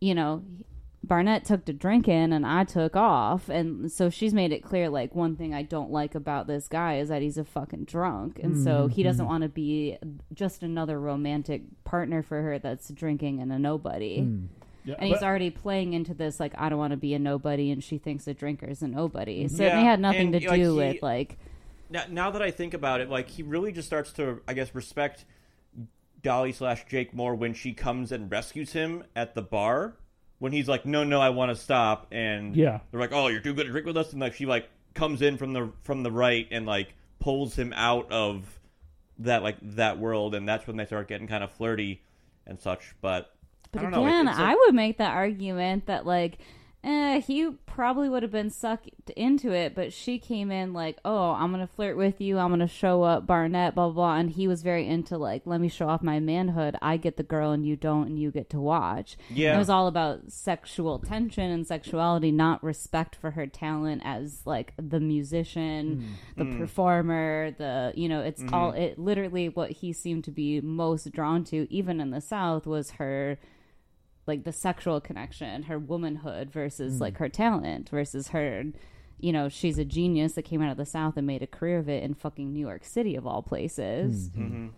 S4: you know, Barnett took to drinking and I took off, and so she's made it clear like one thing I don't like about this guy is that he's a fucking drunk, and so he doesn't want to be just another romantic partner for her that's drinking and a nobody.
S2: Yeah,
S4: And he's already playing into this, like, I don't want to be a nobody, and she thinks a drinker's a nobody. So
S1: Yeah,
S4: they had nothing
S1: and,
S4: to
S1: like,
S4: do
S1: he-
S4: with, like,
S1: Now, now that I think about it, like he really just starts to, I guess, respect Dolly slash Jake more when she comes and rescues him at the bar. When he's like, "No, no, I want to stop," and
S2: Yeah.
S1: they're like, "Oh, you're too good to drink with us," and like she like comes in from the from the right and like pulls him out of that like that world, and that's when they start getting kind of flirty and such. But,
S4: But
S1: I don't know. it-
S4: again,
S1: it's like-
S4: I would make the argument that like, eh, he probably would have been sucked into it, but she came in like, oh, I'm gonna flirt with you, I'm gonna show up, Barnett, blah blah, blah. and he was very into like, let me show off my manhood. I get the girl and you don't, and you get to watch.
S1: Yeah.
S4: it was all about sexual tension and sexuality, not respect for her talent as like the musician,
S1: Hmm.
S4: the performer, the you know, it's all
S1: Mm-hmm.
S4: it literally what he seemed to be most drawn to, even in the South, was her like the sexual connection, her womanhood versus like
S3: Hmm.
S4: her talent versus her, you know, she's a genius that came out of the South and made a career of it in fucking New York City of all places.
S3: Hmm.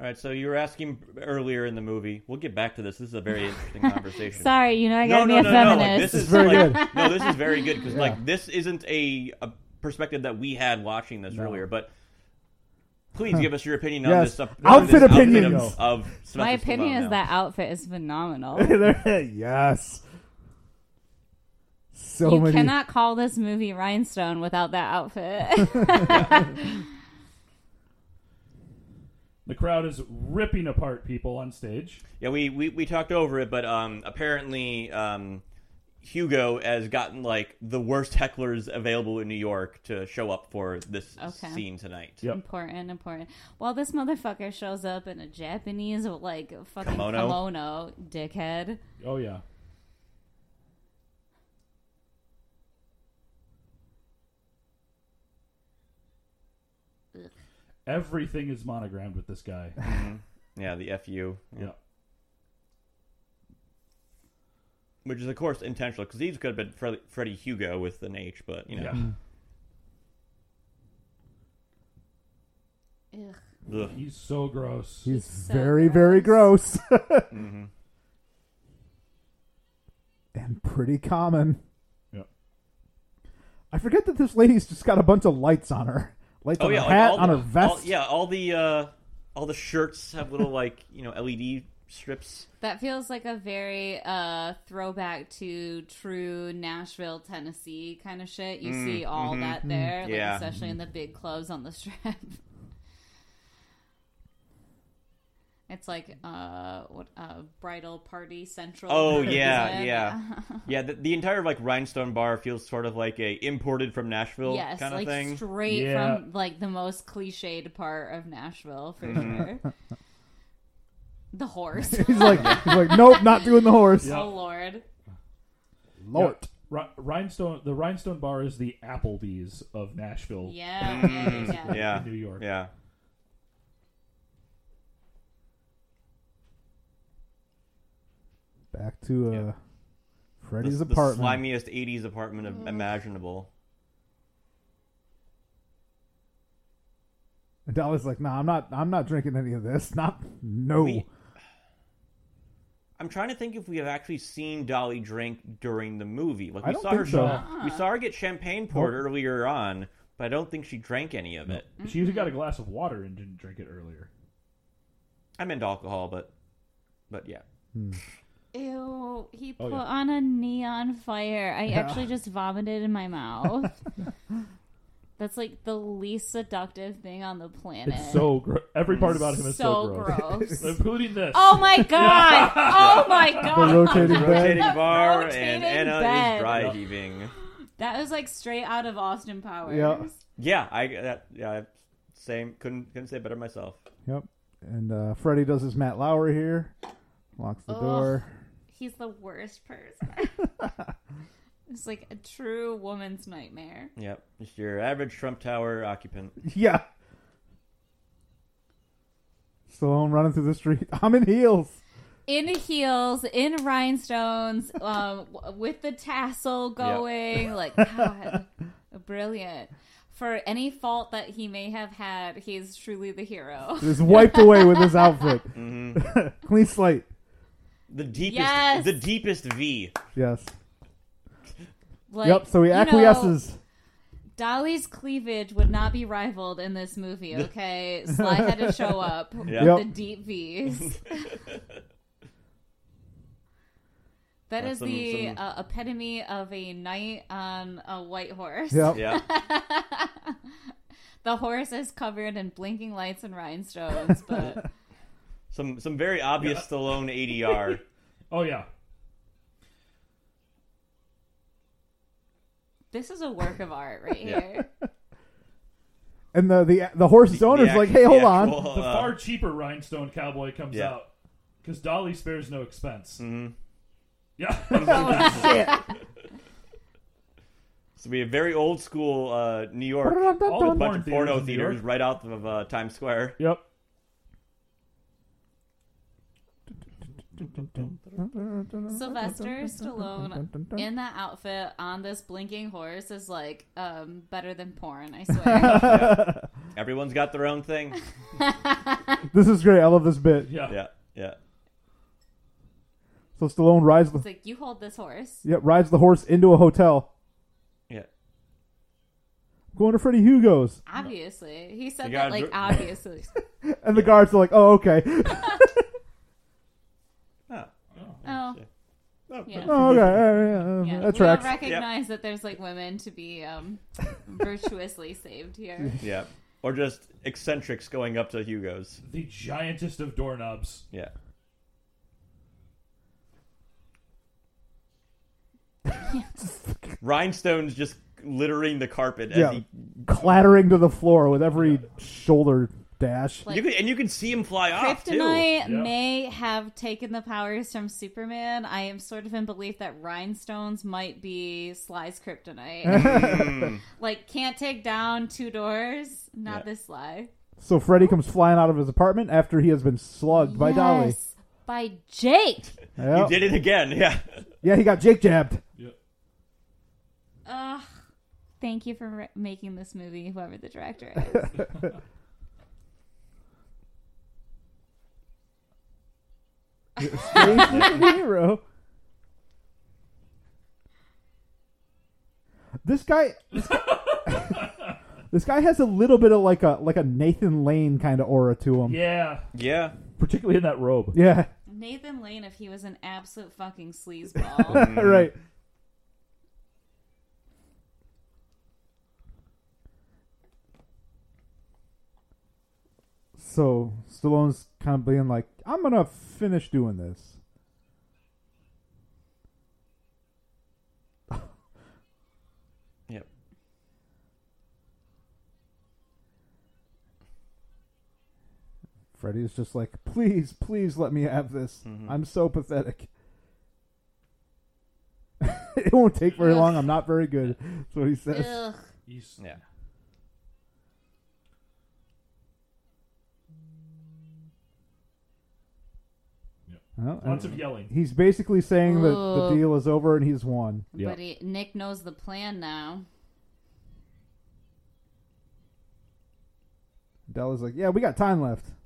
S1: all right, so you were asking earlier in the movie. We'll get back to this. This is a very interesting conversation.
S4: Sorry, you know, I gotta be a feminist.
S1: Like, this is
S3: It's very
S1: like, No, this is very good because like this isn't a, a perspective that we had watching this earlier. But please give us your opinion on
S3: Yes.
S1: this up-
S3: Outfit
S1: this
S3: opinion,
S1: of-
S3: though.
S1: of Sylvester
S4: My opinion
S1: Stallone
S4: is
S1: now.
S4: that outfit is phenomenal.
S3: yes. So
S4: you
S3: many.
S4: cannot call this movie Rhinestone without that outfit.
S2: The crowd is ripping apart people on stage.
S1: yeah we, we we talked over it, but um apparently um Hugo has gotten like the worst hecklers available in New York to show up for this
S4: Okay.
S1: scene tonight.
S2: Yep.
S4: important, important. Well, this motherfucker shows up in a Japanese like fucking
S1: Kimono.
S4: kimono dickhead.
S2: Oh yeah. Everything is monogrammed with this guy.
S1: Mm-hmm. Yeah, the FU.
S2: Yeah.
S1: Which is, of course, intentional because these could have been Fre- Freddie Hugo with an H, but you know.
S2: Yeah.
S4: Ugh.
S1: Ugh.
S2: He's so gross.
S3: He's
S4: so
S3: very, very gross.
S1: Mhm.
S3: and pretty common.
S2: Yep.
S3: I forget that this lady's just got a bunch of lights on her. Lights
S1: Oh
S3: on
S1: yeah,
S3: her
S1: like,
S3: hat,
S1: all
S3: on
S1: the,
S3: her vest.
S1: all- yeah, all the uh, all the shirts have little like you know LED strips.
S4: That feels like a very uh, throwback to true Nashville, Tennessee kind of shit. You see all that
S1: Mm,
S4: there, like,
S1: mm-hmm, yeah. mm-hmm.
S4: especially in the big clothes on the strip. it's like uh, what uh, bridal party central.
S1: Oh
S4: is
S1: yeah,
S4: it?
S1: yeah, yeah. The, the entire like rhinestone bar feels sort of like a imported from Nashville
S4: Yes,
S1: kind of
S4: like
S1: thing.
S4: straight
S2: Yeah.
S4: from like the most cliched part of Nashville for
S1: Mm-hmm.
S4: sure. The horse.
S3: He's like, he's like, nope, not doing the horse.
S2: Yeah.
S4: Oh lord.
S3: Lord.
S2: Ri- Rhinestone, the Rhinestone Bar is the Applebee's of Nashville,
S4: Yeah, yeah, yeah.
S1: Mm. Mm-hmm. yeah,
S2: New York.
S1: yeah.
S3: Back to uh,
S2: Yeah.
S1: The,
S3: Freddy's
S1: the
S3: apartment.
S1: slimiest '80s apartment of- imaginable.
S3: And Dolly's like, nah, I'm not. I'm not drinking any of this. Not no.
S1: We- I'm trying to think if we have actually seen Dolly drink during the movie. Like
S3: I
S1: we
S3: don't
S1: saw
S3: think
S1: her,
S3: so.
S1: we saw her get champagne poured earlier on, but I don't think she drank any of it.
S2: She even got a glass of water and didn't drink it earlier.
S1: I meant alcohol, but, but yeah.
S4: Ew, he put
S2: Oh, yeah.
S4: on a neon fire. I actually just vomited in my mouth. That's like the least seductive thing on the planet.
S2: It's so gross. Every part about him is so,
S4: Eh. So
S2: gross,
S4: gross.
S2: including this.
S4: oh my god! Oh my
S3: The
S4: god!
S3: rotating
S1: Rotating
S3: bed.
S1: bar
S4: rotating
S1: and Anna
S4: bed.
S1: is dry heaving.
S4: That was like straight out of Austin Powers.
S3: Yeah.
S1: Yeah, I that yeah same couldn't couldn't say it better myself.
S3: Yep. And uh, Freddy does his Matt Lauer here. Locks the
S4: Ugh.
S3: door.
S4: He's the worst person. it's like a true woman's nightmare.
S1: Yep, just your average Trump Tower occupant.
S3: Yeah. Stallone running through the street. I'm in heels.
S4: in heels, in rhinestones, um, w- with the tassel going. Like, God, brilliant. For any fault that he may have had, he's truly the hero.
S3: Just wiped away with his outfit. Clean
S1: Mm-hmm.
S3: slate.
S1: The deepest
S4: Yes!
S1: the deepest V.
S3: Yes.
S4: Like,
S3: yep. So he
S4: you know,
S3: acquiesces.
S4: Dolly's cleavage would not be rivaled in this movie, okay? Sly had to show up
S1: Yeah.
S3: Yep.
S4: with the deep V's. That
S1: That's
S4: is
S1: some-
S4: the
S1: some-
S4: Uh, epitome of a knight on a white horse.
S3: Yep.
S1: Yeah.
S4: The horse is covered in blinking lights and rhinestones, but
S1: Some some very obvious Stallone ADR.
S2: Oh yeah,
S4: this is a work of art right
S1: Yeah.
S4: here.
S3: And the the the horse's owner's
S1: The
S3: like,
S1: act-
S3: hey,
S1: the
S3: hold on.
S1: actual,
S2: the
S1: uh,
S2: far cheaper Rhinestone Cowboy comes
S1: Yeah.
S2: out because Dolly spares no expense.
S1: Mhm.
S2: Yeah,
S1: so we have very old school uh, New York,
S2: all the
S1: a bunch
S2: porn
S1: of porno
S2: theaters, in New York.
S1: theaters right out of uh, Times Square.
S2: Yep.
S4: Sylvester Stallone in that outfit on this blinking horse is like um, better than porn, I swear.
S1: Everyone's got their own thing.
S3: This is great. I love this bit.
S2: Yeah.
S1: Yeah, yeah.
S3: So Stallone rides the
S4: it's like you hold this horse.
S3: yep rides the horse into a hotel.
S1: Yeah.
S3: Going to Freddy Hugo's,
S4: Obviously, he said
S1: You
S4: that
S1: gotta
S4: like
S1: dr-
S4: obviously.
S3: and the guards are like, "Oh, okay,
S1: Oh,
S4: Oh,
S1: oh,
S4: yeah.
S3: oh, okay, yeah, yeah, yeah,
S4: yeah.
S3: that
S4: we don't
S3: tracks."
S4: recognize that there's like women to be um, virtuously saved here.
S1: yeah. Or just eccentrics going up to Hugo's.
S2: The giantest of doorknobs.
S1: Yeah. Rhinestones just littering the carpet. As
S3: Yeah.
S1: he,
S3: Clattering to the floor with every shoulder dash.
S4: Like-
S1: you could, and you can see him fly off Ah, too.
S4: Kryptonite
S2: Yeah.
S4: may have taken the powers from Superman. I am sort of in belief that rhinestones might be Sly's kryptonite. like, can't take down two doors. Not
S1: Hmm. Yeah.
S4: this Sly.
S3: So Freddy comes flying out of his apartment after he has been slugged by Dolly.
S4: Yes, By Jake.
S1: You
S3: Yep.
S1: did it again. Yeah.
S3: Yeah, he got Jake jabbed.
S2: Yeah.
S4: Ugh. Thank you for re- making this movie, whoever the director is.
S3: Strange little hero. This guy, this guy, this guy has a little bit of like a like a Nathan Lane kind of aura to him.
S2: Yeah,
S1: Yeah.
S2: particularly in that robe.
S3: Yeah,
S4: Nathan Lane, if he was an absolute fucking sleazeball.
S3: right. So Stallone's kind of being like, "I'm gonna finish doing this."
S1: Yep.
S3: Freddy is just like, please, please let me have this. I'm so pathetic. it won't take very long. I'm not very good. That's what he says.
S4: Ugh.
S2: He's-
S1: Yeah.
S3: Well,
S2: Lots of yelling.
S3: he's basically saying that the
S4: Ugh.
S3: deal is over and he's won.
S2: Yeah.
S4: But he, Nick knows the plan now.
S3: Della's like, yeah, we got time left.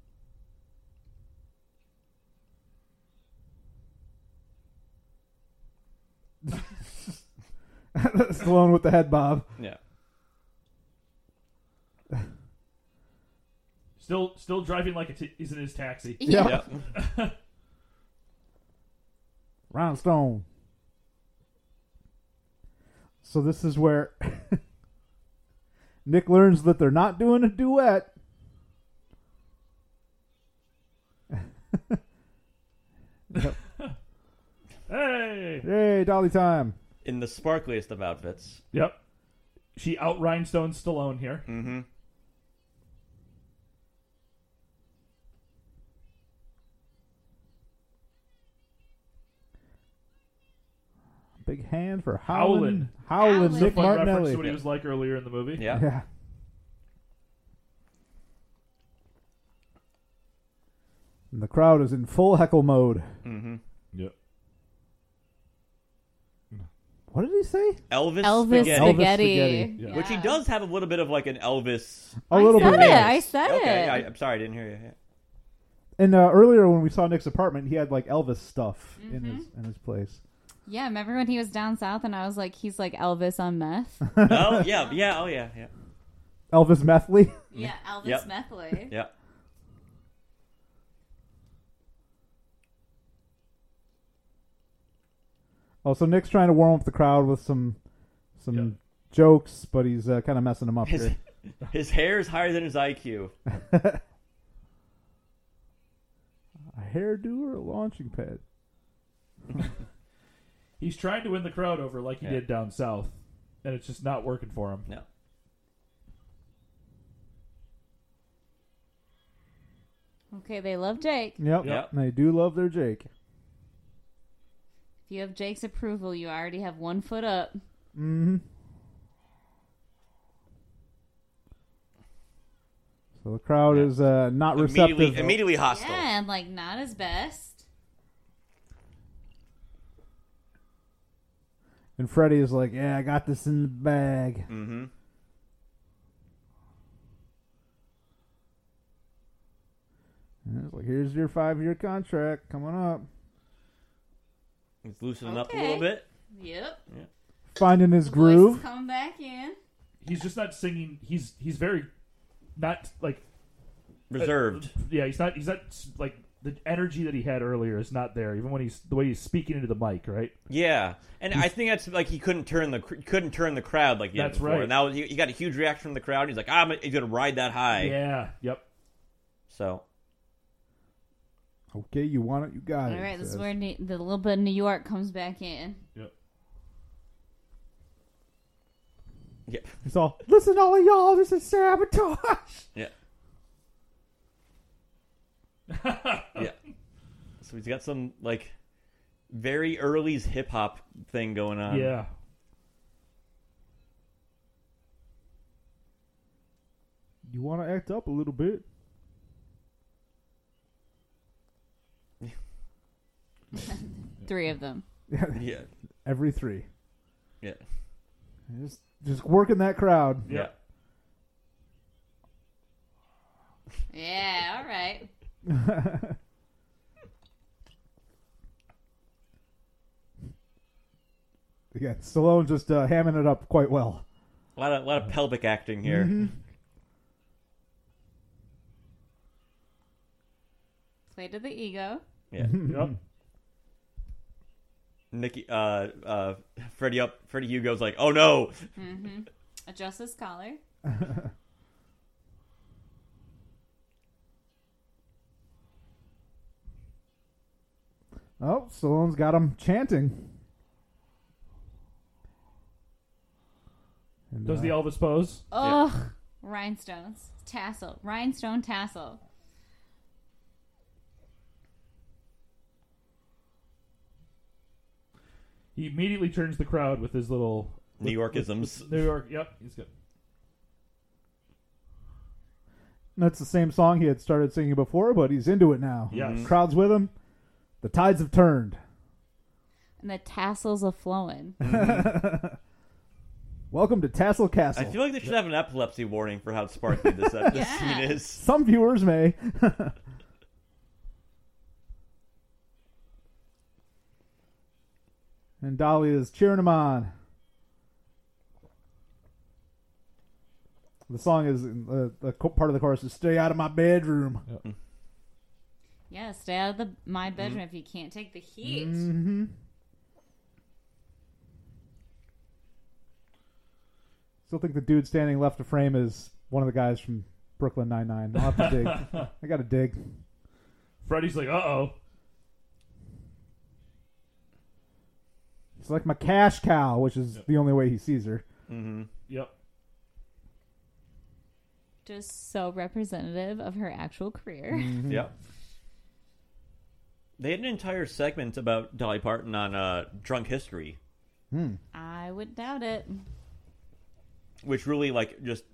S3: Stallone with the head bob.
S1: Yeah.
S2: Still, still driving like a t- he's in his taxi.
S3: Yeah.
S1: Yep.
S3: Round stone. So this is where Nick learns that they're not doing a duet.
S2: Hey.
S3: Yay, Dolly time.
S1: In the sparkliest of outfits.
S2: Yep. She out rhinestones Stallone here.
S1: Mm-hmm.
S3: Big hand for
S2: Howlin'.
S3: Howlin. Howlin,
S4: Howlin.
S3: Nick
S2: Fun reference
S3: Martinelli.
S2: to what he was like earlier in the movie.
S1: Yeah.
S3: Yeah. And the crowd is in full heckle mode.
S1: Mm-hmm.
S2: Yep.
S3: What did he say?
S1: Elvis,
S4: Elvis
S1: spaghetti.
S4: spaghetti.
S3: spaghetti,
S2: yeah.
S1: Which he does have a little bit of like an Elvis.
S3: A little
S4: I said
S3: bit.
S4: It, I said
S1: okay,
S4: it.
S1: I, I'm sorry, I didn't hear you. Yeah.
S3: And uh, earlier when we saw Nick's apartment, he had like Elvis stuff in his
S4: Mm-hmm.
S3: in his place.
S4: yeah, remember when he was down south and I was like, he's like Elvis on meth?
S1: Oh yeah, yeah, oh yeah, yeah,
S3: Elvis Methley.
S4: yeah, Elvis
S1: Yep.
S4: Methley.
S1: yeah.
S3: Also, Nick's trying to warm up the crowd with some some
S2: Yeah.
S3: jokes, but he's uh, kind of messing them up
S1: His
S3: here.
S1: his hair is higher than his IQ.
S3: A hairdo or a launching pad?
S2: He's trying to win the crowd over like he
S1: Yeah.
S2: did down south, and it's just not working for him.
S1: No.
S4: Okay, they love Jake. If
S3: Yep.
S1: Yep.
S3: And they do love their Jake.
S4: you have Jake's approval, you already have one foot up.
S3: hmm So the crowd
S1: Yeah.
S3: is uh, not receptive.
S1: Immediately, immediately hostile.
S4: Yeah, and like not his best.
S3: And Freddy is like, "Yeah, I got this in the bag."
S1: Mm-hmm.
S3: And it's like, "Here's your five-year contract coming up."
S1: He's loosening up a
S4: Okay.
S1: little bit.
S4: Yep.
S3: Finding his
S4: The voice is
S3: groove.
S4: coming back in.
S2: He's just not singing. He's he's very not like uh,
S1: Reserved.
S2: yeah. He's not he's not like the energy that he had earlier is not there. Even when he's the way he's speaking into the mic, right?
S1: Yeah, and I think that's like he couldn't turn the cr- couldn't turn the crowd like he did
S2: That's
S1: before.
S2: right.
S1: And now he, he got a huge reaction from the crowd. He's like, "Ah, "I'm he's gonna ride that high."
S2: Yeah. Yep.
S1: So
S3: Okay, you want it, you got it.
S4: All right,
S3: he
S4: this is
S3: says.
S4: where New- the little bit of New York comes back in.
S2: Yep.
S1: yeah,
S3: It's all. Listen, all of y'all, this is sabotage.
S1: yeah, yeah. So he's got some like very early hip hop thing going on.
S2: yeah.
S3: You want to act up a little bit.
S4: Three of them.
S1: yeah,
S3: Every three,
S1: yeah,
S3: just just working that crowd.
S1: yeah.
S4: Yeah, all right.
S3: Yeah, Stallone just uh, hamming it up quite well.
S1: A lot of, a lot of pelvic acting here.
S4: Play to the ego.
S1: Yeah.
S2: Yep.
S1: Nikki, uh, uh, Freddie up, Freddie Hugo's like, oh no,
S4: Mm-hmm. Adjust his collar.
S3: Oh, Stallone's got him chanting. And,
S2: Does
S3: uh,
S2: the Elvis pose?
S1: Yeah.
S4: Ugh. Rhinestones. Tassel. Rhinestone tassel.
S2: He immediately turns the crowd with his little
S1: New Yorkisms.
S2: New York. Yep, he's good.
S3: That's the same song he had started singing before, but he's into it now.
S2: Yes.
S3: Crowd's with him. The tides have turned.
S4: And the tassels are flowing.
S3: Welcome to Tassel Castle.
S1: I feel like they should have an epilepsy warning for how sparkly this, uh, this
S4: Yeah.
S1: scene is.
S3: Some viewers may. and Dolly is cheering him on. The song is uh, the co- part of the chorus is "Stay out of my bedroom."
S4: yeah, stay out of the my
S1: Mm-hmm.
S4: bedroom if you can't take the heat.
S3: Mm-hmm. Still think the dude standing left of frame is one of the guys from Brooklyn Nine Nine. I'll have to dig. I got to dig.
S2: Freddie's like, uh oh.
S3: It's like my cash cow, which is the only way he sees her.
S2: Yep.
S4: Just so representative of her actual career.
S1: Yep. They had an entire segment about Dolly Parton on uh, drunk history,
S4: I would doubt it.
S1: which really like just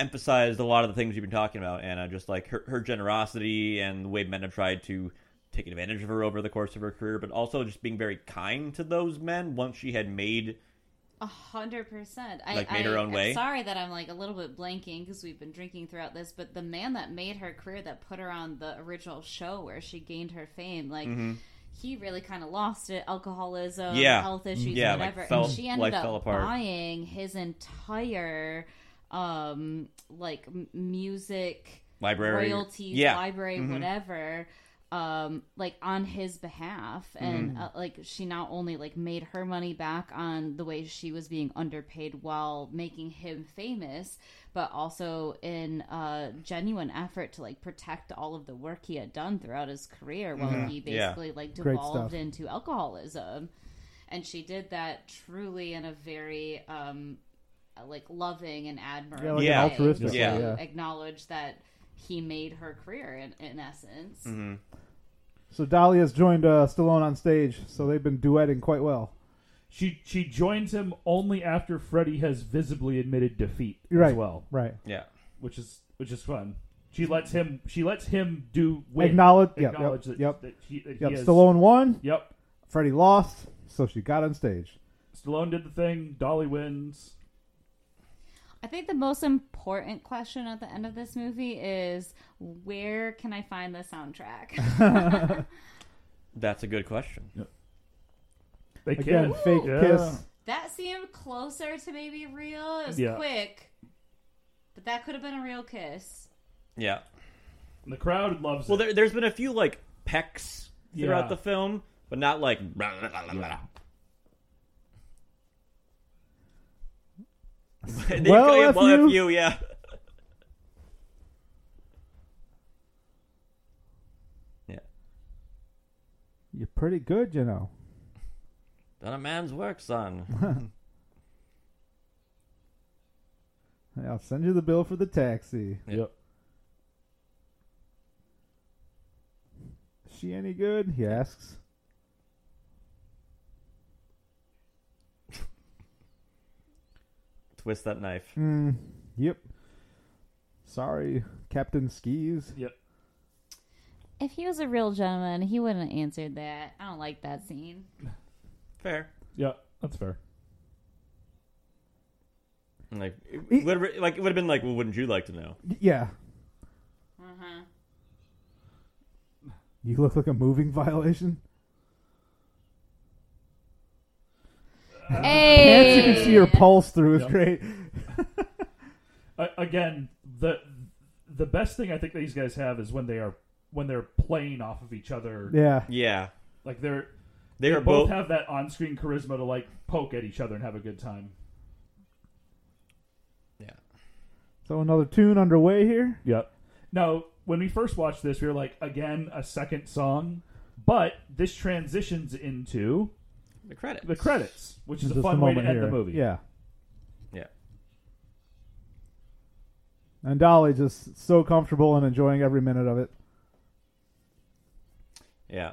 S1: emphasized a lot of the things you've been talking about, Anna. Just like her, her generosity and the way men have tried to take advantage of her over the course of her career, but also just being very kind to those men once she had made
S4: A hundred percent. I
S1: Like, made her
S4: I-
S1: own
S4: I'm
S1: way?
S4: Sorry that I'm like a little bit blanking because we've been drinking throughout this, but the man that made her career, that put her on the original show where she gained her fame, like he really kind of lost it. Alcoholism,
S1: Mm-hmm. Yeah. Mm-hmm.
S4: health issues,
S1: Yeah, like,
S4: whatever.
S1: fell-
S4: and she ended
S1: life
S4: up
S1: fell apart.
S4: buying his entire, um, like m- music
S1: library
S4: royalties,
S1: yeah, Mm-hmm.
S4: library, whatever, um, like on his behalf, and
S1: Mm.
S4: uh, like she not only like made her money back on the way she was being underpaid while making him famous, but also in a genuine effort to like protect all of the work he had done throughout his career, while he
S1: Mm-hmm. Yeah.
S4: basically like
S3: Great
S4: devolved
S3: stuff.
S4: into alcoholism, and she did that truly in a very um, like loving and admirable
S3: Yeah, like
S1: an
S4: way
S3: altruistic
S4: to
S1: Yeah. way,
S3: yeah.
S4: acknowledge that he made her career in, in essence
S3: Mm.
S1: Mm-hmm.
S3: So Dolly has joined uh, Stallone on stage, so they've been duetting quite well.
S2: She she joins him only after Freddie has visibly admitted defeat
S3: You're right.
S2: as well,
S3: Right.
S1: yeah.
S2: which is which is fun. She lets him she lets him do win.
S3: Acknowledge- yep,
S2: acknowledge
S3: yep,
S2: that,
S3: yep.
S2: that he, that
S3: Yep.
S2: he has,
S3: Stallone won.
S2: Yep.
S3: Freddie lost, so she got on stage.
S2: Stallone did the thing. Dolly wins.
S4: i think the most important question at the end of this movie is where can i find the soundtrack
S1: That's a good question.
S2: They
S3: Again,
S2: can.
S3: fake
S2: Yeah.
S3: kiss.
S4: that seemed closer to maybe real it was
S2: Yeah.
S4: quick but that could have been a real kiss
S1: Yeah.
S2: And the crowd loves
S1: Well,
S2: it.
S1: there, there's been a few like pecks throughout
S2: Yeah.
S1: the film, but not like. blah, blah, blah, blah, blah. They
S3: Well,
S1: go, yeah,
S3: if
S1: well,
S3: you-
S1: if you, yeah. yeah.
S3: You're pretty good, you know.
S1: Done a man's work, son.
S3: Hey, I'll send you the bill for the taxi.
S2: Yep.
S3: Is she any good? He asks.
S1: Twist that knife.
S3: Mm, Yep. Sorry, Captain Skis.
S2: Yep.
S4: if he was a real gentleman he wouldn't have answered that i don't like that scene
S1: Fair.
S2: Yeah. That's fair.
S1: And, Like, it would've- like it would have been like, well, wouldn't you like to know?
S3: Yeah.
S4: uh-huh.
S3: You look like a moving violation. Pants you can see your
S4: Hey.
S3: pulse through is
S2: Yep.
S3: great.
S2: I, again, the the best thing I think these guys have is when they are when they're playing off of each other.
S3: Yeah.
S1: Yeah,
S2: Like they're
S1: they are
S2: both
S1: both.
S2: have that on screen charisma to like poke at each other and have a good time.
S1: yeah.
S3: So another tune underway here.
S2: Yep. Now, when we first watched this, we were like, again, a second song, but this transitions into
S1: The credit.
S2: the credits, which is
S3: Just
S2: a
S3: the
S2: fun way to
S3: moment
S2: end
S3: here.
S2: the movie.
S3: Yeah.
S1: Yeah.
S3: And Dolly just so comfortable and enjoying every minute of it.
S1: Yeah.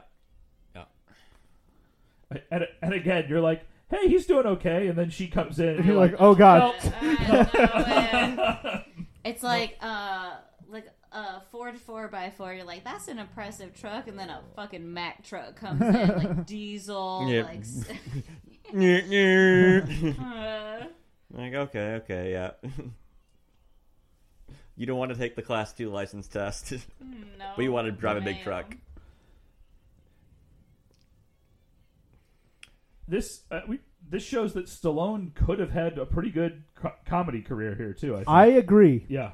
S2: And, and again, you're like, hey, he's doing okay, and then she comes in, and
S3: You're like, oh god.
S4: Uh, I don't know. it's like uh like a Ford four x four. You're like, that's an impressive truck, and then a fucking Mack truck comes in, like diesel,
S1: Yeah.
S4: like. s-
S1: like
S4: Uh,
S1: okay, okay, yeah. you don't want to take the class two license test,
S4: no,
S1: but you want to drive a big
S4: ma'am.
S1: truck.
S2: this uh, we, this shows that Stallone could have had a pretty good co- comedy career here too. I think.
S3: I agree.
S2: yeah,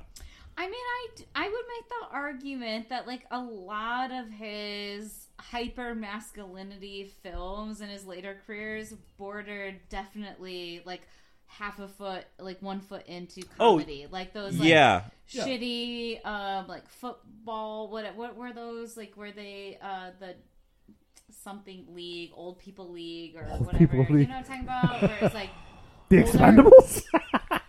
S4: I mean, I, d- I would make the argument that like a lot of his hyper masculinity films in his later careers bordered definitely like half a foot, like one foot into
S1: Oh,
S4: comedy, like those like,
S1: yeah,
S2: Yeah.
S4: shitty um like football. What what were those like? Were they uh the something league, old people league, or
S3: Old
S4: whatever?
S3: people
S4: You
S3: league.
S4: know what I'm talking about? Where it's like
S3: The
S4: Older-
S3: Expendables?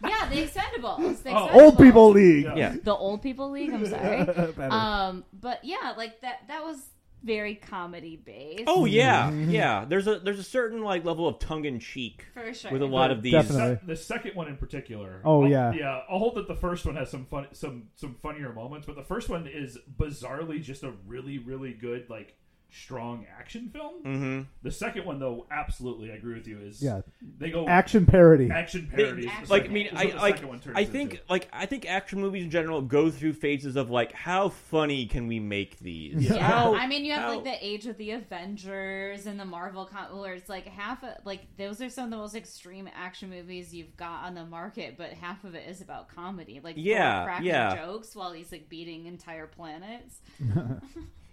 S4: yeah, the Expendables. The
S2: Oh.
S4: Expendables.
S3: Old People League.
S2: Yeah.
S1: yeah.
S4: The old people league. I'm sorry.
S3: Better.
S4: Um, but yeah, like that that was very comedy based.
S1: Oh yeah, yeah. There's a there's a certain like level of tongue in cheek
S4: for sure.
S1: with a lot of these.
S3: Definitely.
S2: Se- the second one in particular.
S3: Oh,
S2: I'll-
S3: yeah.
S2: yeah. I'll hold that the first one has some fun, some some funnier moments, but the first one is bizarrely just a really really good like strong action film.
S1: Mhm.
S2: The second one though, absolutely, I agree with you. Is
S3: Yeah.
S2: they go
S3: Action parody.
S2: action
S1: They-
S2: parodies.
S4: Action.
S1: like I mean,
S2: That's
S1: I
S2: what the
S1: like
S2: second one turns
S1: I think
S2: into.
S1: like I think action movies in general go through phases of like how funny can we make these?
S4: yeah,
S1: How-
S4: I mean, you have
S1: how-
S4: like the Age of the Avengers and the Marvel, con- where it's like half of like those are some of the most extreme action movies you've got on the market, but half of it is about comedy, like Thor
S1: Yeah,
S4: cracking
S1: yeah.
S4: jokes while he's like beating entire planets.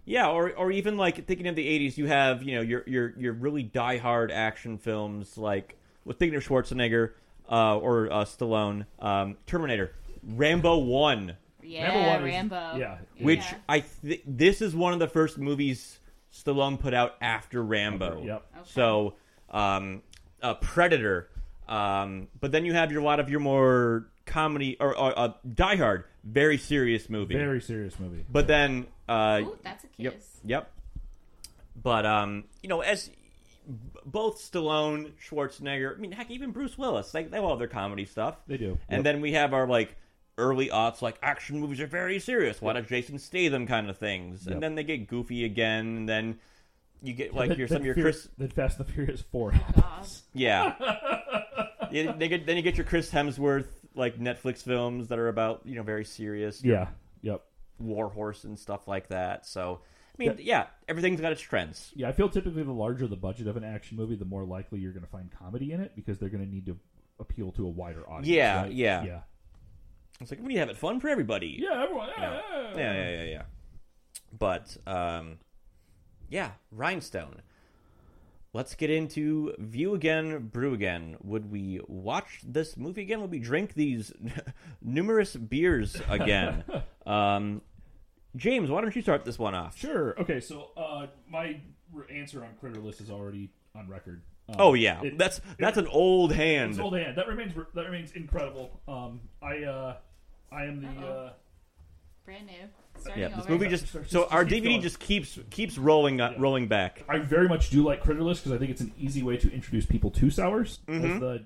S1: Yeah, or or even like thinking of the '80s, you have you know your your your really diehard action films like well, thinking of Schwarzenegger uh, or uh, Stallone, um, Terminator, Rambo One,
S4: Yeah,
S2: one is-
S4: Rambo.
S2: yeah.
S1: which
S4: Yeah.
S1: I th- this is one of the first movies Stallone put out after Rambo.
S2: Yep.
S4: Okay.
S1: So, um, uh, Predator, um, but then you have your lot of your more comedy or, or uh, Die Hard, very serious movie.
S2: very serious movie.
S1: But then uh,
S4: Ooh, that's a kiss.
S1: Yep. Yep. But um, you know, as both Stallone, Schwarzenegger, I mean, heck, even Bruce Willis, like they all have their comedy stuff.
S2: They do.
S1: And then we have our like early aughts, like action movies are very serious. Why not Jason Statham kind of things?
S2: Yep.
S1: And then they get goofy again, and then you get like
S2: Then-
S1: your
S2: then
S1: some of your
S2: Fear-
S1: Chris,
S2: Then Fast and the Furious Four.
S4: Gosh.
S1: yeah. You- they get, then you get your Chris Hemsworth like Netflix films that are about you know very serious, your
S2: yeah. Yep.
S1: Warhorse and stuff like that. So. I mean, yeah, everything's got its trends.
S2: Yeah, I feel typically the larger the budget of an action movie, the more likely you're going to find comedy in it because they're going to need to appeal to a wider audience.
S1: Yeah,
S2: right?
S1: yeah.
S2: yeah,
S1: It's like we need to have it fun for everybody.
S2: yeah. Everyone,
S1: Yeah. yeah, yeah, yeah, yeah. But um, yeah, Rhinestone. Let's get into view again, brew again. Would we watch this movie again? Would we drink these numerous beers again? um, James, why don't you start this one off?
S2: Sure. Okay. So uh, my re- answer on Critter List is already on record. Um,
S1: Oh yeah,
S2: it-
S1: that's that's an old
S2: it's
S1: hand.
S2: old hand. That remains that remains incredible. Um, I uh, I am the uh,
S4: Brand new. Starting
S1: Yeah, this
S4: over.
S1: movie just
S2: Sorry,
S1: so
S2: just-
S1: our
S2: just keep
S1: DVD
S2: going.
S1: just keeps keeps rolling uh,
S2: Yeah.
S1: rolling back.
S2: I very much do like Critter List because I think it's an easy way to introduce people to sours
S1: Mm-hmm.
S2: as the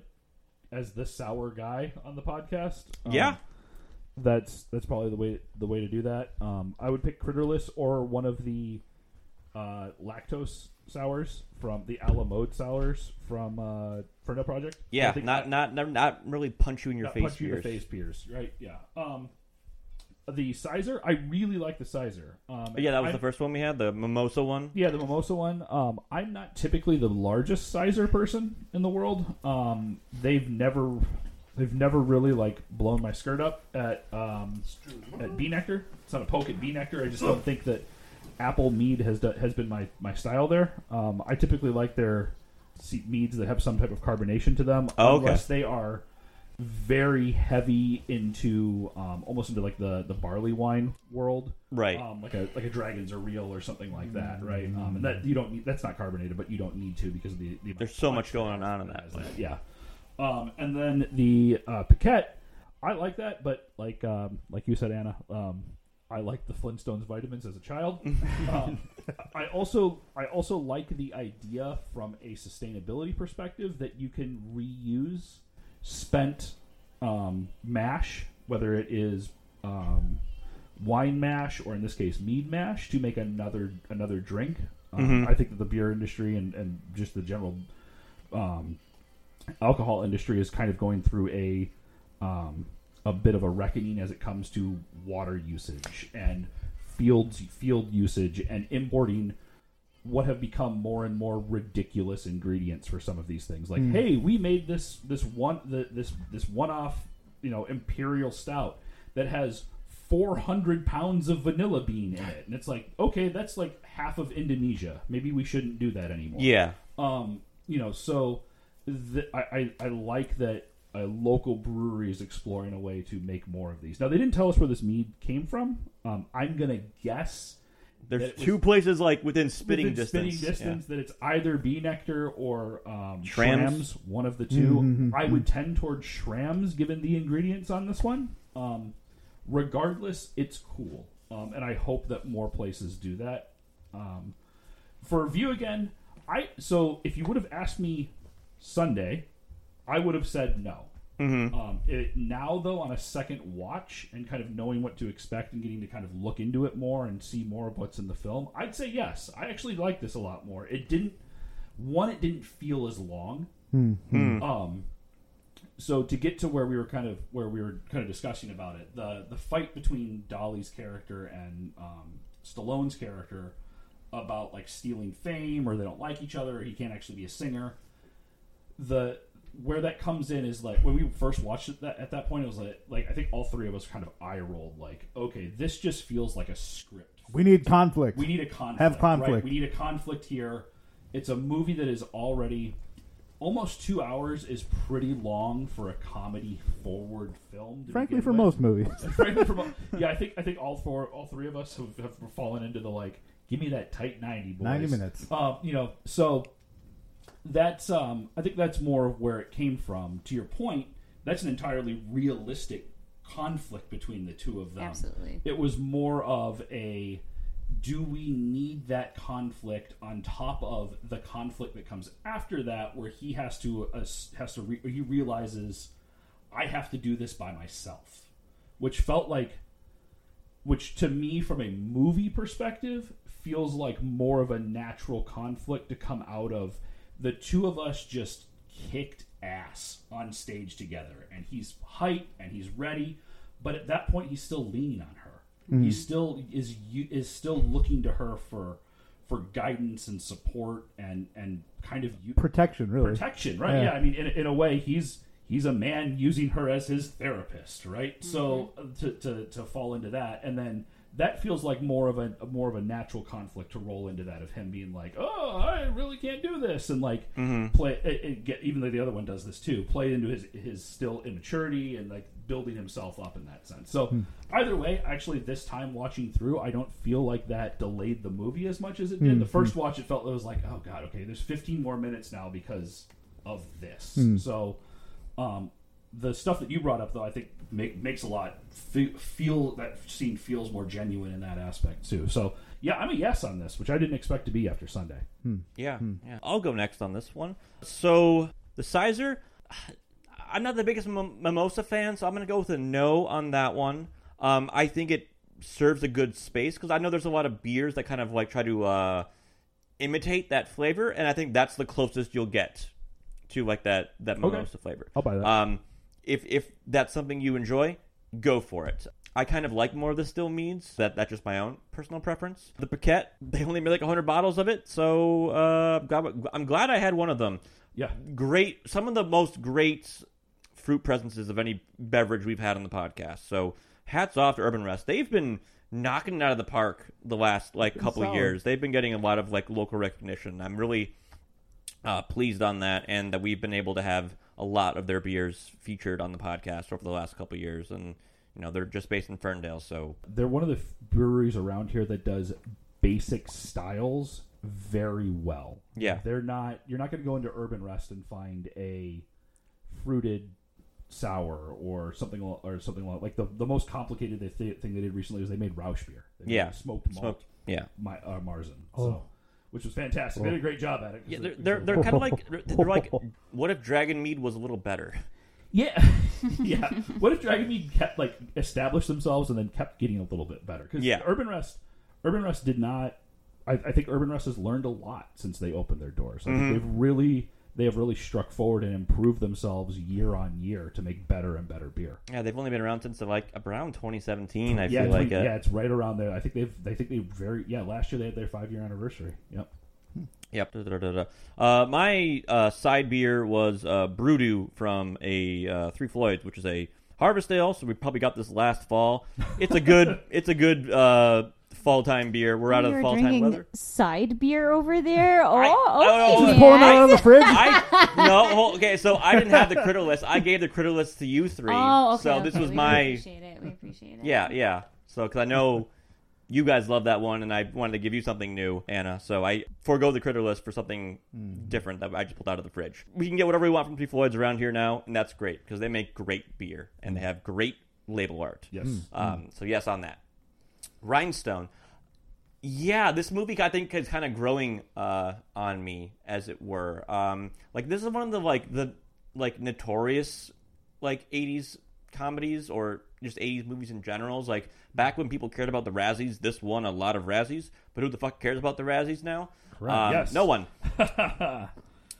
S2: as the sour guy on the podcast. Um,
S1: Yeah,
S2: that's that's probably the way the way to do that. Um, I would pick Critterless or one of the uh, lactose sours from the Alamode sours from uh, Ferno Project. I
S1: yeah,
S2: think
S1: not not not really punch you in your
S2: not
S1: face.
S2: punch you in the
S1: beers.
S2: face beers, right? Yeah. Um, The Sizer, I really like the Sizer. Um,
S1: But yeah, that was
S2: I'm-
S1: the first one we had, the mimosa one.
S2: Yeah, the mimosa one. Um, I'm not typically the largest sizer person in the world. Um, they've never, they've never really like blown my skirt up at um, at bee nectar. It's not a poke at bee nectar. I just don't think that apple mead has done, has been my my style there. Um, I typically like their se- meads that have some type of carbonation to them,
S1: Oh, okay.
S2: unless they are very heavy into um, almost into like the the barley wine world
S1: Right.
S2: um, like a like a dragon's or real or something like that, right? Um, and that you don't need, that's not carbonated, but you don't need to because of the, the
S1: There's so much going on in that one.
S2: yeah. Um, and then the uh, Paquette, I like that, but like um, like you said, Anna, um, I like the Flintstones vitamins as a child. um, I also I also like the idea from a sustainability perspective that you can reuse spent um, mash, whether it is um, wine mash or in this case mead mash, to make another another drink. Um, I think that the beer industry and, and just the general um, alcohol industry is kind of going through a um, a bit of a reckoning as it comes to water usage and fields field usage and importing what have become more and more ridiculous ingredients for some of these things like hey we made this this one the, this this one off you know imperial stout that has 400 pounds of vanilla bean in it and it's like okay that's like half of indonesia maybe we shouldn't do that anymore
S1: Yeah.
S2: um, you know, so th- I, I I like that a local brewery is exploring a way to make more of these. Now they didn't tell us where this mead came from. Um, I'm gonna guess
S1: There's
S2: That was-
S1: two places like within spitting
S2: within
S1: distance.
S2: spitting distance that it's either bee nectar or um,
S1: Shrams.
S2: Shrams, one of the 2 I would tend toward Shrams given the ingredients on this one. Um, regardless, it's cool, um, and I hope that more places do that. Um, for review again, I so if you would have asked me Sunday, I would have said no. Um, it, now, though, on a second watch and kind of knowing what to expect and getting to kind of look into it more and see more of what's in the film, I'd say yes. I actually like this a lot more. It didn't one, it didn't feel as long. Um, so to get to where we were kind of where we were kind of discussing about it, the the fight between Dolly's character and um, Stallone's character about like stealing fame or they don't like each other or he can't actually be a singer the where that comes in is like when we first watched it that, at that point it was like, like i think all three of us kind of eye rolled like okay this just feels like a script
S3: We need conflict.
S2: we need a conflict
S3: Have
S2: right?
S3: conflict.
S2: we need a conflict here it's a movie that is already almost two hours is pretty long for a comedy forward film to
S3: Frankly,
S2: begin
S3: for
S2: with.
S3: most movies.
S2: Frankly, for- yeah i think i think all four all three of us have, have fallen into the like give me that tight 90 boys
S3: 90 minutes.
S2: um, you know, so that's um, I think that's more of where it came from. To your point, that's an entirely realistic conflict between the two of them.
S4: Absolutely.
S2: it was more of a do we need that conflict on top of the conflict that comes after that, where he has to uh, has to re- he realizes I have to do this by myself, which felt like which to me from a movie perspective feels like more of a natural conflict to come out of the two of us just kicked ass on stage together and he's hype and he's ready but at that point he's still leaning on her he still is u- is still looking to her for for guidance and support and and kind of you
S3: Protection, really.
S2: protection, right?
S3: Yeah.
S2: Yeah, I mean, in, in a way, he's he's a man using her as his therapist, right? So uh, to, to to fall into that, and then that feels like more of a more of a natural conflict to roll into that of him being like, oh, I really can't do this, and like
S3: Mm-hmm.
S2: play it, it get, even though the other one does this too, play into his his still immaturity and like building himself up in that sense. So either way, actually, this time watching through, I don't feel like that delayed the movie as much as it did. The first watch, it felt it was like, oh god, okay, there's 15 more minutes now because of this. So, um, the stuff that you brought up though, I think make, makes a lot fe- feel that scene feels more genuine in that aspect too. So yeah, I'm a yes on this, which I didn't expect to be after Sunday.
S1: Yeah, yeah. I'll go next on this one. So the sizer, I'm not the biggest mim- mimosa fan, so I'm gonna go with a no on that one. Um, I think it serves a good space because I know there's a lot of beers that kind of like try to uh, imitate that flavor, and I think that's the closest you'll get to like that that
S2: Okay.
S1: mimosa flavor.
S3: I'll buy that.
S1: Um, if if that's something you enjoy, go for it. I kind of like more of the still meads. That that's just my own personal preference. The Paquette, they only made like 100 bottles of it, so uh, glad- I'm glad I had one of them.
S5: Yeah.
S1: Great, some of the most great fruit presences of any beverage we've had on the podcast. So hats off to Urban Rest. They've been knocking it out of the park the last like couple
S3: solid.
S1: of years. They've been getting a lot of like local recognition. I'm really uh, pleased on that, and that we've been able to have a lot of their beers featured on the podcast over the last couple of years. And you know, they're just based in Ferndale, so
S2: They're one of the f- breweries around here that does basic styles very well.
S1: Yeah.
S2: They're not you're not going to go into Urban Rest and find a fruited sour or something al- or something al- like the the most complicated they th- thing they did recently was they made Rausch beer. They made
S1: Yeah.
S2: smoked malt
S1: smoked. Yeah,
S2: my uh, Marzen.
S3: Oh.
S2: So, which was fantastic. They did a great job at it. 'cause
S1: yeah,
S2: it-
S1: they're
S2: it was
S1: they're,
S2: a-
S1: they're kind of like they're like, what if Dragon Mead was a little better?
S2: Yeah, yeah. What if Dragon Mead kept like established themselves and then kept getting a little bit better? Because
S1: Yeah.
S2: Urban Rest, Urban Rest did not. I, I think Urban Rest has learned a lot since they opened their doors. I
S1: Mm-hmm.
S2: think they've really they have really struck forward and improved themselves year on year to make better and better beer.
S1: Yeah, they've only been around since like around 2017. I
S2: yeah,
S1: feel
S2: it's
S1: like
S2: like-
S1: uh,
S2: yeah, it's right around there. I think they've they think they very yeah. Last year they had their five year anniversary. Yep.
S1: Yep. da, da, da, da, da. Uh, my uh, side beer was uh, Brewdew from a uh, Three Floyds, which is a harvest ale. So we probably got this last fall. It's a good. it's a good uh, fall time beer. We're out of
S4: You're
S1: fall time
S4: drinking
S1: weather.
S4: side beer over there. Oh,
S1: oh,
S4: okay,
S1: oh,
S3: Just
S1: Yeah.
S3: pouring it
S4: man.
S3: out of the fridge.
S1: I no hold- okay. So I didn't have the critter list. I gave the critter list to you three.
S4: Oh, okay,
S1: so this
S4: okay,
S1: was
S4: we
S1: my
S4: Appreciate it. We appreciate it.
S1: yeah yeah. So because I know. You guys love that one, and I wanted to give you something new, Anna. So I forego the critter list for something different that I just pulled out of the fridge. We can get whatever we want from Three Floyds around here now, and that's great because they make great beer and they have great label art.
S2: Yes.
S1: Um, so yes on that. Rhinestone. Yeah, this movie I think is kind of growing uh, on me, as it were. Um, like this is one of the like the like notorious like '80s comedies or just '80s movies in general. Like back when people cared about the Razzies, this won a lot of Razzies. But who the fuck cares about the Razzies now? Um,
S2: Yes.
S1: No one.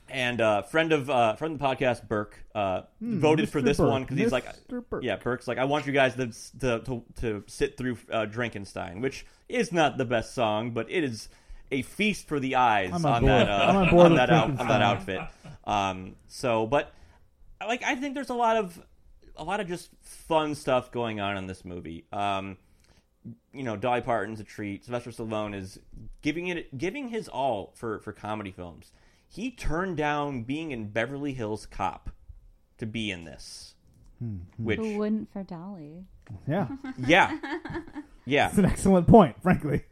S1: and uh, friend of uh, friend of the podcast, Burke, uh, voted for
S3: Mr.
S1: this
S3: Hmm, Burke,
S1: one because he's like,
S3: Mr. Burke.
S1: yeah, Burke's like, I want you guys to to to, to sit through uh, Drinkenstein, which is not the best song, but it is a feast for the eyes
S3: I'm
S1: on
S3: on board.
S1: that uh,
S3: I'm on board with
S1: that out, on
S3: Drinkenstein.
S1: that outfit. Um, so, but like, I think there's a lot of a lot of just fun stuff going on in this movie. Um, you know, Dolly Parton's a treat. Sylvester Stallone is giving it giving his all for for comedy films. He turned down being in Beverly Hills Cop to be in this.
S3: Hmm.
S1: Which
S4: Who wouldn't for Dolly?
S3: yeah,
S1: yeah. Yeah.
S3: it's an excellent point, frankly.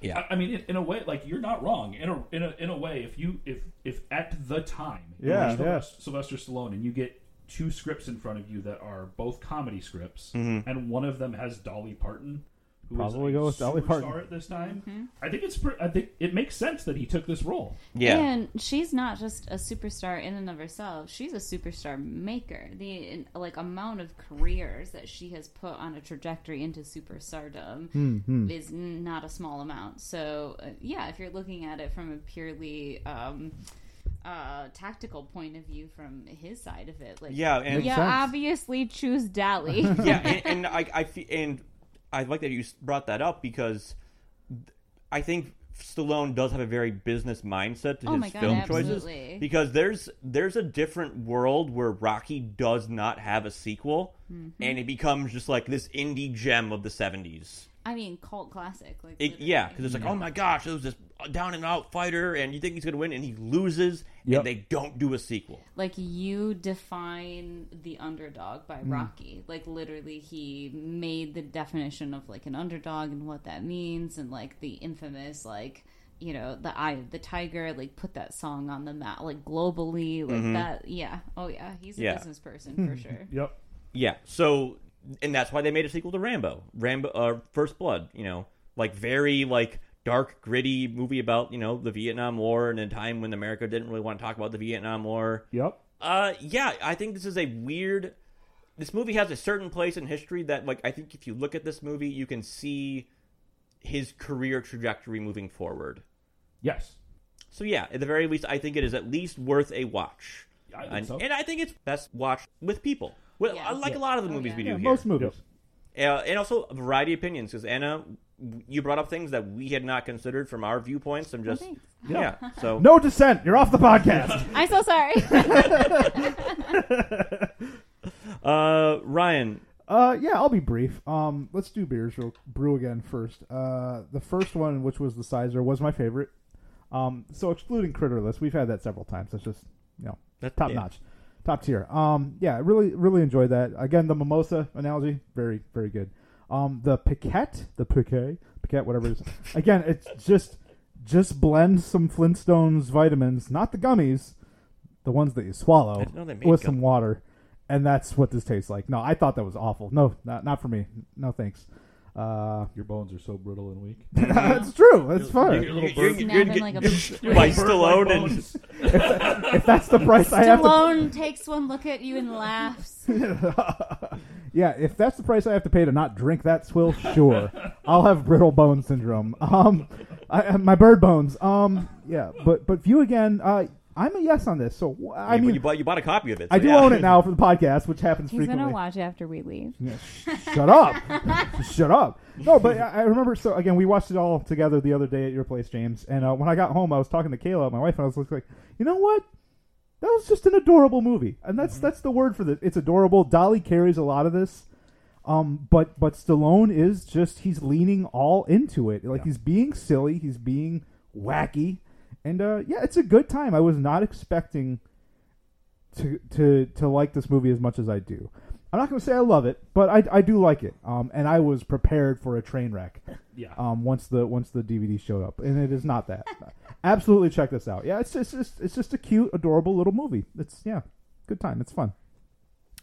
S1: Yeah.
S2: I, I mean, in, in a way, like you're not wrong. In a, in a in a way, if you if if at the time, you
S3: Yeah,
S2: watch
S3: yeah.
S2: Sylvester Stallone, and you get two scripts in front of you that are both comedy scripts, and one of them has Dolly Parton. who is
S3: Mm-hmm. Probably
S2: a
S3: go with Dolly
S2: superstar
S3: Parton.
S2: at this time. I think it's. pre- I think it makes sense that he took this role.
S1: Yeah.
S4: And she's not just a superstar in and of herself. She's a superstar maker. The like amount of careers that she has put on a trajectory into superstardom
S1: Mm-hmm.
S4: is not a small amount. So uh, yeah, if you're looking at it from a purely um, uh, tactical point of view from his side of it, like
S1: Yeah, and
S4: yeah,
S3: sense.
S4: obviously choose Dolly.
S1: yeah, and, and I, I fe- and I like that you s- brought that up because th- I think Stallone does have a very business mindset to
S4: Oh
S1: his
S4: my God,
S1: film
S4: absolutely.
S1: choices because there's there's a different world where Rocky does not have a sequel
S4: Mm-hmm.
S1: and it becomes just like this indie gem of the 70s.
S4: I mean, cult classic. Like
S1: It, yeah,
S4: literally.
S1: because it's like, oh my gosh, it was this down and out fighter, and you think he's going to win, and he loses,
S3: Yep.
S1: and they don't do a sequel.
S4: like you define the underdog
S3: Mm.
S4: by Rocky. Like literally he made the definition of like an underdog and what that means and like the infamous like you know the eye of the tiger like put that song on the map like globally like
S3: Mm-hmm.
S4: that yeah oh yeah he's a
S1: Yeah.
S4: business person for sure
S3: Yep.
S1: Yeah. So, and that's why they made a sequel to Rambo, Rambo, uh, First Blood. You know, like very like dark, gritty movie about you know the Vietnam War and a time when America didn't really want to talk about the Vietnam War.
S3: Yep.
S1: Uh, yeah, I think this is a weird. This movie has a certain place in history that, like, I think if you look at this movie, you can see his career trajectory moving forward.
S2: Yes,
S1: So yeah, at the very least, I think it is at least worth a watch.
S2: Yeah, I think
S1: and,
S2: so.
S1: and I think it's best watched with people. Well,
S4: Yeah.
S1: Like a lot of the
S4: Oh,
S1: movies
S4: yeah.
S1: we do
S3: Yeah,
S1: here.
S3: most movies.
S1: uh, and also a variety of opinions. Because Anna, w- you brought up things that we had not considered from our viewpoints. I'm just
S4: thanks.
S1: yeah. So
S3: No dissent. You're off the podcast.
S4: I'm so sorry.
S1: uh, Ryan,
S3: Uh, yeah, I'll be brief. Um, let's do beers real brew again first. Uh, the first one, which was the Sizer, was my favorite. Um, so excluding Critterless, we've had that several times. That's just you know
S1: That-
S3: top
S1: yeah.
S3: notch, top tier. Um, yeah, really, really enjoyed that. Again, the mimosa analogy, very, very good. Um, the piquette, the piquet, piquette, whatever it is. Again, it's just just blend some Flintstones vitamins, not the gummies, the ones that you swallow
S1: I didn't know they made
S3: with
S1: gum.
S3: some water, and that's what this tastes like. No, I thought that was awful. No, not not for me. No thanks. Uh,
S6: Your bones are so brittle and weak.
S1: Mm-hmm.
S3: it's true. It's fun.
S2: Your little
S1: You're-
S2: bird.
S1: you're-
S4: Snapping
S1: you're-
S4: like a
S1: by
S4: twig.
S1: Stallone and
S3: If that's the price I have to,
S4: Stallone takes one look at you and laughs.
S3: yeah. If that's the price I have to pay to not drink that swill, sure, I'll have brittle bone syndrome. Um, I, I- my bird bones. Um, yeah. But but view again. Uh, I'm a yes on this. So wh- I
S1: you-
S3: mean,
S1: you bought you bought a copy of it.
S3: I
S1: so
S3: do
S1: yeah.
S3: own it now for the podcast, which happens
S4: He's
S3: frequently.
S4: gonna watch after we leave.
S3: Yeah, sh- shut up shut up no but I I remember so again we watched it all together the other day at your place James and uh, when I got home I was talking to Kayla my wife and I was like you know what that was just an adorable movie and that's that's the word for this it's adorable Dolly carries a lot of this um but but Stallone is just he's leaning all into it like he's being silly he's being wacky and uh yeah it's a good time I was not expecting to to to like this movie as much as I do. I'm not going to say I love it, but I, I do like it. Um, and I was prepared for a train wreck.
S6: Yeah.
S3: Um, once the once the DVD showed up, and it is not that. Absolutely, check this out. Yeah, it's just it's, it's just a cute, adorable little movie. It's yeah, good time. It's fun.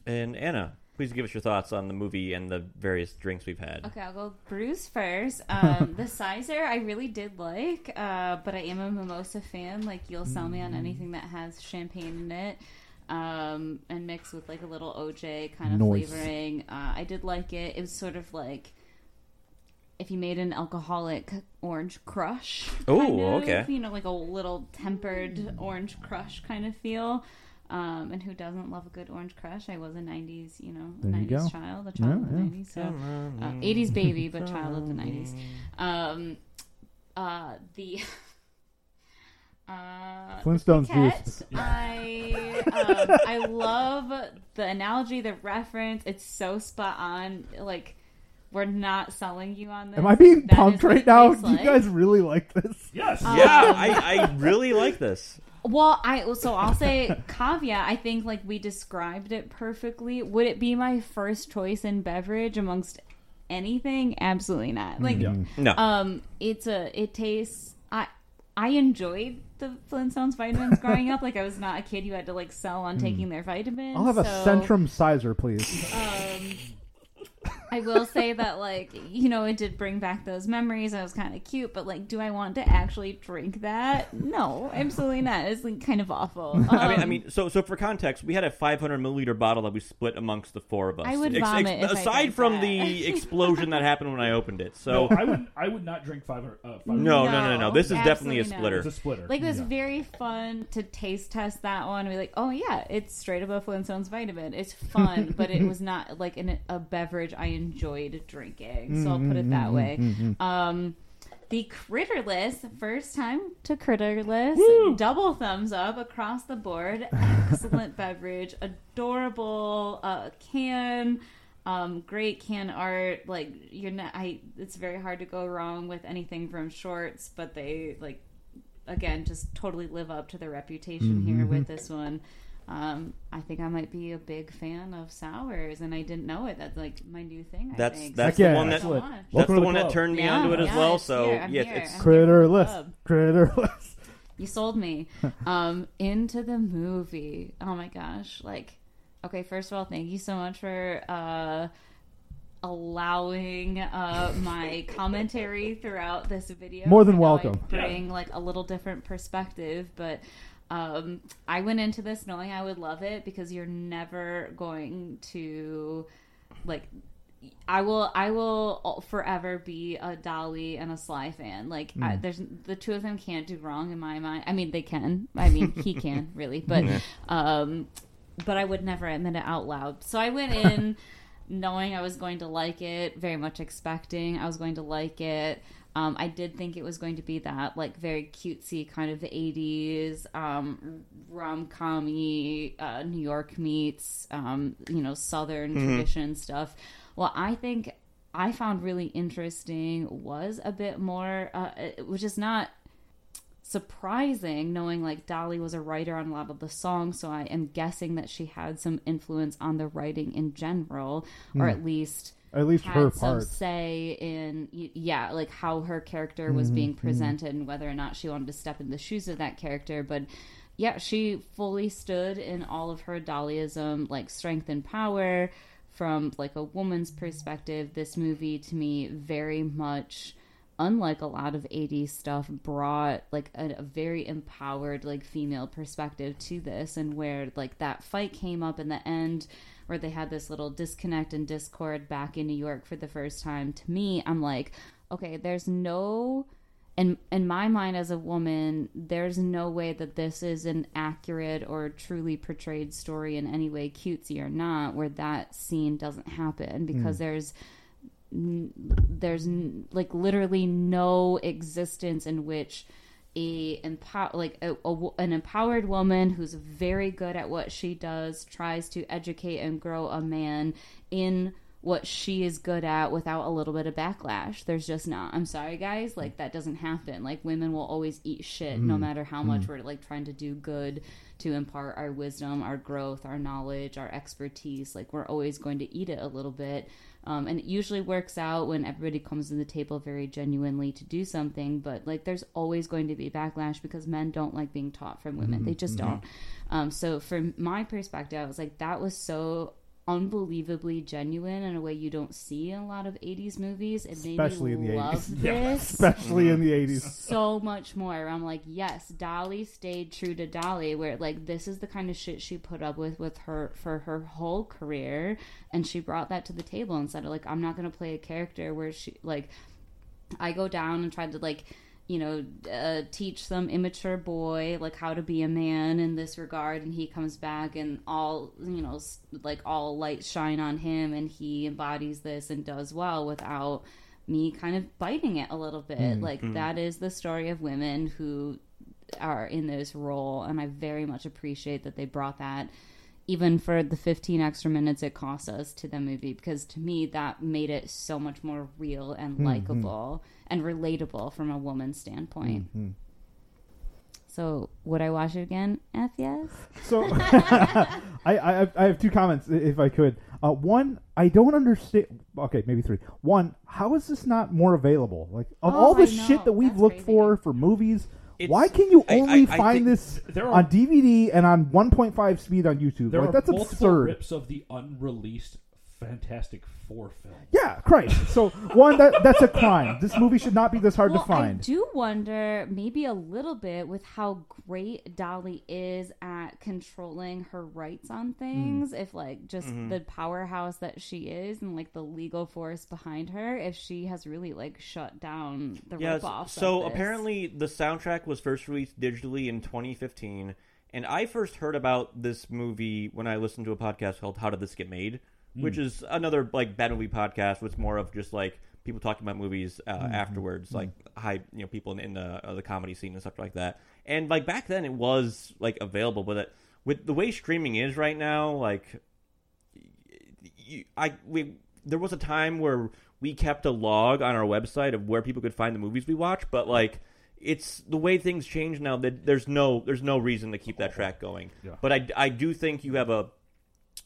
S1: And Anna, please give us your thoughts on the movie and the various drinks we've had.
S4: Okay, I'll go Bruce first. Um, the sizer I really did like, uh, but I am a mimosa fan. Like you'll sell me
S3: Mm-hmm.
S4: on anything that has champagne in it, um, and mixed with like a little OJ kind of
S3: Nice.
S4: flavoring. Uh, I did like it. It was sort of like if you made an alcoholic orange crush.
S1: Ooh,
S4: kind of,
S1: okay.
S4: You know, like a little tempered orange crush kind of feel. Um, and who doesn't love a good orange crush? I was a '90s, you know,
S3: There you
S4: '90s
S3: go.
S4: child, a child of the
S3: yeah.
S4: '90s. So uh, 80s baby, but child of the 90s. Um, uh, the. Uh,
S3: Flintstones
S4: the Piquette,
S3: juice.
S4: I um, I love the analogy, the reference. It's so spot on. Like we're not selling you on this.
S3: Am I being
S4: That
S3: punked
S4: is what
S3: right
S4: it
S3: now?
S4: tastes
S3: Do you
S4: like.
S3: guys really like this?
S6: Yes.
S1: Yeah, I, I really like this.
S4: Well, I so I'll say caveat. I think like we described it perfectly. Would it be my first choice in beverage amongst anything? Absolutely not.
S3: Hmm.
S4: Like
S1: No.
S4: um it's a it tastes i i enjoyed the flintstones vitamins growing up like i was not a kid who had to like sell on taking their vitamins
S3: Hmm. I'll have a
S4: so,
S3: Centrum Sizer, please.
S4: i will say that like you know it did bring back those memories i was kind of cute but like do i want to actually drink that no absolutely not it's like kind of awful
S1: I mean, I
S4: Um,
S1: mean, so so for context, we had a 500 milliliter bottle that we split amongst the four of us.
S4: I would vomit if I
S1: aside
S4: drank
S1: from
S4: that.
S1: the explosion that happened when I opened it. So
S6: No, I would. I would not drink five hundred. Uh, 500
S1: no, no, no, no, no.
S4: No,
S1: This is definitely a
S4: absolutely not.
S1: splitter.
S6: It's a splitter.
S4: Like it was
S6: Yeah.
S4: very fun to taste test that one. We're like, oh yeah, it's straight above Flintstones vitamin. It's fun, but it was not like an, a beverage I enjoyed drinking. So I'll put it that way. Um, the Critterless, first time to Critterless, double thumbs up across the board. Excellent beverage, adorable uh, can, um, great can art. Like you're not, I. It's very hard to go wrong with anything from Shorts, but they like again just totally live up to their reputation
S3: Mm-hmm.
S4: here with this one. Um, I think I might be a big fan of sours, and I didn't know it. That's like my new thing. I
S1: That's
S4: think.
S1: that's
S3: Heck yeah,
S1: the one that
S4: excellent.
S1: that's the
S3: Welcome to the
S1: one that
S3: club.
S1: turned me
S4: Yeah,
S1: onto it as
S4: yeah,
S1: well.
S4: it's
S1: So
S4: here, I'm
S1: yeah,
S4: here.
S1: it's
S3: Critterless,
S4: Club.
S3: Critterless.
S4: You sold me. Um, into the movie. Oh my gosh. Like, okay, first of all, thank you so much for uh allowing uh my commentary throughout this video.
S3: More than
S4: I know I
S3: welcome.
S4: Bring like a little different perspective, but um I went into this knowing I would love it because you're never going to like I will I will forever be a Dolly and a Sly fan. Like I, there's the two of them can't do wrong in my mind. I mean they can. I mean he can really, but um but I would never admit it out loud. So I went in knowing I was going to like it, very much expecting I was going to like it. Um, I did think it was going to be that like very cutesy kind of 80s um, rom com uh, New York meets, um, you know, Southern tradition stuff. Well, I think I found really interesting was a bit more, uh, it- which is not surprising knowing like Dolly was a writer on a lot of the songs, so I am guessing that she had some influence on the writing in general, or at least
S3: At least
S4: had
S3: Hmm. her
S4: some
S3: part.
S4: say in y- yeah, like how her character
S3: Mm-hmm,
S4: was being presented and whether or not she wanted to step in the shoes of that character, but yeah, she fully stood in all of her Dollyism, like strength and power from like a woman's perspective. This movie to me very much unlike a lot of 80s stuff brought like a, a very empowered like female perspective to this and where like that fight came up in the end where they had this little disconnect and discord back in new york for the first time to me i'm like okay there's no in in my mind as a woman there's no way that this is an accurate or truly portrayed story in any way cutesy or not where that scene doesn't happen because there's there's n- like literally no existence in which a empower like a, a wo- an empowered woman who's very good at what she does tries to educate and grow a man in what she is good at without a little bit of backlash there's just not i'm sorry guys like that doesn't happen like women will always eat shit no matter how much we're like trying to do good to impart our wisdom our growth our knowledge our expertise like we're always going to eat it a little bit um, and it usually works out when everybody comes to the table very genuinely to do something, but like there's always going to be backlash because men don't like being taught from
S3: Mm-hmm.
S4: women. They just don't. Um, so, from my perspective, I was like, that was so unbelievably genuine in a way you don't see in a lot of 80s movies. It made
S3: Especially in
S4: me
S3: the
S4: love
S3: 80s.
S4: this
S3: especially in the eighties.
S4: so much more. I'm like, yes, Dolly stayed true to Dolly, where like this is the kind of shit she put up with with her for her whole career, and she brought that to the table and said, like, I'm not gonna play a character where she like I go down and tried to like you know uh, teach some immature boy like how to be a man in this regard and he comes back and all you know s- like all lights shine on him and he embodies this and does well without me kind of biting it a little bit like that is the story of women who are in this role and i very much appreciate that they brought that even for the 15 extra minutes it cost us to the movie because to me that made it so much more real and likable and relatable from a woman's standpoint so would i watch it again f yes
S3: So I, I have- I have two comments i- if I could. Uh, one, I don't understand. Okay, maybe three. One, how is this not more available? Like of
S4: Oh,
S3: all the
S4: I
S3: shit
S4: know.
S3: that we've
S4: That's
S3: looked
S4: crazy.
S3: for for movies,
S1: It's-
S3: why can you
S1: I- I-
S3: only
S1: I
S3: find
S1: think
S3: this
S6: there are-
S3: on DVD and on 1.5 speed on YouTube?
S6: There
S3: Like
S6: are
S3: that's
S6: multiple
S3: absurd.
S6: rips of the unreleased Fantastic Four film.
S3: Yeah, Christ. So one, that that's a crime. This movie should not be this hard
S4: well,
S3: to find.
S4: I do wonder maybe a little bit with how great Dolly is at controlling her rights
S3: Hmm.
S4: on things. If like just
S1: Mm-hmm.
S4: the powerhouse that she is and like the legal force behind her, if she has really like shut down the
S1: Yes.
S4: rip off.
S1: So apparently, the soundtrack was first released digitally in 2015, and I first heard about this movie when I listened to a podcast called "How Did This Get Made," which is another like bad movie podcast. Which more of just like people talking about movies uh, afterwards, like high you know people in, in the uh, the comedy scene and stuff like that. And like back then, it was like available, but it, with the way streaming is right now, like you, I we there was a time where we kept a log on our website of where people could find the movies we watch, but like it's the way things change now that there's no there's no reason to keep that track going.
S6: Yeah.
S1: But I, I do think you have a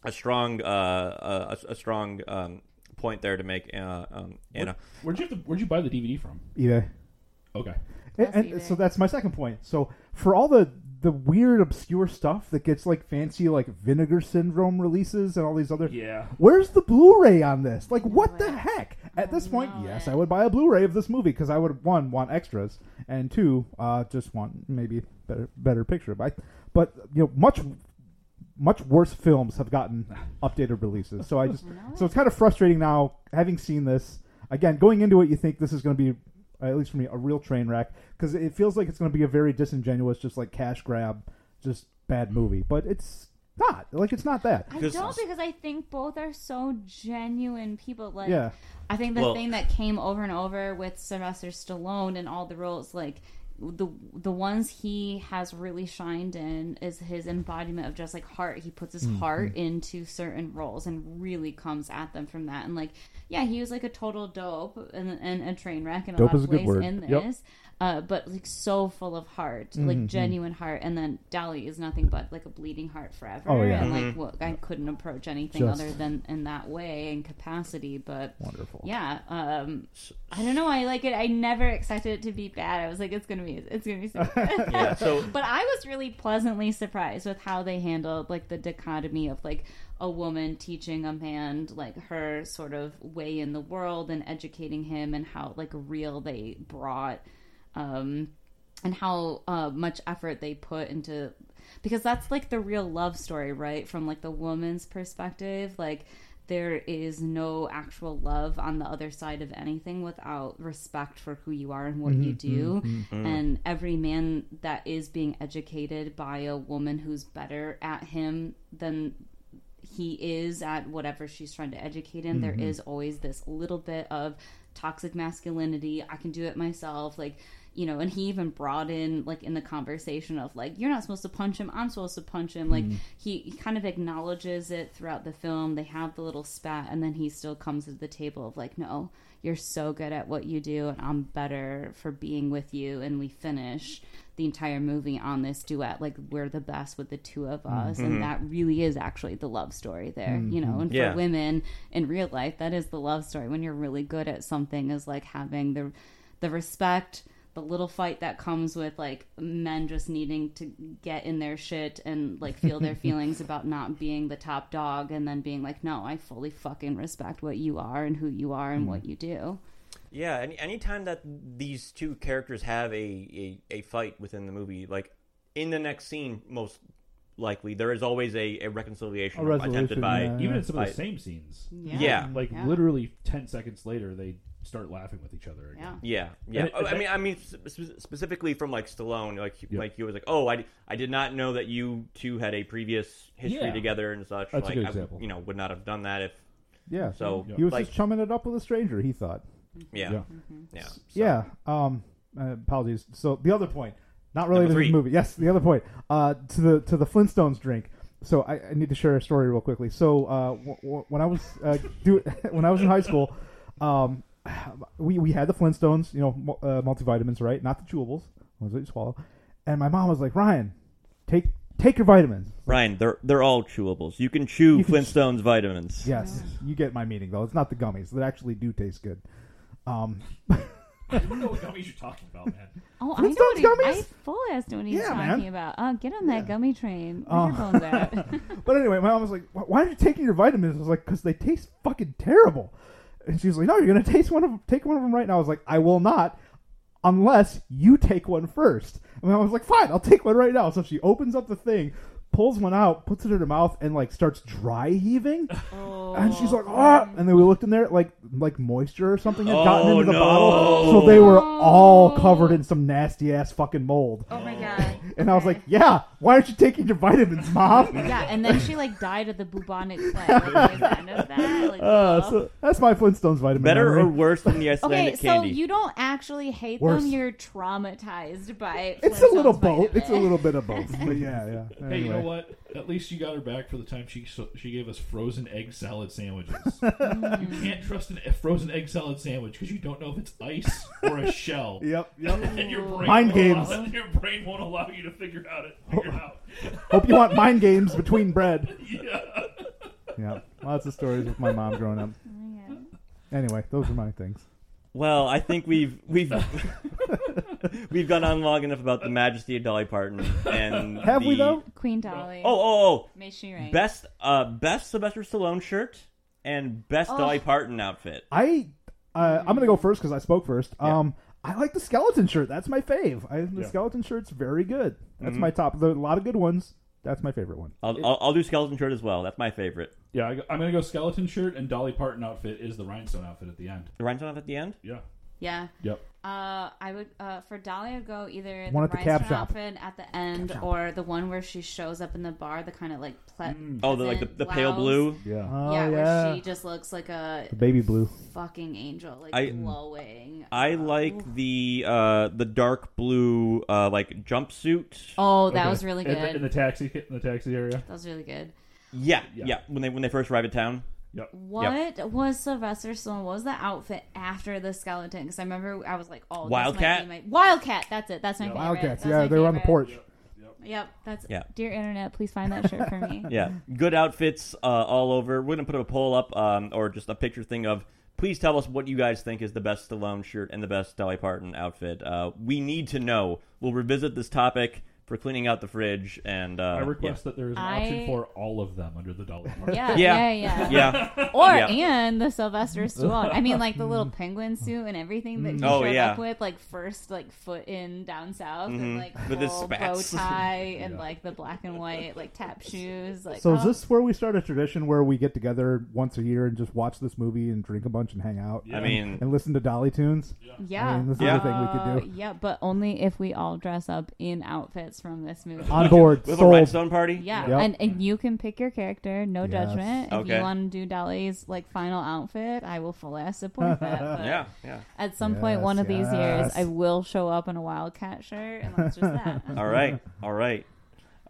S1: a strong uh, a, a strong um, point there to make, uh, um, Anna.
S6: Where'd you have to, Where'd you buy the DVD from?
S3: yeah.
S6: Okay,
S3: And,
S4: That's
S3: and
S4: eBay.
S3: so that's my second point. So for all the the weird obscure stuff that gets like fancy like vinegar syndrome releases and all these other
S6: yeah.
S3: Where's the Blu-ray on this? Like what the
S4: it.
S3: heck? At this point,
S4: know
S3: yes,
S4: it.
S3: I would buy a Blu-ray of this movie because I would one want extras and two uh, just want maybe better better picture. But I- but you know much much worse films have gotten updated releases. So I just so it's kind of frustrating now having seen this again going into it. You think this is going to be uh, at least for me a real train wreck because it feels like it's going to be a very disingenuous, just like cash grab, just bad movie. But it's not. Like it's not that.
S4: I
S1: Because-
S4: don't because I think both are so genuine people. Like,
S3: Yeah.
S4: I think the
S1: Well-
S4: thing that came over and over with Sylvester Stallone and all the roles, like the the ones he has really shined in, is his embodiment of just like heart. He puts his
S3: Mm-hmm.
S4: heart into certain roles and really comes at them from that. And like, yeah, he was like a total dope and, and a train wreck in a
S3: Dope
S4: lot
S3: is
S4: of
S3: a good
S4: ways
S3: word.
S4: in this.
S3: Yep. Mm-hmm.
S4: Uh, but like so full of heart, like genuine heart, and then Dolly is nothing but like a bleeding heart forever.
S3: Oh, yeah.
S4: And like, well, I couldn't approach anything
S3: Just-
S4: other than in that way and capacity. But
S3: Wonderful.
S4: yeah, um, I don't know. I like it. I never expected it to be bad. I was like, it's gonna be, it's gonna be. So good.
S1: Yeah, so
S4: but I was really pleasantly surprised with how they handled like the dichotomy of like a woman teaching a man like her sort of way in the world and educating him, and how like real they brought, um, and how uh, much effort they put into because that's like the real love story, right? From like the woman's perspective, like there is no actual love on the other side of anything without respect for who you are and what you do. And every man that is being educated by a woman who's better at him than he is at whatever she's trying to educate him, there is always this little bit of toxic masculinity. I can do it myself. Like, you know, and he even brought in, like, in the conversation of, like, you're not supposed to punch him. I'm supposed to punch him. Like, he, he kind of acknowledges it throughout the film. They have the little spat, and then he still comes to the table of, like, no, you're so good at what you do, and I'm better for being with you. And we finish the entire movie on this duet. Like we're the best with the two of us, and that really is actually the love story there. You know, and for
S1: Yeah.
S4: women in real life, that is the love story. When you're really good at something, is like having the the respect. The little fight that comes with like men just needing to get in their shit and like feel their feelings about not being the top dog, and then being like, no, I fully fucking respect what you are and who you are and what you do.
S1: Yeah, any anytime that these two characters have a, a, a fight within the movie, like in the next scene, most likely there is always a, a reconciliation
S3: A
S1: or attempted
S3: resolution,
S1: by.
S3: yeah.
S6: Even in some of
S1: I-
S6: the same scenes,
S4: Yeah.
S1: Yeah.
S6: like
S4: Yeah.
S6: literally ten seconds later, they start laughing with each other.
S4: Yeah.
S6: Again.
S1: Yeah, yeah.
S6: And it-
S1: Oh, I mean, I mean, sp- sp- specifically from like Stallone, like
S6: Yeah.
S1: like you was like, oh, I, I did not know that you two had a previous history
S6: Yeah.
S1: together and such.
S6: That's a
S1: like,
S6: good
S1: I, w-
S6: example.
S1: you know, would not have done that if
S3: Yeah.
S1: so.
S3: he was
S1: like,
S3: just chumming it up with a stranger. He thought.
S1: yeah, yeah.
S6: Yeah.
S1: so-
S3: Yeah. Um. uh, apologies. So the other point, not related to
S1: three.
S3: the movie. Yes, the other point. Uh, to the to the Flintstones drink. So I, I need to share a story real quickly. So uh, w- w- when I was uh, do when I was in high school, um, we we had the Flintstones, you know, mu- uh, multivitamins, right? Not the chewables, ones that you swallow. And my mom was like, Ryan, take take your vitamins.
S1: Ryan, they're they're all chewables. You can chew
S3: You can-
S1: Flintstones vitamins.
S3: Yes, you get my meaning though. It's not the gummies that actually do taste good. Um,
S6: I don't know what gummies you're talking about, man.
S4: Oh, I know
S3: Flintstones
S4: what he,
S3: gummies?
S4: I full ass know what he's
S3: Yeah,
S4: talking
S3: man.
S4: about. Oh, get on that
S3: Yeah.
S4: gummy train. Where
S3: Oh.
S4: your phone's at?
S3: But anyway, my mom was like, "Why- "Why are you taking your vitamins?" I was like, "Cause they taste fucking terrible." And she was like, "No, you're gonna taste one of them, take one of them right now." I was like, "I will not, unless you take one first. And I was like, "Fine, I'll take one right now." So she opens up the thing, pulls one out, puts it in her mouth, and like starts dry heaving. And she's like, "Ah!" And then we looked in there, like like moisture or something had gotten
S1: Oh,
S3: into the
S1: no.
S3: bottle, so they were all covered in some nasty ass fucking mold.
S4: oh my god.
S3: And I was like, "Yeah, why aren't you taking your vitamins, mom?"
S4: yeah, and then she like died of the bubonic plague. Like, is that enough of that? Like,
S3: Uh,
S4: ugh.
S3: so that's my Flintstones vitamin.
S1: Better
S3: memory.
S1: or worse than the
S4: okay,
S1: Icelandic
S4: so
S1: candy?
S4: you don't actually hate
S3: Worse.
S4: them. You're traumatized by it.
S3: it's a little both. It's a
S4: eh?
S3: little bit of both. But yeah, yeah.
S6: Hey, you know
S3: Anyway.
S6: what? At least you got her back for the time she so, she gave us frozen egg salad sandwiches. you can't trust an, a frozen egg salad sandwich because you don't know if it's ice or a shell.
S3: Yep, yep.
S6: And your brain
S3: Mind
S6: won't
S3: games.
S6: Allow, your brain won't allow you to figure out it. Figure it out.
S3: Hope you want mind games between bread.
S6: Yeah.
S3: Yeah, lots of stories with my mom growing up.
S4: Oh,
S3: Anyway, those are my things.
S1: Well, I think we've we've we've gone on long enough about the majesty of Dolly Parton and
S3: Have we
S1: the-
S3: though?
S4: Queen Dolly.
S1: Oh, oh,
S4: May she
S1: oh!
S4: reign.
S1: Best uh, best Sylvester Stallone shirt and best
S4: Oh.
S1: Dolly Parton outfit.
S3: I uh, I'm gonna go first because I spoke first. Um, I like the skeleton shirt. That's my fave. I, the
S6: Yeah.
S3: skeleton shirt's very good. That's
S1: Mm-hmm.
S3: my top. There are a lot of good ones. That's my favorite one.
S1: I'll, I'll, I'll do skeleton shirt as well. That's my favorite.
S6: Yeah, I, am gonna go skeleton shirt and Dolly Parton outfit is the rhinestone outfit at the end.
S1: The rhinestone outfit at the end.
S6: Yeah.
S4: Yeah.
S6: Yep.
S4: Uh, I would uh, for Dolly I'd go either
S3: One
S4: the
S3: at the
S4: Rise
S3: cab
S4: from
S3: shop.
S4: Outfit at the end,
S3: shop.
S4: or the one where she shows up in the bar, the kind of like ple-
S3: Mm.
S1: Oh, the like the, the pale
S4: blouse.
S1: blue.
S6: Yeah.
S3: Oh,
S4: yeah,
S3: yeah.
S4: where she just looks like a
S3: the baby blue.
S4: fucking angel, like
S1: I-
S4: glowing.
S1: I
S4: Uh,
S1: like the uh the dark blue uh like jumpsuit.
S4: Oh, that
S6: Okay.
S4: was really
S6: In
S4: good.
S6: the- in the taxi, in the taxi area.
S4: that was really good.
S1: Yeah, yeah,
S6: Yeah.
S1: When they when they first arrive at town.
S4: What was Sylvester Stallone? What was the outfit after the skeleton? Because I remember I was like, oh, this
S1: Wildcat?
S4: Might be my... Wildcat. That's it. That's my favorite.
S3: Wildcats.
S4: That's
S3: yeah,
S4: my
S3: they were on the
S4: favorite.
S3: porch.
S4: Yep. That's
S1: Yeah.
S4: Dear internet, please find that shirt for me.
S1: Yeah, good outfits uh, all over. We're gonna put a poll up um or just a picture thing of. Please tell us what you guys think is the best Stallone shirt and the best Dolly Parton outfit. Uh, we need to know. We'll revisit this topic for cleaning out the fridge and uh,
S6: I
S1: yeah.
S6: request that there is an
S4: I-
S6: option for all of them under the dollar. mark.
S4: Yeah,
S1: Yeah.
S4: yeah, yeah.
S1: yeah,
S4: Or
S1: Yeah.
S4: and the Sylvester Stallone. I mean, like the little penguin suit and everything that he
S1: Oh,
S4: showed
S1: yeah.
S4: up with, like first like foot in down south,
S1: Mhm.
S4: and like
S1: With his
S4: full bow
S1: spats.
S4: tie and
S6: Yeah.
S4: like the black and white like tap shoes. Like
S3: So
S4: oh.
S3: is this where we start a tradition where we get together once a year and just watch this movie and drink a bunch and hang out?
S1: I mean,
S3: and listen to Dolly tunes.
S4: Yeah,
S3: I mean, this is
S1: Yeah.
S3: a thing we could do.
S4: Uh, yeah, but only if we all dress up in outfits from this movie.
S3: On board,
S1: we have a
S3: sold.
S1: rhinestone party.
S4: Yeah,
S3: Yep.
S4: and, and you can pick your character, no
S3: Yes.
S4: judgment. If
S1: Okay.
S4: you want to do Dolly's like final outfit, I will full ass support that. But
S1: yeah, yeah.
S4: At some point, one of these years,
S3: Yes, yes.
S4: I will show up in a Wildcat shirt, and that's just that.
S1: All right. All right.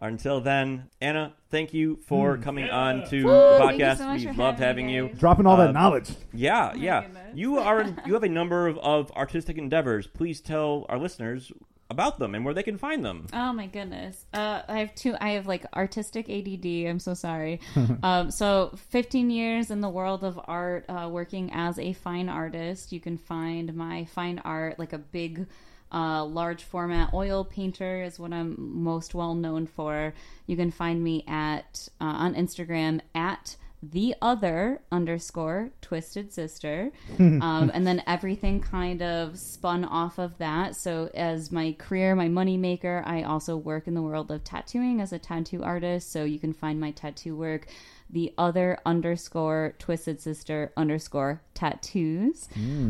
S1: Until then, Anna, thank you
S6: Hmm.
S1: for coming on to
S4: Woo,
S1: the
S4: thank you
S1: podcast.
S4: so much
S1: We've
S4: for
S1: loved
S4: having
S1: having
S4: me,
S1: you.
S4: guys.
S3: Dropping all
S1: Uh,
S3: that knowledge.
S1: Yeah,
S4: Oh my
S1: yeah.
S4: goodness.
S1: You are you have a number of, of artistic endeavors. Please tell our listeners about them and where they can find them.
S4: Oh my goodness. Uh, I have two. I have like artistic ADD. I'm so sorry. um, so 15 years in the world of art, uh, working as a fine artist. You can find my fine art like a big. Uh, large format oil painter is what I'm most well known for. You can find me at uh, on Instagram at the other underscore twisted sister um, and then everything kind of spun off of that so as my career my money maker i also work in the world of tattooing as a tattoo artist so you can find my tattoo work the other underscore twisted sister underscore tattoos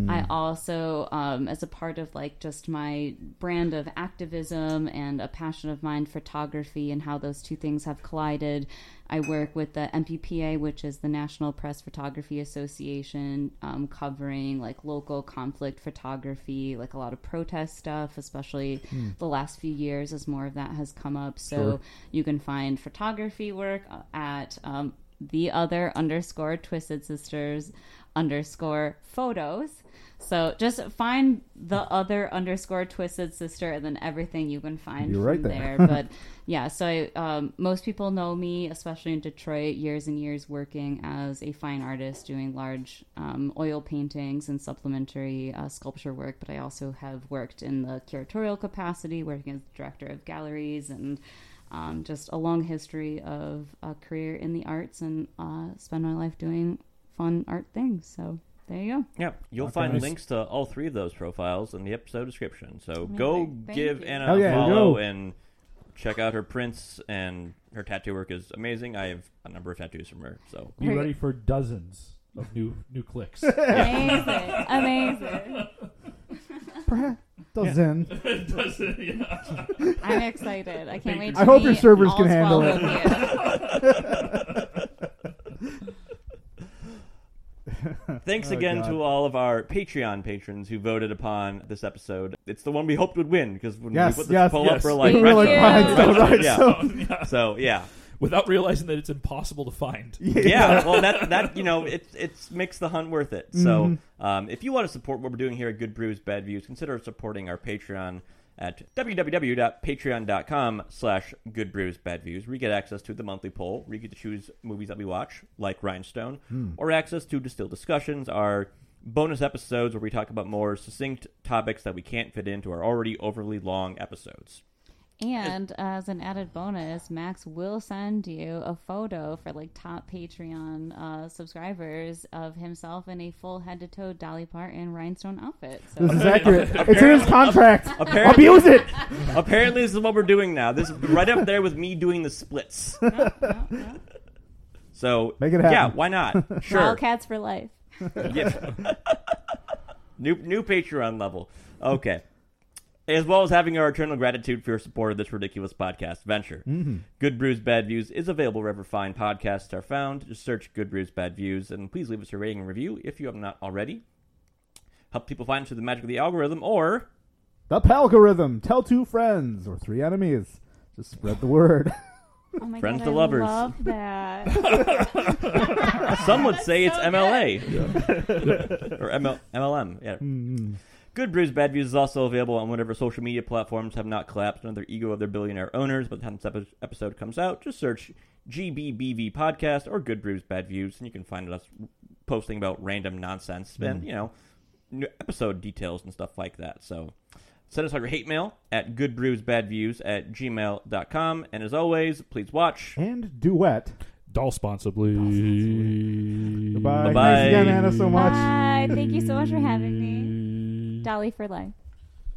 S4: i also um, as a part of like just my brand of activism and a passion of mine photography and how those two things have collided I work with the MPPA, which is the National Press Photography Association, um, covering like local conflict photography, like a lot of protest stuff, especially
S3: Hmm.
S4: the last few years as more of that has come up. So you can find photography work uh, at um, the other underscore twisted sisters underscore photos. So just find the other underscore twisted sister and then everything you can find
S3: You're
S4: from
S3: right there.
S4: there there, but yeah, so I, um, most people know me, especially in Detroit, years and years working as a fine artist, doing large um, oil paintings and supplementary uh, sculpture work. But I also have worked in the curatorial capacity, working as director of galleries, and um, just a long history of a career in the arts, and uh, spend my life doing fun art things. So there you go.
S1: Yeah, you'll
S3: Okay.
S1: find
S3: Nice.
S1: links to all three of those profiles in the episode description. So
S4: Amazing.
S1: go
S4: Thank
S1: give
S4: you.
S1: Anna
S3: Hell
S1: a
S3: yeah,
S1: follow
S3: go.
S1: and check out her prints and her tattoo work is amazing. I have a number of tattoos from her. So
S6: Be
S4: Right.
S6: ready for dozens of new new clicks.
S4: Amazing, amazing.
S3: Perhaps dozen.
S2: Doesn't- yeah.
S4: I'm excited. I can't wait. To
S3: I hope
S4: meet
S3: your servers
S4: all
S3: can handle
S4: 12
S3: it.
S4: of you.
S1: Thanks
S3: Oh,
S1: again
S3: God.
S1: to all of our Patreon patrons who voted upon this episode. It's the one we hoped would win because when
S3: Yes,
S1: we put this
S3: yes,
S1: poll up
S2: yes.
S1: for like,
S4: We were like,
S1: restaurant-
S4: "Rhinestone,
S1: yeah. So yeah,
S2: Without realizing that it's impossible to find.
S1: yeah. Well, that that you know, it it's makes the hunt worth it. So um, if you want to support what we're doing here at Good Brews Bad Views, consider supporting our Patreon at www.patreon.com slash good brews bad views where you get access to the monthly poll where you get to choose movies that we watch like rhinestone or access to distilled discussions our bonus episodes where we talk about more succinct topics that we can't fit into our already overly long episodes
S4: And as an added bonus, Max will send you a photo for like top Patreon uh, subscribers of himself in a full head to toe Dolly Parton rhinestone outfit.
S3: This
S4: So
S3: is accurate. It's in his contract.
S1: apparently
S3: Abuse it.
S1: Apparently, this is what we're doing now. This is right up there with me doing the splits.
S4: no, no.
S1: So
S3: Make it happen.
S1: Yeah, why not? Sure.
S4: Wildcats for life.
S1: Yeah. new new Patreon level. okay. As well as having our eternal gratitude for your support of this ridiculous podcast venture.
S3: Mm-hmm.
S1: Good Brews, Bad Views is available wherever fine podcasts are found. Just search Good Brews, Bad Views, and please leave us a rating and review if you have not already. Help people find us through the magic of the algorithm, or
S3: The Palgorithm. Tell two friends or three enemies. Just spread the word.
S4: Oh my
S1: Friends
S4: God,
S1: to
S4: I
S1: lovers.
S4: love that.
S1: some would say it's MLA. or ML- MLM. Yeah.
S3: Hmm.
S1: Good Brews Bad Views is also available on whatever social media platforms have not collapsed under the ego of their billionaire owners. By the time this epi- episode comes out, just search GBBV Podcast or Good Brews Bad Views, and you can find us posting about random nonsense and, you know, new episode details and stuff like that. So send us out your hate mail at goodbrewsbadviews at gmail.com. And as always, please watch.
S3: and duet.
S2: Doll sponsor, please.
S3: Goodbye.
S1: Bye-bye.
S3: Thanks again, Anna, so much.
S4: Bye. Thank you so much for having me. Dolly for life.